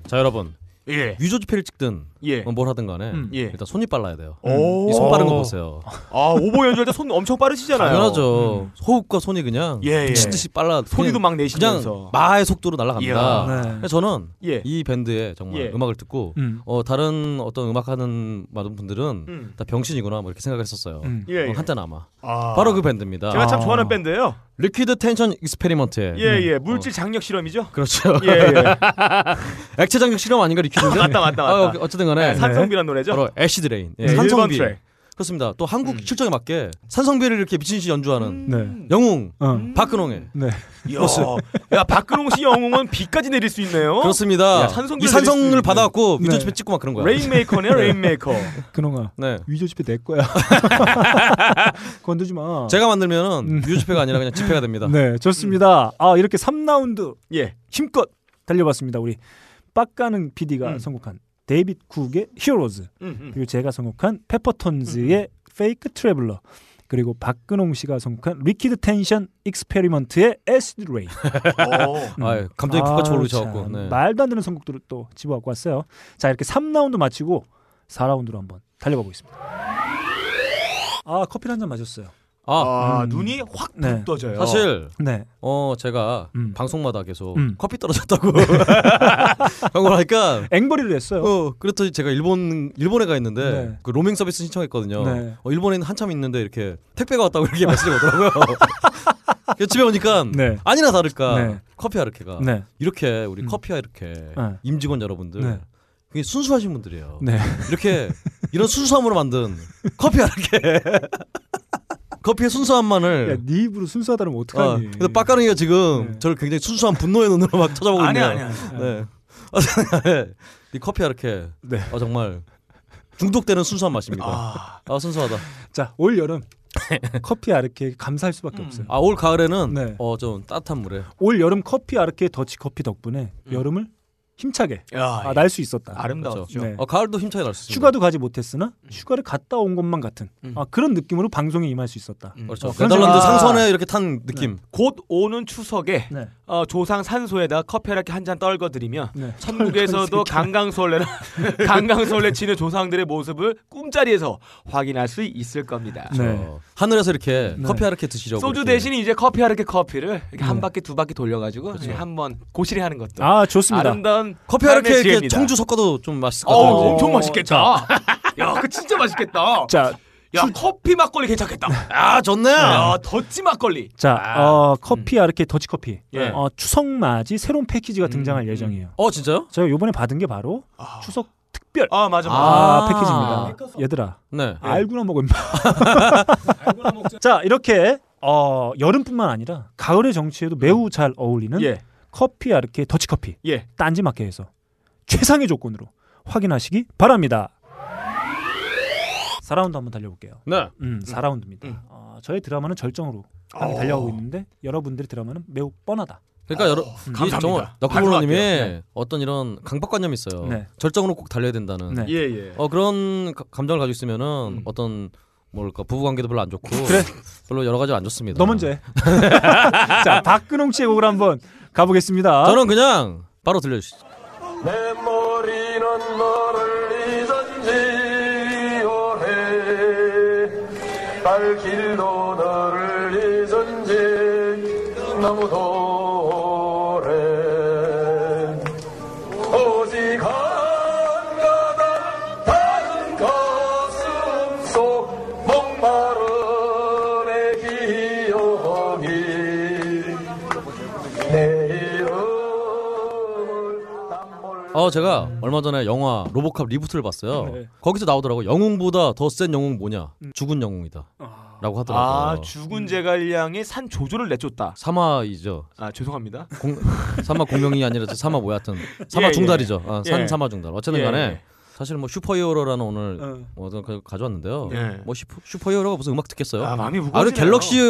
자 여러분 예. 위조지폐를 찍든 예. 어, 뭘 하든 간에 음. 예. 일단 손이 빨라야 돼요. 오. 이 손 빠른 거 보세요. 아 오보 연주할 때 손 엄청 빠르시잖아요. 음. 당연하죠. 호흡과 손이 그냥 예, 예. 미친 듯이 빨라. 소리도 그냥- 막 내시면서. 그냥 마의 속도로 날아갑니다. 이야. 네. 그래서 저는 예. 이 밴드의 정말 예. 음악을 듣고 음. 어, 다른 어떤 음악하는 많은 분들은 음. 다 병신이구나 뭐 이렇게 생각했었어요. 음. 예, 예. 한때나마. 아. 바로 그 밴드입니다. 제가 참 좋아하는 밴드예요. 리퀴드 텐션 익스페리먼트의 음, 예, 예. 물질 장력 실험이죠? 네. 어. 그렇죠. 예, 예. 액체 장력 실험 아닌가 리퀴드인데. 맞다, 맞다, 맞다. 어, 쨌든 간에 네, 산성비란 노래죠? 바로 애시드레인. 네, 일본 산성비. 트랙. 그렇습니다. 또 한국 음. 실정에 맞게 산성비를 이렇게 미친 듯이 연주하는 네. 영웅 박근홍의 네. 이야, 야, 박근홍 씨 영웅은 비까지 내릴 수 있네요. 그렇습니다. 어? 야, 산성비를 이 내릴 수 산성을 있는. 받아갖고 네. 위조집에 찍고 막 그런 거야. 레인메이커네, 레인메이커. 근홍아. 네. 위조지폐 내 거야. 건드지 마. 제가 만들면은 위조집회가 아니라 그냥 집회가 됩니다. 아. 네, 좋습니다. 아, 이렇게 3라운드 예. 힘껏 달려봤습니다. 우리 빡가는 PD가 음. 선곡한 데이빗 쿡의 히어로즈 음, 음. 그리고 제가 선곡한 페퍼톤즈의 음, 페이크 트래블러 그리고 박근홍 씨가 선곡한 리퀴드 텐션 익스페리먼트의 에시드 레이 오. 아유, 감독이 국가적으로 아유, 오르셔갖고, 참. 네. 말도 안 되는 선곡들을 또 집어갖고 왔어요 자 이렇게 3라운드 마치고 4라운드로 한번 달려가 보겠습니다 아 커피를 한 잔 마셨어요 아, 아, 음. 눈이 확 네. 떠져요. 사실 네. 어 제가 방송마다 계속 음. 커피 떨어졌다고 광고 하니까 앵벌이를 했어요. 어, 그랬더니 제가 일본 일본에 가 있는데 네. 그 로밍 서비스 신청했거든요. 네. 어, 일본에는 한참 있는데 이렇게 택배가 왔다고 이렇게 메시지가 오더라고요. 그래서 집에 오니까 네. 아니나 다를까 네. 커피와 이렇게가 네. 이렇게 우리 커피와 이렇게 네. 임직원 여러분들 네. 그게 순수하신 분들이에요. 네. 이렇게 이런 순수함으로 만든 커피와 이렇게 커피의 순수함만을 야, 네 입으로 순수하다면 아, 어떡하니 네. 근데 빡가릉이가 지금 저를 굉장히 순수한 분노의 눈으로 막 쳐다보고 아니야, 있네요. 아니야, 네. 이 커피 이렇게 네. 아, 정말 중독되는 순수한 맛입니다. 아, 순수하다. 자, 올 여름 커피 아르케 감사할 수밖에 없어요. 아, 올 가을에는 네. 어, 좀 따뜻한 물에 올 여름 커피 아르케 더치 커피 덕분에 여름을 힘차게 아, 야, 아, 예. 날 수 있었다. 아름다웠죠. 네. 어, 가을도 힘차게 날 수 있습니다. 휴가도 가지 못했으나 휴가를 갔다 온 것만 같은 아, 그런 느낌으로 방송에 임할 수 있었다. 그렇죠. 어, 네. 그런 네덜란드 생각- 상선에 이렇게 탄 느낌. 곧 오는 추석에 네. 어, 조상 산소에다 커피 이렇게 한 잔 떨궈드리며 네. 천국에서도 떨궈드리죠. 강강설레 강강설레 치는 조상들의 모습을 꿈자리에서 확인할 수 있을 겁니다. 네. 하늘에서 이렇게 커피 하르케 드시려고 소주 이렇게. 대신 이제 커피 하르케 커피를 이렇게 음. 한 바퀴 두 바퀴 돌려가지고 이렇게 한번 고시리 하는 것도 아, 좋습니다. 아름다운 그렇죠. 커피 하르케 삶의 이렇게 지혜입니다. 청주 섞어도 좀 맛있을 것 같아요. 어우, 엄청 맛있겠다. 야, 그 진짜 맛있겠다. 자, 야 커피 막걸리 괜찮겠다. 아 좋네. 야 더치 막걸리. 자, 어, 커피 아르케 더치 커피. 예. 어, 추석 맞이 새로운 패키지가 등장할 예정이에요. 어, 진짜요? 제가 요번에 받은 게 바로 추석 특별 아, 맞아, 맞아. 아, 아. 패키지입니다. 얘들아. 네. 알고나 먹어 임마. 자, 이렇게 어, 여름뿐만 아니라 가을의 정치에도 매우 잘 어울리는 예. 커피 아르케 더치 커피. 예. 딴지 마켓에서 최상의 조건으로 확인하시기 바랍니다. 4라운드 한번 달려볼게요. 네. 음, 4라운드입니다. 어, 저의 드라마는 절정으로 향해 달려가고 있는데 여러분들의 드라마는 매우 뻔하다. 그러니까 아, 여러 음. 이 정말 너클볼러님이 네. 어떤 이런 강박관념이 있어요. 네. 절정으로 꼭 달려야 된다는. 네. 예, 예. 어 그런 가- 감정을 가지고 있으면은 음. 어떤 뭘까 부부관계도 별로 안 좋고 별로 여러 가지 안 좋습니다. 너 먼저 해. 자, 박근홍 씨의 곡을 한번 가보겠습니다. 저는 그냥 바로 들려주시죠. 내 머리는 너를 잊은지 오래 갈 길도 너를 잊은지 너무도 오래 오직 한가닥 다른 가슴 속 목마른 내 기억이 어 제가 얼마 전에 영화 로보캅 리부트를 봤어요. 네. 음. 거기서 나오더라고 영웅보다 더 센 영웅 뭐냐? 죽은 영웅이다라고 하더라고요. 아 죽은 제갈량의 산 조조를 내쫓다. 사마이죠. 아 죄송합니다. 공, 사마 공명이 아니라 저 사마 뭐야 하여튼 예, 사마 예. 중달이죠. 아, 산 예. 사마 중달. 어쨌든 예, 간에 예. 사실 뭐 슈퍼히어로라는 오늘 어. 뭐 가- 가져왔는데요. 예. 뭐 슈퍼, 슈퍼히어로가 무슨 음악 듣겠어요? 아, 마음이 아, 그리고 무거워지네요. 갤럭시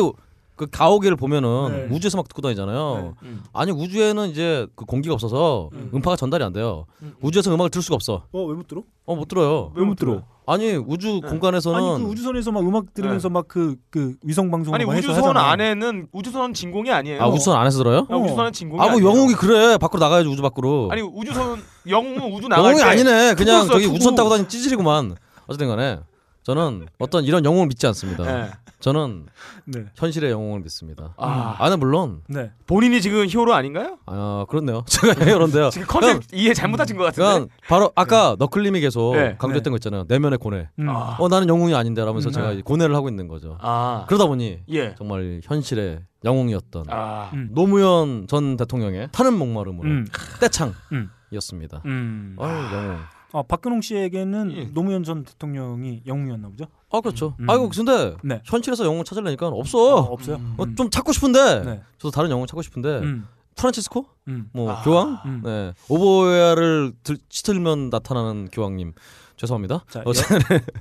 그 가오갤을 보면은 네. 우주에서 막 듣고 다니잖아요. 네. 음. 아니 우주에는 이제 그 공기가 없어서 음. 파가 전달이 안 돼요. 우주에서 음악을 들을 수가 없어. 어왜 못 들어? 어 못 들어요. 왜못 들어? 아니 우주 네. 공간에서는 아니 그 우주선에서 막 음악 들으면서 막 그 그 위성 방송 아니 해서 우주선 하잖아. 안에는 우주선은 진공이 아니에요. 아 우주선 안에서 들어요? 아, 우주선은 진공이 아뭐 아니에요. 영웅이 그래 밖으로 나가야지 우주 밖으로. 아니 우주선 영웅 뭐 우주 나갈 영웅이 때 아니네. 그냥 투구였어요, 저기 투구. 우주선 타고 다니는 찌질이구만. 어쨌든 간에 저는 어떤 이런 영웅을 믿지 않습니다. 네. 저는 네. 현실의 영웅을 믿습니다. 아. 아, 아 물론 네. 본인이 지금 히어로 아닌가요? 아 그렇네요. 제가 그런데요. 지금 컨셉 이해 잘못하신 것 같은데? 바로 아까 너클림이 계속 네. 강조했던 거 있잖아요. 내면의 고뇌. 음. 아. 어 나는 영웅이 아닌데라면서 음. 제가 네. 고뇌를 하고 있는 거죠. 아. 그러다 보니 예. 정말 현실의 영웅이었던 아. 음. 노무현 전 대통령의 타는 목마름으로 음. 음. 떼창이었습니다. 음. 아유, 영웅. 아 박근홍 씨에게는 노무현 전 대통령이 영웅이었나 보죠? 아 그렇죠. 음. 아이고 근데 현실에서 영웅 찾으려니까 없어. 없어요? 음. 어, 좀 찾고 싶은데 네. 저도 다른 영웅 찾고 싶은데 음. 프란치스코? 음. 뭐 아. 교황? 음. 네. 오보야를 들, 치틀면 나타나는 교황님. 죄송합니다. 자, 예. 어,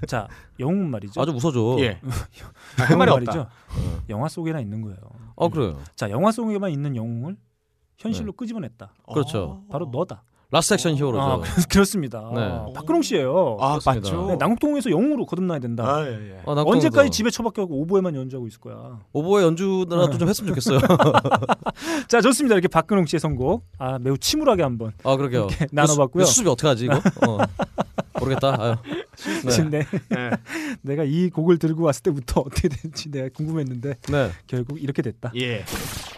여- 자 영웅 말이죠. 아주 무서죠. 예. 아, 할 영웅 말이 말이죠. 없다. 어. 영화 속에나 있는 거예요. 어 그래요. 자 영화 속에만 있는 영웅을 현실로 끄집어냈다. 그렇죠. 바로 너다. 라스트 액션 히어로죠. 아, 그- 그렇습니다. 네. 박근홍 씨예요. 네, 아, 그렇습니다. 맞죠. 남국동에서 영웅으로 거듭나야 된다. 예, 아, 남국동에서. 언제까지 집에 처박혀갖고 오보에만 연주하고 있을 거야. 오보의 연주라도 좀 했으면 좋겠어요. 자 좋습니다. 이렇게 박근홍 씨의 선곡 아 매우 침울하게 한번 아 그러게요. 이렇게 나눠봤고요. 수, 수습이 어떻게 하지 이거? 어. 모르겠다. 아유. 네. 내가 이 곡을 들고 왔을 때부터 어떻게 됐는지 내가 궁금했는데 네. 결국 이렇게 됐다. 예.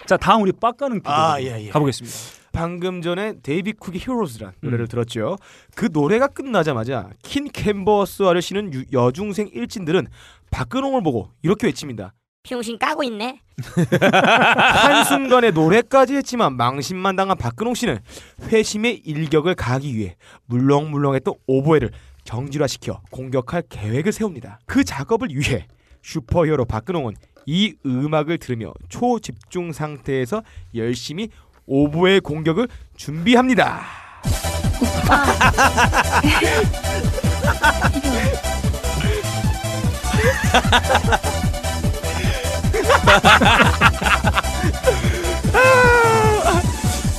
자 다음 우리 빡가는 피디로 아, 예, 예. 가보겠습니다. 방금 전에 데이비 쿡의 히어로즈란 노래를 들었죠. 그 노래가 끝나자마자 킨 캔버스와를 신은 유- 여중생 일진들은 박근홍을 보고 이렇게 외칩니다. 피용신 까고 있네. 한순간에 노래까지 했지만 망신만 당한 박근홍 씨는 회심의 일격을 가기 위해 물렁물렁했던 오보에를 경질화시켜 공격할 계획을 세웁니다. 그 작업을 위해 슈퍼히어로 박근홍은 이 음악을 들으며 초집중 상태에서 열심히 오보의 공격을 준비합니다.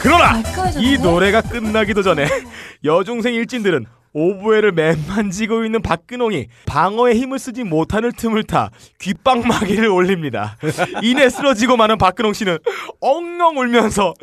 그러나 이 노래가 끝나기도 전에 여중생 일진들은 오브웨를 맨만지고 있는 박근홍이 방어에 힘을 쓰지 못하는 틈을 타 귓방망이를 올립니다. 이내 쓰러지고 마는 박근홍 씨는 엉엉 울면서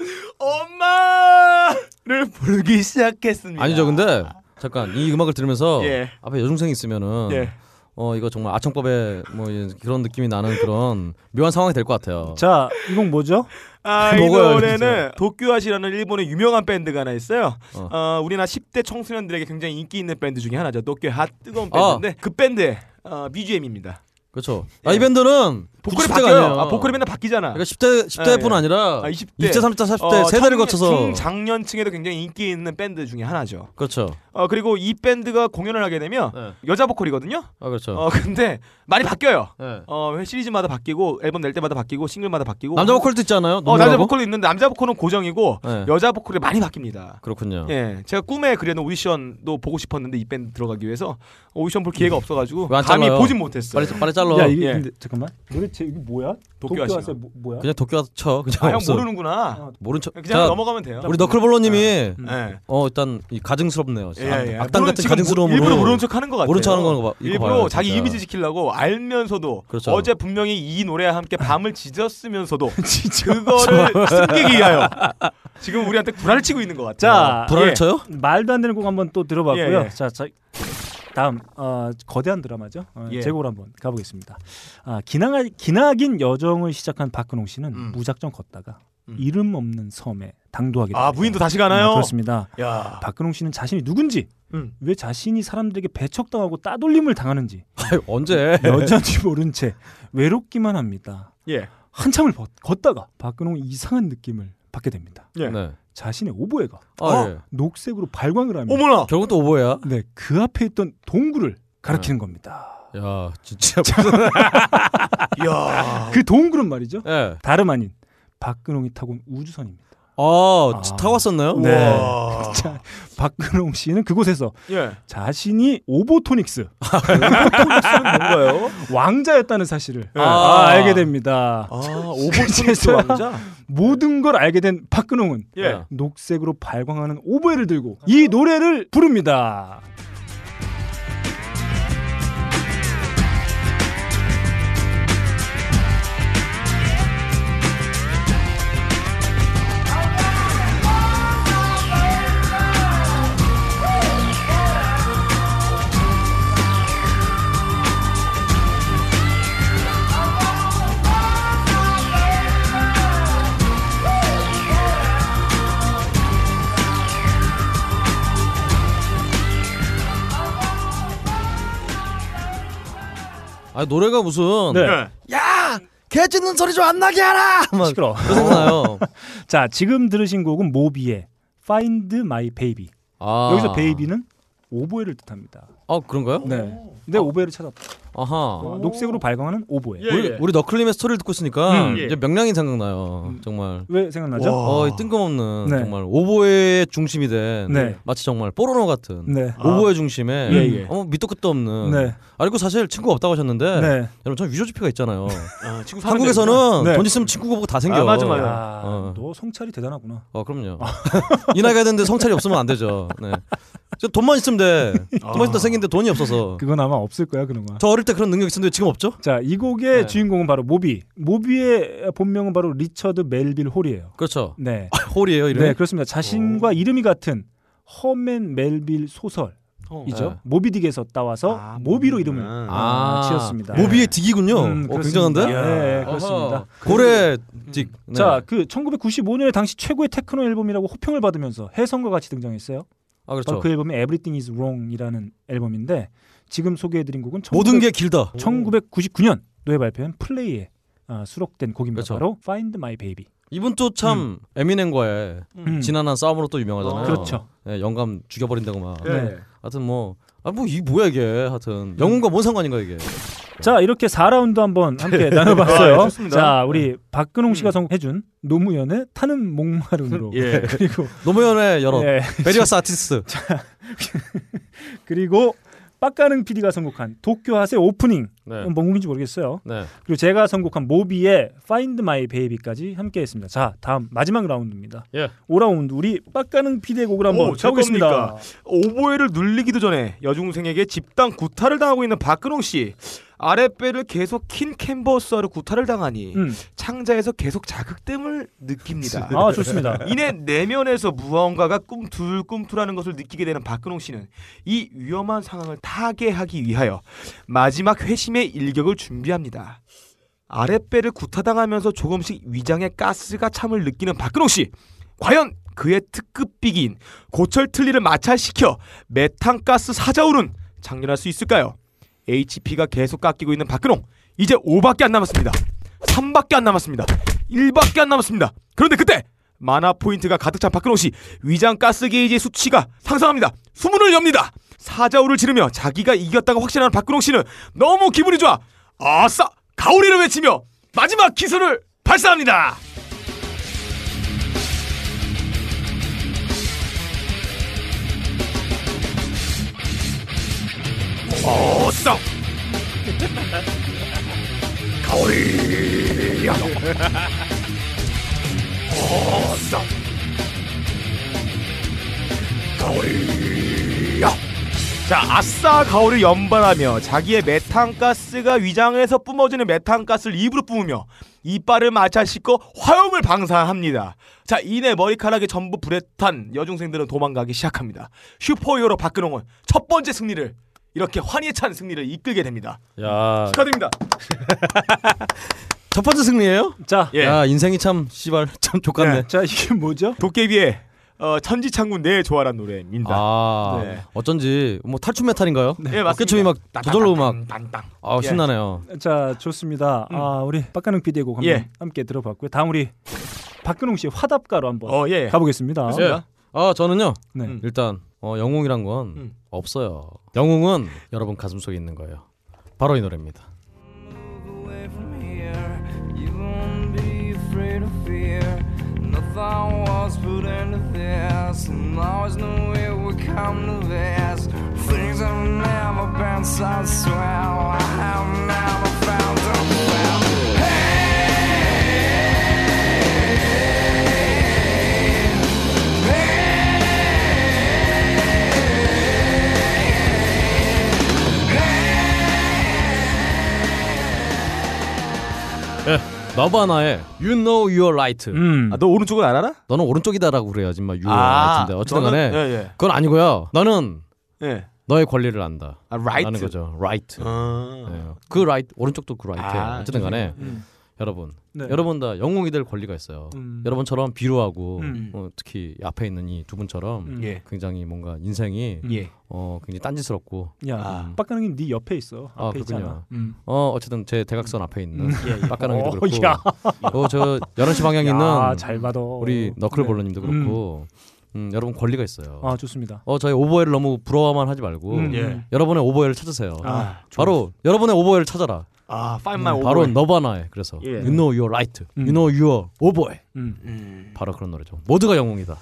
엄마를 부르기 시작했습니다. 아니죠. 근데 잠깐 이 음악을 들으면서 예. 앞에 여중생이 있으면은 예. 어 이거 정말 아청법의 뭐 이- 그런 느낌이 나는 그런 묘한 상황이 될 것 같아요. 자, 이 곡 뭐죠? 아, 이 먹어요, 노래는 진짜. 도쿄아시라는 일본의 유명한 밴드가 하나 있어요. 어. 어. 우리나라 10대 청소년들에게 굉장히 인기 있는 밴드 중에 하나죠. 도쿄 핫 뜨거운 아. 밴드인데 그 밴드의 어, BGM입니다. 그렇죠. 아, 이 밴드는 예. 보컬이 90대가 바뀌어요. 아니에요. 아, 보컬이 맨날 바뀌잖아. 예. 그러니까 10대 10대뿐 아니라 20대, 어, 20대, 30대, 40대 세대를 거쳐서 중장년층에도 굉장히 인기 있는 밴드 중에 하나죠. 그렇죠. 어 그리고 이 밴드가 공연을 하게 되면 여자 보컬이거든요. 아 그렇죠. 네. 어 근데 많이 바뀌어요. 네. 어 시리즈마다 바뀌고 앨범 낼 때마다 바뀌고 싱글마다 바뀌고 남자 보컬도 있잖아요. 어 남자 농구하고. 보컬도 있는데 남자 보컬은 고정이고 네. 여자 보컬이 많이 바뀝니다. 그렇군요. 예, 제가 꿈에 그려놓은 오디션도 보고 싶었는데 이 밴드 들어가기 위해서 오디션 볼 기회가 없어가지고 음. 왜안 감히 잘라요? 보진 못했어요. 빨리 빨리 잘라. 야, 이게 예. 근데 잠깐만. 노래 제 이게 뭐야? 도쿄 도쿄 아시아. 아시아 뭐, 뭐야? 그냥 도쿄 가서 쳐. 그냥 아, 형 없어. 모르는구나. 모른 척. 그냥 넘어가면 돼요. 우리 너클볼러님이 네. 어 일단 이 가증스럽네요. 진짜. 예, 예. 아, 악당 물론 같은 지금 가증스러움으로 일부러 모른 척 하는 것 같아요. 모른 척 하는 거 봐. 이거 일부러 봐요, 자기 진짜. 이미지 지키려고 알면서도 그렇죠. 어제 분명히 이 노래와 함께 밤을 지졌으면서도 그거를 숨기기 위하여 지금 우리한테 불화를 치고 있는 것 같아요. 네, 자, 예. 말도 안 되는 곡 한번 또 들어봤고요. 예, 예. 자, 자, 다음 어, 거대한 드라마죠. 어, 예. 제곡을 한번 가보겠습니다. 아, 기나, 기나긴 여정을 시작한 박근홍 씨는 음. 무작정 걷다가 이름 없는 섬에 당도하게 됩니다. 아, 무인도 다시 가나요? 아. 음, 그렇습니다. 야. 음, 박근홍 씨는 자신이 누군지, 왜 자신이 사람들에게 배척당하고 따돌림을 당하는지 언제? 여전히 모른 채 외롭기만 합니다. 예. 음. 한참을 벗- 걷다가 박근홍 이상한 느낌을 받게 됩니다. 예. 네. 자신의 오보에가 아, 어? 예. 녹색으로 발광을 하며 어머나! 결국 또 오보야. 네, 그 앞에 있던 동굴을 가리키는 겁니다. 야 진짜 야. 그 동굴은 말이죠. 예. 다름 아닌 박근홍이 타고 온 우주선입니다. 아, 타고 왔었나요? 네. 아. 우와. 자, 박근홍 씨는 그곳에서 예. 자신이 오보토닉스, 오보토닉스는 뭔가요? 왕자였다는 사실을 예. 아, 아. 알게 됩니다. 아, 그래서 오버톤스 왕자? 모든 걸 알게 된 박근홍은 예. 녹색으로 발광하는 오보에를 들고 이 노래를 부릅니다. 아 노래가 무슨 네. 야! 개 짖는 소리 좀 안 나게 하라! 시끄러. 그러나요? 자 지금 들으신 곡은 모비의 Find My Baby. 아. 여기서 베이비는 오보에를 뜻합니다. 아 그런가요? 네. 근데 오보에를 찾았다. 아하. 어, 녹색으로 발광하는 오보에. 우리, 우리 너클림의 스토리를 듣고 있으니까 예, 음, 예. 이제 명량이 생각나요. 정말 왜 생각나죠? 어, 이 뜬금없는 네. 정말 오보의 중심이 된 네. 마치 정말 뽀로로 같은 네. 오보의 중심에 예, 예. 아무 밑도 끝도 없는. 네. 아 그리고 사실 친구가 없다고 하셨는데 네. 여러분 저는 위조지폐가 있잖아요. 아, 친구 사는 한국에서는 데구나. 네. 돈 있으면 친구가 보고 다 생겨. 아, 맞아, 맞아. 아, 어. 너 성찰이 대단하구나. 어 그럼요. 이 나이가 됐는데 성찰이 없으면 안 되죠. 네. 저 돈만 있으면 돼. 돈만 있으면 생긴데 돈이 없어서. 그건 아마 없을 거야 그런 거. 저 어릴 때 그런 능력 있었는데 지금 없죠? 자, 이 곡의 주인공은 바로 모비. 모비의 본명은 바로 리처드 멜빌 홀이에요. 그렇죠. 네. 홀이에요 어. 이름. 네, 그렇습니다. 자신과 이름이 같은 허맨 멜빌 소설. 이죠 네. 모비딕에서 따와서 모비로 이름을 아, 지었습니다. 모비의 뭐 딕이군요. 어, 그렇습니다. 굉장한데? 예, 어허. 그렇습니다. 고래 딕. 네. 자, 그 1995년에 당시 최고의 테크노 앨범이라고 호평을 받으면서 해성과 같이 등장했어요. 아, 그렇죠. 바로 그 앨범이 Everything Is Wrong이라는 앨범인데 지금 소개해드린 곡은 모든 게 길다. 1999년 노예 발표한 플레이에 아, 수록된 곡입니다. 그렇죠. 바로 Find My Baby. 이분 또 참 에미넴과의 음. 지난한 싸움으로 또 유명하잖아요. 어, 그렇죠. 예, 영감 죽여버린다고 막. 네. 하여튼 뭐, 아, 뭐, 이 뭐야, 이게. 하여튼. 영웅과 뭔 상관인가, 이게. 자 이렇게 4라운드 한번 함께 아, 나눠봤어요. 예, 좋습니다. 음. 자 우리 박근홍 씨가 성해준 노무현의 타는 목마름으로 예. 그리고 노무현의 여론. 예. 베리어스 아티스트. 그리고 빡가능 PD가 선곡한 도쿄핫의 오프닝 네. 이건 뭔 곡인지 모르겠어요. 네. 그리고 제가 선곡한 모비의 Find My Baby까지 함께했습니다. 자 다음 마지막 라운드입니다. 예. 5라운드 우리 빡가능 PD의 곡을 한번 오, 제 가보겠습니다. 겁니까? 오보에를 눌리기도 전에 여중생에게 집단 구타를 당하고 있는 박근홍 씨 아랫배를 계속 킨 캔버스하로 구타를 당하니 음. 창자에서 계속 자극됨을 느낍니다. 아, 좋습니다. 이내 내면에서 무언가가 꿈틀꿈틀하는 것을 느끼게 되는 박근홍 씨는 이 위험한 상황을 타개하기 위하여 마지막 회심의 일격을 준비합니다. 아랫배를 구타당하면서 조금씩 위장에 가스가 참을 느끼는 박근홍 씨. 과연 그의 특급비기인 고철 틀니를 마찰시켜 메탄가스 사자우는 장렬할 수 있을까요? HP가 계속 깎이고 있는 박근홍. 이제 5밖에 안 남았습니다. 3밖에 안 남았습니다. 1밖에 안 남았습니다. 그런데 그때 만화 포인트가 가득 찬 박근홍 씨 위장 가스 게이지의 수치가 상승합니다. 수문을 엽니다. 사자우를 지르며 자기가 이겼다고 확신하는 박근홍 씨는 너무 기분이 좋아 아싸 가오리를 외치며 마지막 기술을 발사합니다. 어싸 가오리야 어싸 가오리야. 자, 아싸 가오를 연발하며 자기의 메탄가스가 위장에서 뿜어지는 메탄가스를 입으로 뿜으며 이빨을 마찰시켜 화염을 방사합니다. 자, 이내 머리카락이 전부 불에 탄 여중생들은 도망가기 시작합니다. 슈퍼히어로 박근홍은 첫 번째 승리를 이렇게 환희에 찬 승리를 이끌게 됩니다. 야. 축하드립니다. 첫 번째 승리예요 자. 야, 인생이 참, 씨발, 참 족같네. 네. 자, 이게 뭐죠? 도깨비의 어, 천지창군 내 좋아란 노래입니다. 아, 네. 어쩐지, 뭐, 탈춤 메탈인가요? 예, 맞습니다. 어깨춤이 막, 저절로 막. 땅땅. 아, 신나네요. 자 좋습니다. 아 우리 빡가능 PD의 곡 한번 음. 예. 함께 들어봤고요. 다음 우리 박근홍 씨의 화답가로 한번 어, 예, 예. 가보겠습니다. 예. 아 저는요. 네. 일단 어, 영웅이란 건 없어요. 영웅은 여러분 가슴 속에 있는 거예요. 바로 이 노래입니다. be afraid of fear. Nothing was put into this, and always knew it would come to this. Things have never been so swell. I have never found a well. 예. 너바나의 You Know You're Right. 아, 너 오른쪽은 안 알아? 너는 오른쪽이다라고 그래야지 막 You're 아, Right인데 예, 어쨌든 너는- 간에 예, 예. 그건 아니고요. 너는 예. 너의 권리를 안다. 아, right? 라는 거죠. Right. 예. 그 right 오른쪽도 그 right예요. 아, 어쨌든 간에 죄송해요. 음. 여러분, 네. 여러분 다 영웅이 될 권리가 있어요. 음. 여러분처럼 비루하고 음. 어, 특히 이 앞에 있는 이 두 분처럼 음. 예. 굉장히 뭔가 인생이 예. 어, 굉장히 딴지스럽고 야, 아, 박근홍님 네 옆에 있어. 아 앞에 그렇군요. 있잖아. 음. 어 어쨌든 제 대각선 앞에 있는 예, 예. 빡가능이도 어, 그렇고, 야. 어저 11시 방향에 야, 있는 잘 어. 받아. 우리 너클볼러님도 네. 그렇고, 음. 여러분 권리가 있어요. 아, 좋습니다. 어 저희 오버웨이를 너무 부러워만 하지 말고 음, 예. 여러분의 오버웨이를 찾으세요. 아, 바로 여러분의 오버웨이를 찾아라. 아, find my 음, 바로 overall. 너바나의 그래서 예. You Know Your Right, 음. You Know Your Overall. 바로 그런 노래죠. 모두가 영웅이다.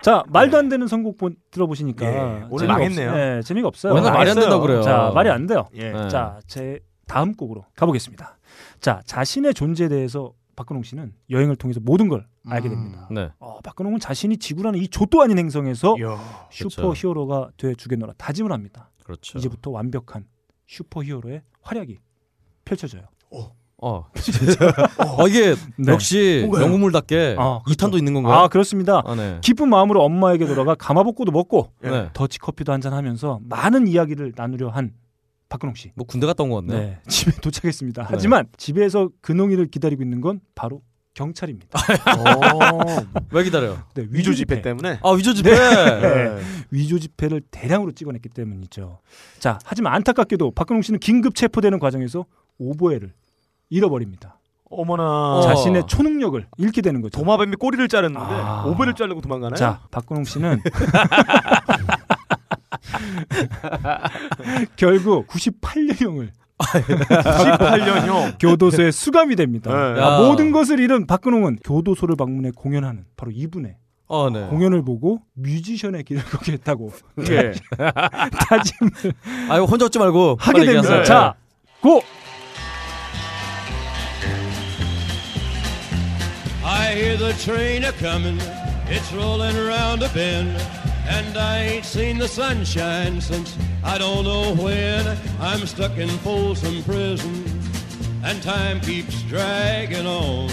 자 말도 안 되는 선곡 본, 들어보시니까 예, 오늘 재미가 망했네요. 없, 예, 재미가 없어요. 맨날 말이 안 된다고 그래요. 자 말이 안 돼요. 예. 네. 자 제 다음 곡으로 가보겠습니다. 자 자신의 존재에 대해서 박근홍 씨는 여행을 통해서 모든 걸 알게 됩니다. 네. 어, 박근홍은 자신이 지구라는 이 조도 아닌 어? 행성에서 예, 그쵸. 슈퍼히어로가 되 주겠노라 다짐을 합니다. 그렇죠. 이제부터 완벽한 슈퍼히어로의 활약이 펼쳐져요. 어, 어, 이게 역시 네. 뭔가요? 영웅물답게 아, 이탄도 있는 건가요? 아 그렇습니다. 아, 네. 기쁜 마음으로 엄마에게 돌아가 가마복고도 먹고 네. 더치 커피도 한잔 하면서 많은 이야기를 나누려 한 박근홍 씨. 뭐 군대 갔다 온 것 같네요. 네, 집에 도착했습니다. 하지만 집에서 근홍이를 기다리고 있는 건 바로 경찰입니다. 왜 기다려요? 네, 위조 집회 때문에? 예. 아, 위조 집회. 네. 위조 집회를 대량으로 찍어냈기 때문이죠. 자, 하지만 안타깝게도 박근홍 씨는 긴급 체포되는 과정에서 오보에를 잃어버립니다. 어머나. 자신의 초능력을 잃게 되는 거죠. 도마뱀이 꼬리를 자르는데 오배를 자르고 도망가나요? 자, 박근홍 씨는 결국 98년형을 98년 형. 교도소에 수감이 됩니다. 네. 아, 야. 모든 것을 잃은 박근홍은 교도소를 방문해 공연하는 바로 이분의 어, 네. 공연을 보고 뮤지션의 길을 걷겠다고 예. 다짐을 아, 이거 혼자 웃지 말고 하게 빨리 됩니다. 얘기하세요. 자, 고! I hear the train a comin', it's rolling around a bend, and I ain't seen the sunshine since I don't know when. I'm stuck in Folsom Prison, and time keeps dragging on.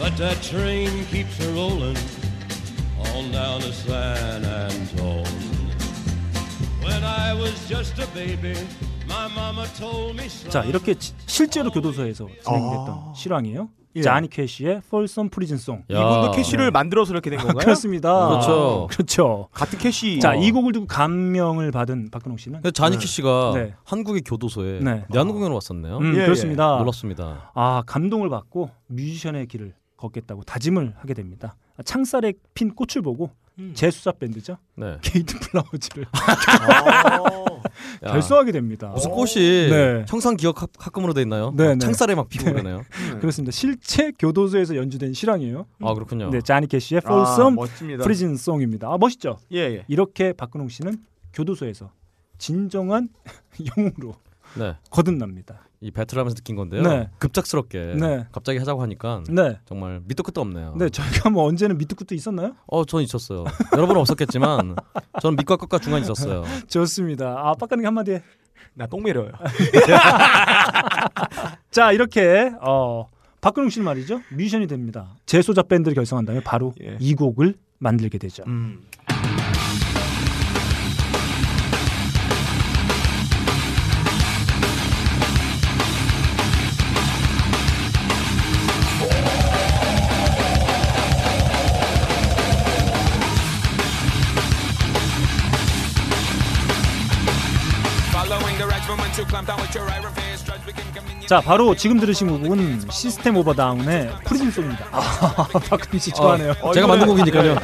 But that train keeps a rolling on down to San Antone. When I was just a baby, my mama told me. 자 이렇게 지- 실제로 교도소에서 진행됐던 실황이에요. 예. 자니 캐시의 폴썸 프리즌송. 야. 이분도 캐시를 만들어서 이렇게 된 건가요? 그렇습니다. 그렇죠. 그렇죠. 같은 캐시. 어. 자이 곡을 두고 감명을 받은 박근홍 씨는 근데 자니키 네. 씨가 네. 한국의 교도소에 네. 내한공연을 왔었네요. 음, 그렇습니다. 놀랐습니다. 아 감동을 받고 뮤지션의 길을 걷겠다고 다짐을 하게 됩니다. 아, 창살에 핀 꽃을 보고 재수사 밴드죠. 네. 게이트 플라워즈를 아, 야. 결성하게 됩니다. 무슨 꽃이 네. 형상 기억 학- 학금으로 돼 있나요? 네, 막 네. 창살에 막 피고 네. 그러네요. 그렇습니다. 실제 교도소에서 연주된 실황이에요. 아, 그렇군요. 네, 자니 캐시의 아, 폴섬 멋집니다. 프리즌 송입니다. 아, 멋있죠? 예, 예. 이렇게 박근홍 씨는 교도소에서 진정한 영웅으로 네. 거듭납니다. 이 배틀하면서 느낀 건데요. 네. 급작스럽게 네. 갑자기 하자고 하니까 네. 정말 밑도 끝도 없네요. 네, 저희가 뭐 언제는 밑도 끝도 있었나요? 어, 저는 있었어요. 여러분은 없었겠지만 저는 밑과 끝과 중간 있었어요. 좋습니다. 아, 빡가는 게 한마디 해. 나 똥 매려요. 자, 이렇게 어, 박근홍 씨는 말이죠. 뮤지션이 됩니다. 재소자 밴드를 결성한 다음에 바로 예. 이 곡을 만들게 되죠. Following the right momentum, climb down with your iron fist. Strikes begin coming 자 바로 지금 들으신 곡은 시스템 오버 다운의 프리즘송입니다. 아, 박근혜 씨 좋아하네요. 어, 제가 만든 곡이니까요.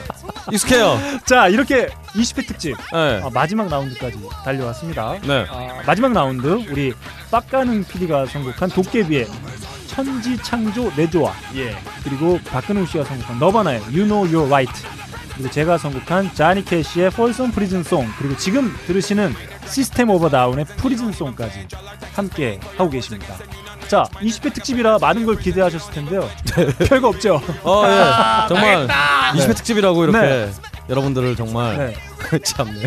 익숙해요. 자 이렇게 20회 특집 네. 아, 마지막 라운드까지 달려왔습니다. 네. 아, 마지막 라운드 우리 빡가는 PD가 선곡한 도깨비의 천지 창조 내조와 예. 그리고 박근우 씨가 선곡한 너바나의 You Know You're Right 그리고 제가 선곡한 자니 캐시의 폴슨 프리즌 송 그리고 지금 들으시는 시스템 오버 다운의 프리즌 송까지 함께 하고 계십니다. 자 20회 특집이라 많은 걸 기대하셨을 텐데요. 별거 없죠. 어, 예. 정말 망했다. 20회 특집이라고 이렇게 네. 여러분들을 정말 참네.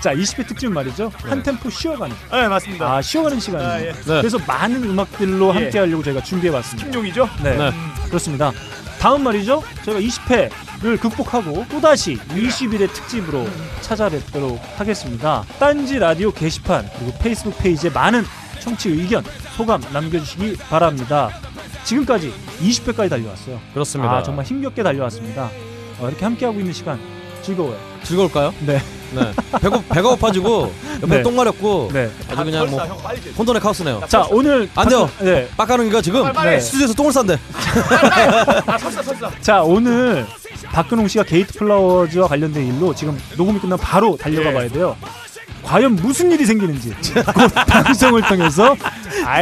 자 20회 특집 말이죠. 한 템포 쉬어가는. 네 맞습니다. 아 쉬어가는 시간이에요. 아, 예. 네. 그래서 많은 음악들로 예. 함께하려고 저희가 준비해봤습니다. 팀용이죠? 네. 네. 그렇습니다. 다음 말이죠. 저희가 20회를 극복하고 또 다시 20일의 특집으로 찾아뵙도록 하겠습니다. 딴지 라디오 게시판 그리고 페이스북 페이지에 많은 청취 의견 소감 남겨주시기 바랍니다. 지금까지 20회까지 달려왔어요. 그렇습니다. 아, 정말 힘겹게 달려왔습니다. 어, 이렇게 함께하고 있는 시간 즐거워요. 즐거울까요? 네. 네. 배고 배가 고파지고 옆에 네. 똥 마렵고 아주 그냥 뭐 혼돈의 카오스네요. 자 오늘 안 돼요. 박- 네. 빡가는기가 지금 네. 빨리, 빨리. 스튜디오에서 똥을 싼대. 아 섰어 섰어. 자 오늘 박근홍 씨가 게이트 플라워즈와 관련된 일로 지금 녹음이 끝나면 바로 달려가 예. 봐야 돼요. 과연 무슨 일이 생기는지 곧 방송을 통해서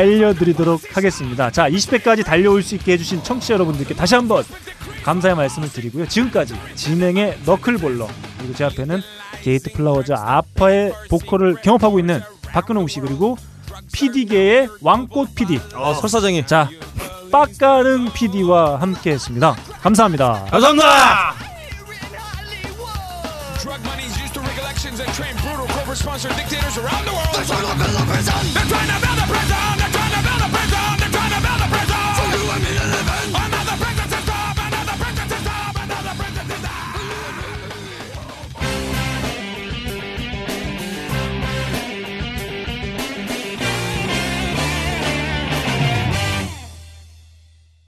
알려드리도록 하겠습니다. 자 20회까지 달려올 수 있게 해주신 청취자 여러분들께 다시 한번 감사의 말씀을 드리고요. 지금까지 진행의 너클볼러 그리고 제 앞에는 게이트 플라워즈 아파의 보컬을 경험하고 있는 박근홍 씨 그리고 PD계의 왕꽃 PD 어, 설사쟁이 자 빡가는 PD와 함께했습니다. 감사합니다. 감사합니다. Drug money's used to recollections and train brutal corporate sponsored dictators around the world. They're trying to build a prison. They're trying to build a prison.